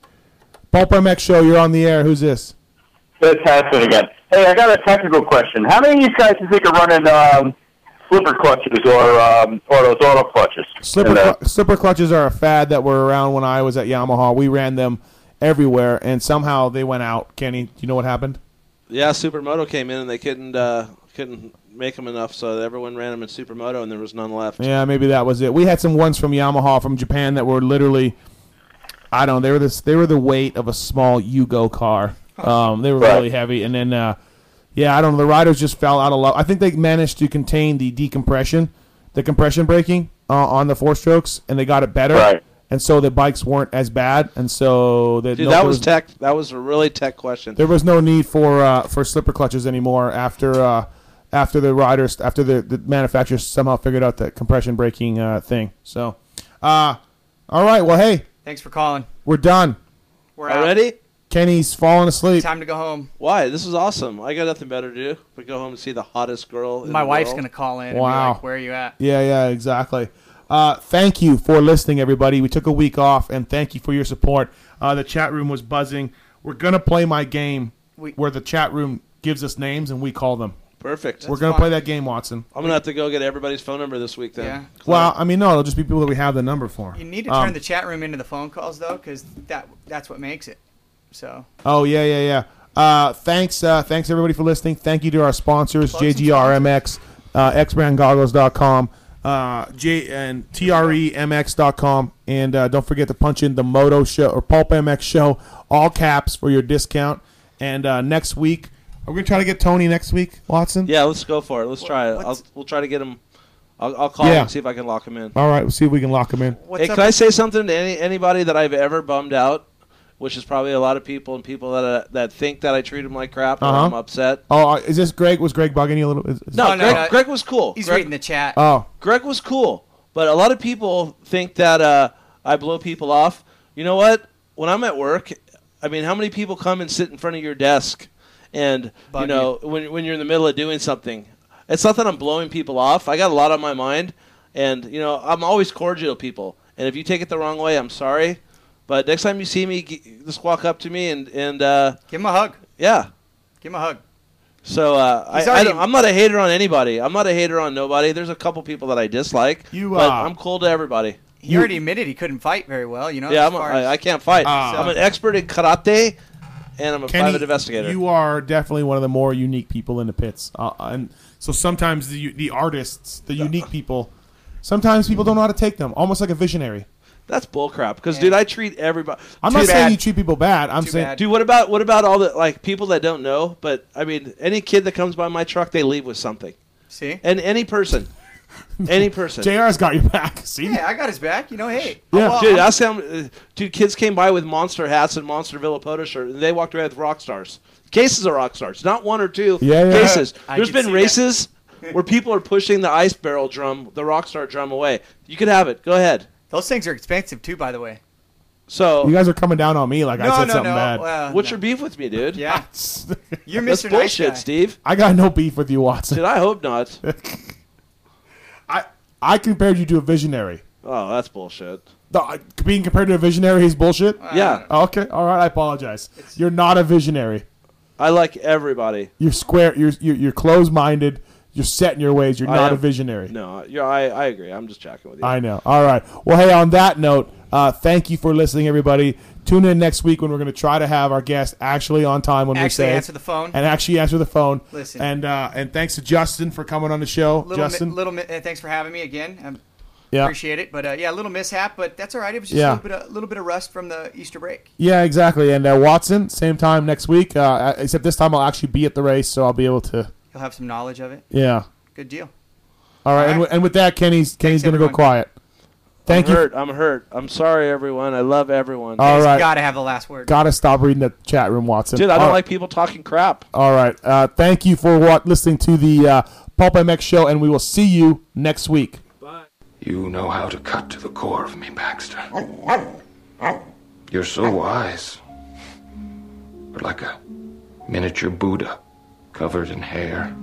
[SPEAKER 4] Pulp MX show, you're on the air. Who's this?
[SPEAKER 23] That's Hassan again. Hey, I got a technical question. How many of these guys do you think are running um, slipper clutches or um, or those auto clutches?
[SPEAKER 4] Slipper,
[SPEAKER 23] And, uh,
[SPEAKER 4] clu- slipper clutches are a fad that were around when I was at Yamaha. We ran them everywhere, and somehow they went out. Kenny, do you know what happened?
[SPEAKER 5] Yeah, Supermoto came in and they couldn't uh, couldn't make them enough, so everyone ran them in Supermoto, and there was none left.
[SPEAKER 4] Yeah, maybe that was it. We had some ones from Yamaha from Japan that were literally, I don't. know, They were this. They were the weight of a small Yugo car. Um, they were
[SPEAKER 3] Right.
[SPEAKER 4] really heavy, and then, uh, yeah, I don't know. The riders just fell out of love. I think they managed to contain the decompression, the compression braking uh, on the four strokes, and they got it better.
[SPEAKER 5] Right.
[SPEAKER 4] And so the bikes weren't as bad, and so the,
[SPEAKER 5] Dude,
[SPEAKER 4] no-
[SPEAKER 5] that
[SPEAKER 4] there
[SPEAKER 5] was tech. That was a really tech question.
[SPEAKER 4] There was no need for uh, for slipper clutches anymore after uh, after the riders after the, the manufacturers somehow figured out that compression braking uh, thing. So, uh, all right. Well, hey,
[SPEAKER 6] Thanks for calling.
[SPEAKER 4] we're done.
[SPEAKER 6] We're out.
[SPEAKER 5] Already?
[SPEAKER 4] Kenny's falling asleep.
[SPEAKER 6] Time to go home.
[SPEAKER 5] Why? This is awesome. I got nothing better to do but go home and see the hottest girl. In
[SPEAKER 6] My
[SPEAKER 5] the
[SPEAKER 6] wife's
[SPEAKER 5] world.
[SPEAKER 6] gonna call in.
[SPEAKER 4] Wow.
[SPEAKER 6] And be like, Where are you at?
[SPEAKER 4] Yeah, yeah, exactly. Uh, thank you for listening, everybody. We took a week off, and thank you for your support. Uh, the chat room was buzzing. We're gonna play my game where the chat room gives us names and we call them.
[SPEAKER 5] Perfect.
[SPEAKER 4] We're gonna play that game, Watson.
[SPEAKER 5] I'm gonna have to go get everybody's phone number this week then.
[SPEAKER 4] Well, I mean, no, it'll just be people that we have the number for. Um,
[SPEAKER 6] You need to turn the chat room into the phone calls though, because that that's what makes it. So
[SPEAKER 4] Oh yeah, yeah, yeah. Uh, thanks, uh, thanks everybody for listening. Thank you to our sponsors, JGRMX, uh, XBrandGoggles.com, uh, J and E TREMX.com, and uh, don't forget to punch in the Moto Show or Pulp MX Show, all caps for your discount. And uh, next week, are we gonna try to get Tony next week, Watson?
[SPEAKER 5] Yeah, let's go for it. Let's try it. I'll, we'll try to get him. I'll, I'll call
[SPEAKER 4] Yeah.
[SPEAKER 5] him and see if I can lock him in.
[SPEAKER 4] All right, we'll see if we can lock him in.
[SPEAKER 5] hey, can I say something to any, anybody that I've ever bummed out? Which is probably a lot of people and people that uh, that think that I treat them like crap. Or
[SPEAKER 4] Uh-huh.
[SPEAKER 5] I'm upset.
[SPEAKER 4] Oh, uh, is this Greg? Was Greg bugging you a little? Is, is-
[SPEAKER 5] No,
[SPEAKER 6] uh,
[SPEAKER 5] Greg, Greg was cool. He's
[SPEAKER 6] reading the chat.
[SPEAKER 4] Oh.
[SPEAKER 5] Greg was cool, but a lot of people think that uh, I blow people off. You know what? When I'm at work, I mean, how many people come and sit in front of your desk, and you
[SPEAKER 8] Bug
[SPEAKER 5] know, when when you're in the middle of doing something, it's not that I'm blowing people off. I got a lot on my mind, and you know, I'm always cordial to people. And if you take it the wrong way, I'm sorry. But next time you see me, g- just walk up to me and and uh,
[SPEAKER 6] give him a hug.
[SPEAKER 5] Yeah,
[SPEAKER 6] give him a hug.
[SPEAKER 5] so uh, I,
[SPEAKER 6] He's already-
[SPEAKER 5] I am not a hater on anybody. I'm not a hater on nobody. There's a couple people that I dislike.
[SPEAKER 6] You,
[SPEAKER 5] but
[SPEAKER 6] uh,
[SPEAKER 5] I'm cool to everybody.
[SPEAKER 6] He already admitted he couldn't fight very well. You know.
[SPEAKER 5] yeah,
[SPEAKER 6] as
[SPEAKER 5] I'm a,
[SPEAKER 6] far
[SPEAKER 5] I,
[SPEAKER 6] as-
[SPEAKER 5] I can't fight.
[SPEAKER 6] Ah.
[SPEAKER 5] I'm an expert in karate, and I'm a
[SPEAKER 4] Kenny,
[SPEAKER 5] private investigator.
[SPEAKER 4] You are definitely one of the more unique people in the pits, uh, and so sometimes the the artists, the unique people, sometimes people don't know how to take them. Almost like a visionary.
[SPEAKER 5] That's bullcrap. Because dude, I treat everybody.
[SPEAKER 4] I'm
[SPEAKER 5] Too
[SPEAKER 4] not saying
[SPEAKER 5] bad.
[SPEAKER 4] you treat people bad. I'm saying
[SPEAKER 5] dude, what about what about all the like people that don't know? But I mean, any kid that comes by my truck, they leave with something.
[SPEAKER 6] See,
[SPEAKER 5] and any person, [LAUGHS] any person.
[SPEAKER 4] JR's got your back. See,
[SPEAKER 6] Yeah, I got his back. You know, hey. Oh, well,
[SPEAKER 5] dude,
[SPEAKER 6] I'm-
[SPEAKER 5] I sound, uh, dude, kids came by with monster hats and monster Villapoto shirts, and they walked away with rock stars. Cases of rock stars, not one or two
[SPEAKER 4] Yeah, yeah.
[SPEAKER 5] cases.
[SPEAKER 4] I
[SPEAKER 5] There's
[SPEAKER 4] can
[SPEAKER 5] been
[SPEAKER 4] see
[SPEAKER 6] [LAUGHS]
[SPEAKER 5] races where people are pushing the ice barrel drum, the rock star drum away. You could have it. Go ahead.
[SPEAKER 6] Those things are expensive too, by the way.
[SPEAKER 5] So
[SPEAKER 4] you guys are coming down on me like I
[SPEAKER 5] Oh. No,
[SPEAKER 4] said
[SPEAKER 5] no,
[SPEAKER 4] something
[SPEAKER 5] no.
[SPEAKER 4] bad. Ah.
[SPEAKER 6] Well,
[SPEAKER 5] What's your beef with me, dude?
[SPEAKER 6] Yeah,
[SPEAKER 4] [LAUGHS]
[SPEAKER 6] you're
[SPEAKER 5] That's
[SPEAKER 6] Mr. Nice
[SPEAKER 5] bullshit,
[SPEAKER 6] Guy.
[SPEAKER 5] Steve.
[SPEAKER 4] I got no beef with you, Watson.
[SPEAKER 5] Dude, I hope not.
[SPEAKER 4] [LAUGHS] I compared you to a visionary.
[SPEAKER 5] Oh, that's bullshit.
[SPEAKER 4] The, uh, being compared to a visionary is bullshit.
[SPEAKER 5] Yeah.
[SPEAKER 4] Okay. All right. I apologize. You're not a visionary.
[SPEAKER 5] I like everybody.
[SPEAKER 4] You're square. You're you're, you're closed-minded. You're set in your ways. You're
[SPEAKER 5] I
[SPEAKER 4] not a
[SPEAKER 5] am-
[SPEAKER 4] visionary. Uh,
[SPEAKER 5] No, yeah, I, I agree. I'm just jacking with you.
[SPEAKER 4] I know. All right. Well, hey, on that note, uh, thank you for listening, everybody. Tune in next week when we're going to try to have our guest actually on time when we
[SPEAKER 6] Actually
[SPEAKER 4] say
[SPEAKER 6] answer the phone.
[SPEAKER 4] and actually answer the phone.
[SPEAKER 6] Listen.
[SPEAKER 4] and uh, and thanks to Justin for coming on the show,
[SPEAKER 6] Little,
[SPEAKER 4] Justin.
[SPEAKER 6] Mi- little, mi- uh, thanks for having me again. Um,
[SPEAKER 4] Yeah.
[SPEAKER 6] appreciate it. But uh, yeah, a little mishap, but that's all right. It was just a
[SPEAKER 4] Yeah.
[SPEAKER 6] little bit, of, little bit of rust from the Easter break.
[SPEAKER 4] yeah, exactly. And uh, Watson, same time next week. Uh, except this time I'll actually be at the race, so I'll be able to.
[SPEAKER 6] You'll have some knowledge of it.
[SPEAKER 4] Yeah.
[SPEAKER 6] Good deal.
[SPEAKER 4] All right. And, w- and with that, Kenny's Kenny's going to go
[SPEAKER 6] everyone.
[SPEAKER 4] quiet. Thank
[SPEAKER 5] I'm
[SPEAKER 4] you.
[SPEAKER 5] hurt. I'm hurt. I'm sorry, everyone. I love everyone.
[SPEAKER 4] All right.
[SPEAKER 5] word.
[SPEAKER 4] Gotta stop reading the chat room, Watson.
[SPEAKER 5] Dude, I don't
[SPEAKER 4] All right.
[SPEAKER 5] like people talking crap.
[SPEAKER 4] All right. Uh, thank you for wa- listening to the uh, Pulp MX show, and we will see you next week.
[SPEAKER 22] You know how to cut to the core of me, Baxter. You're so wise. You're like a miniature Buddha, covered in hair.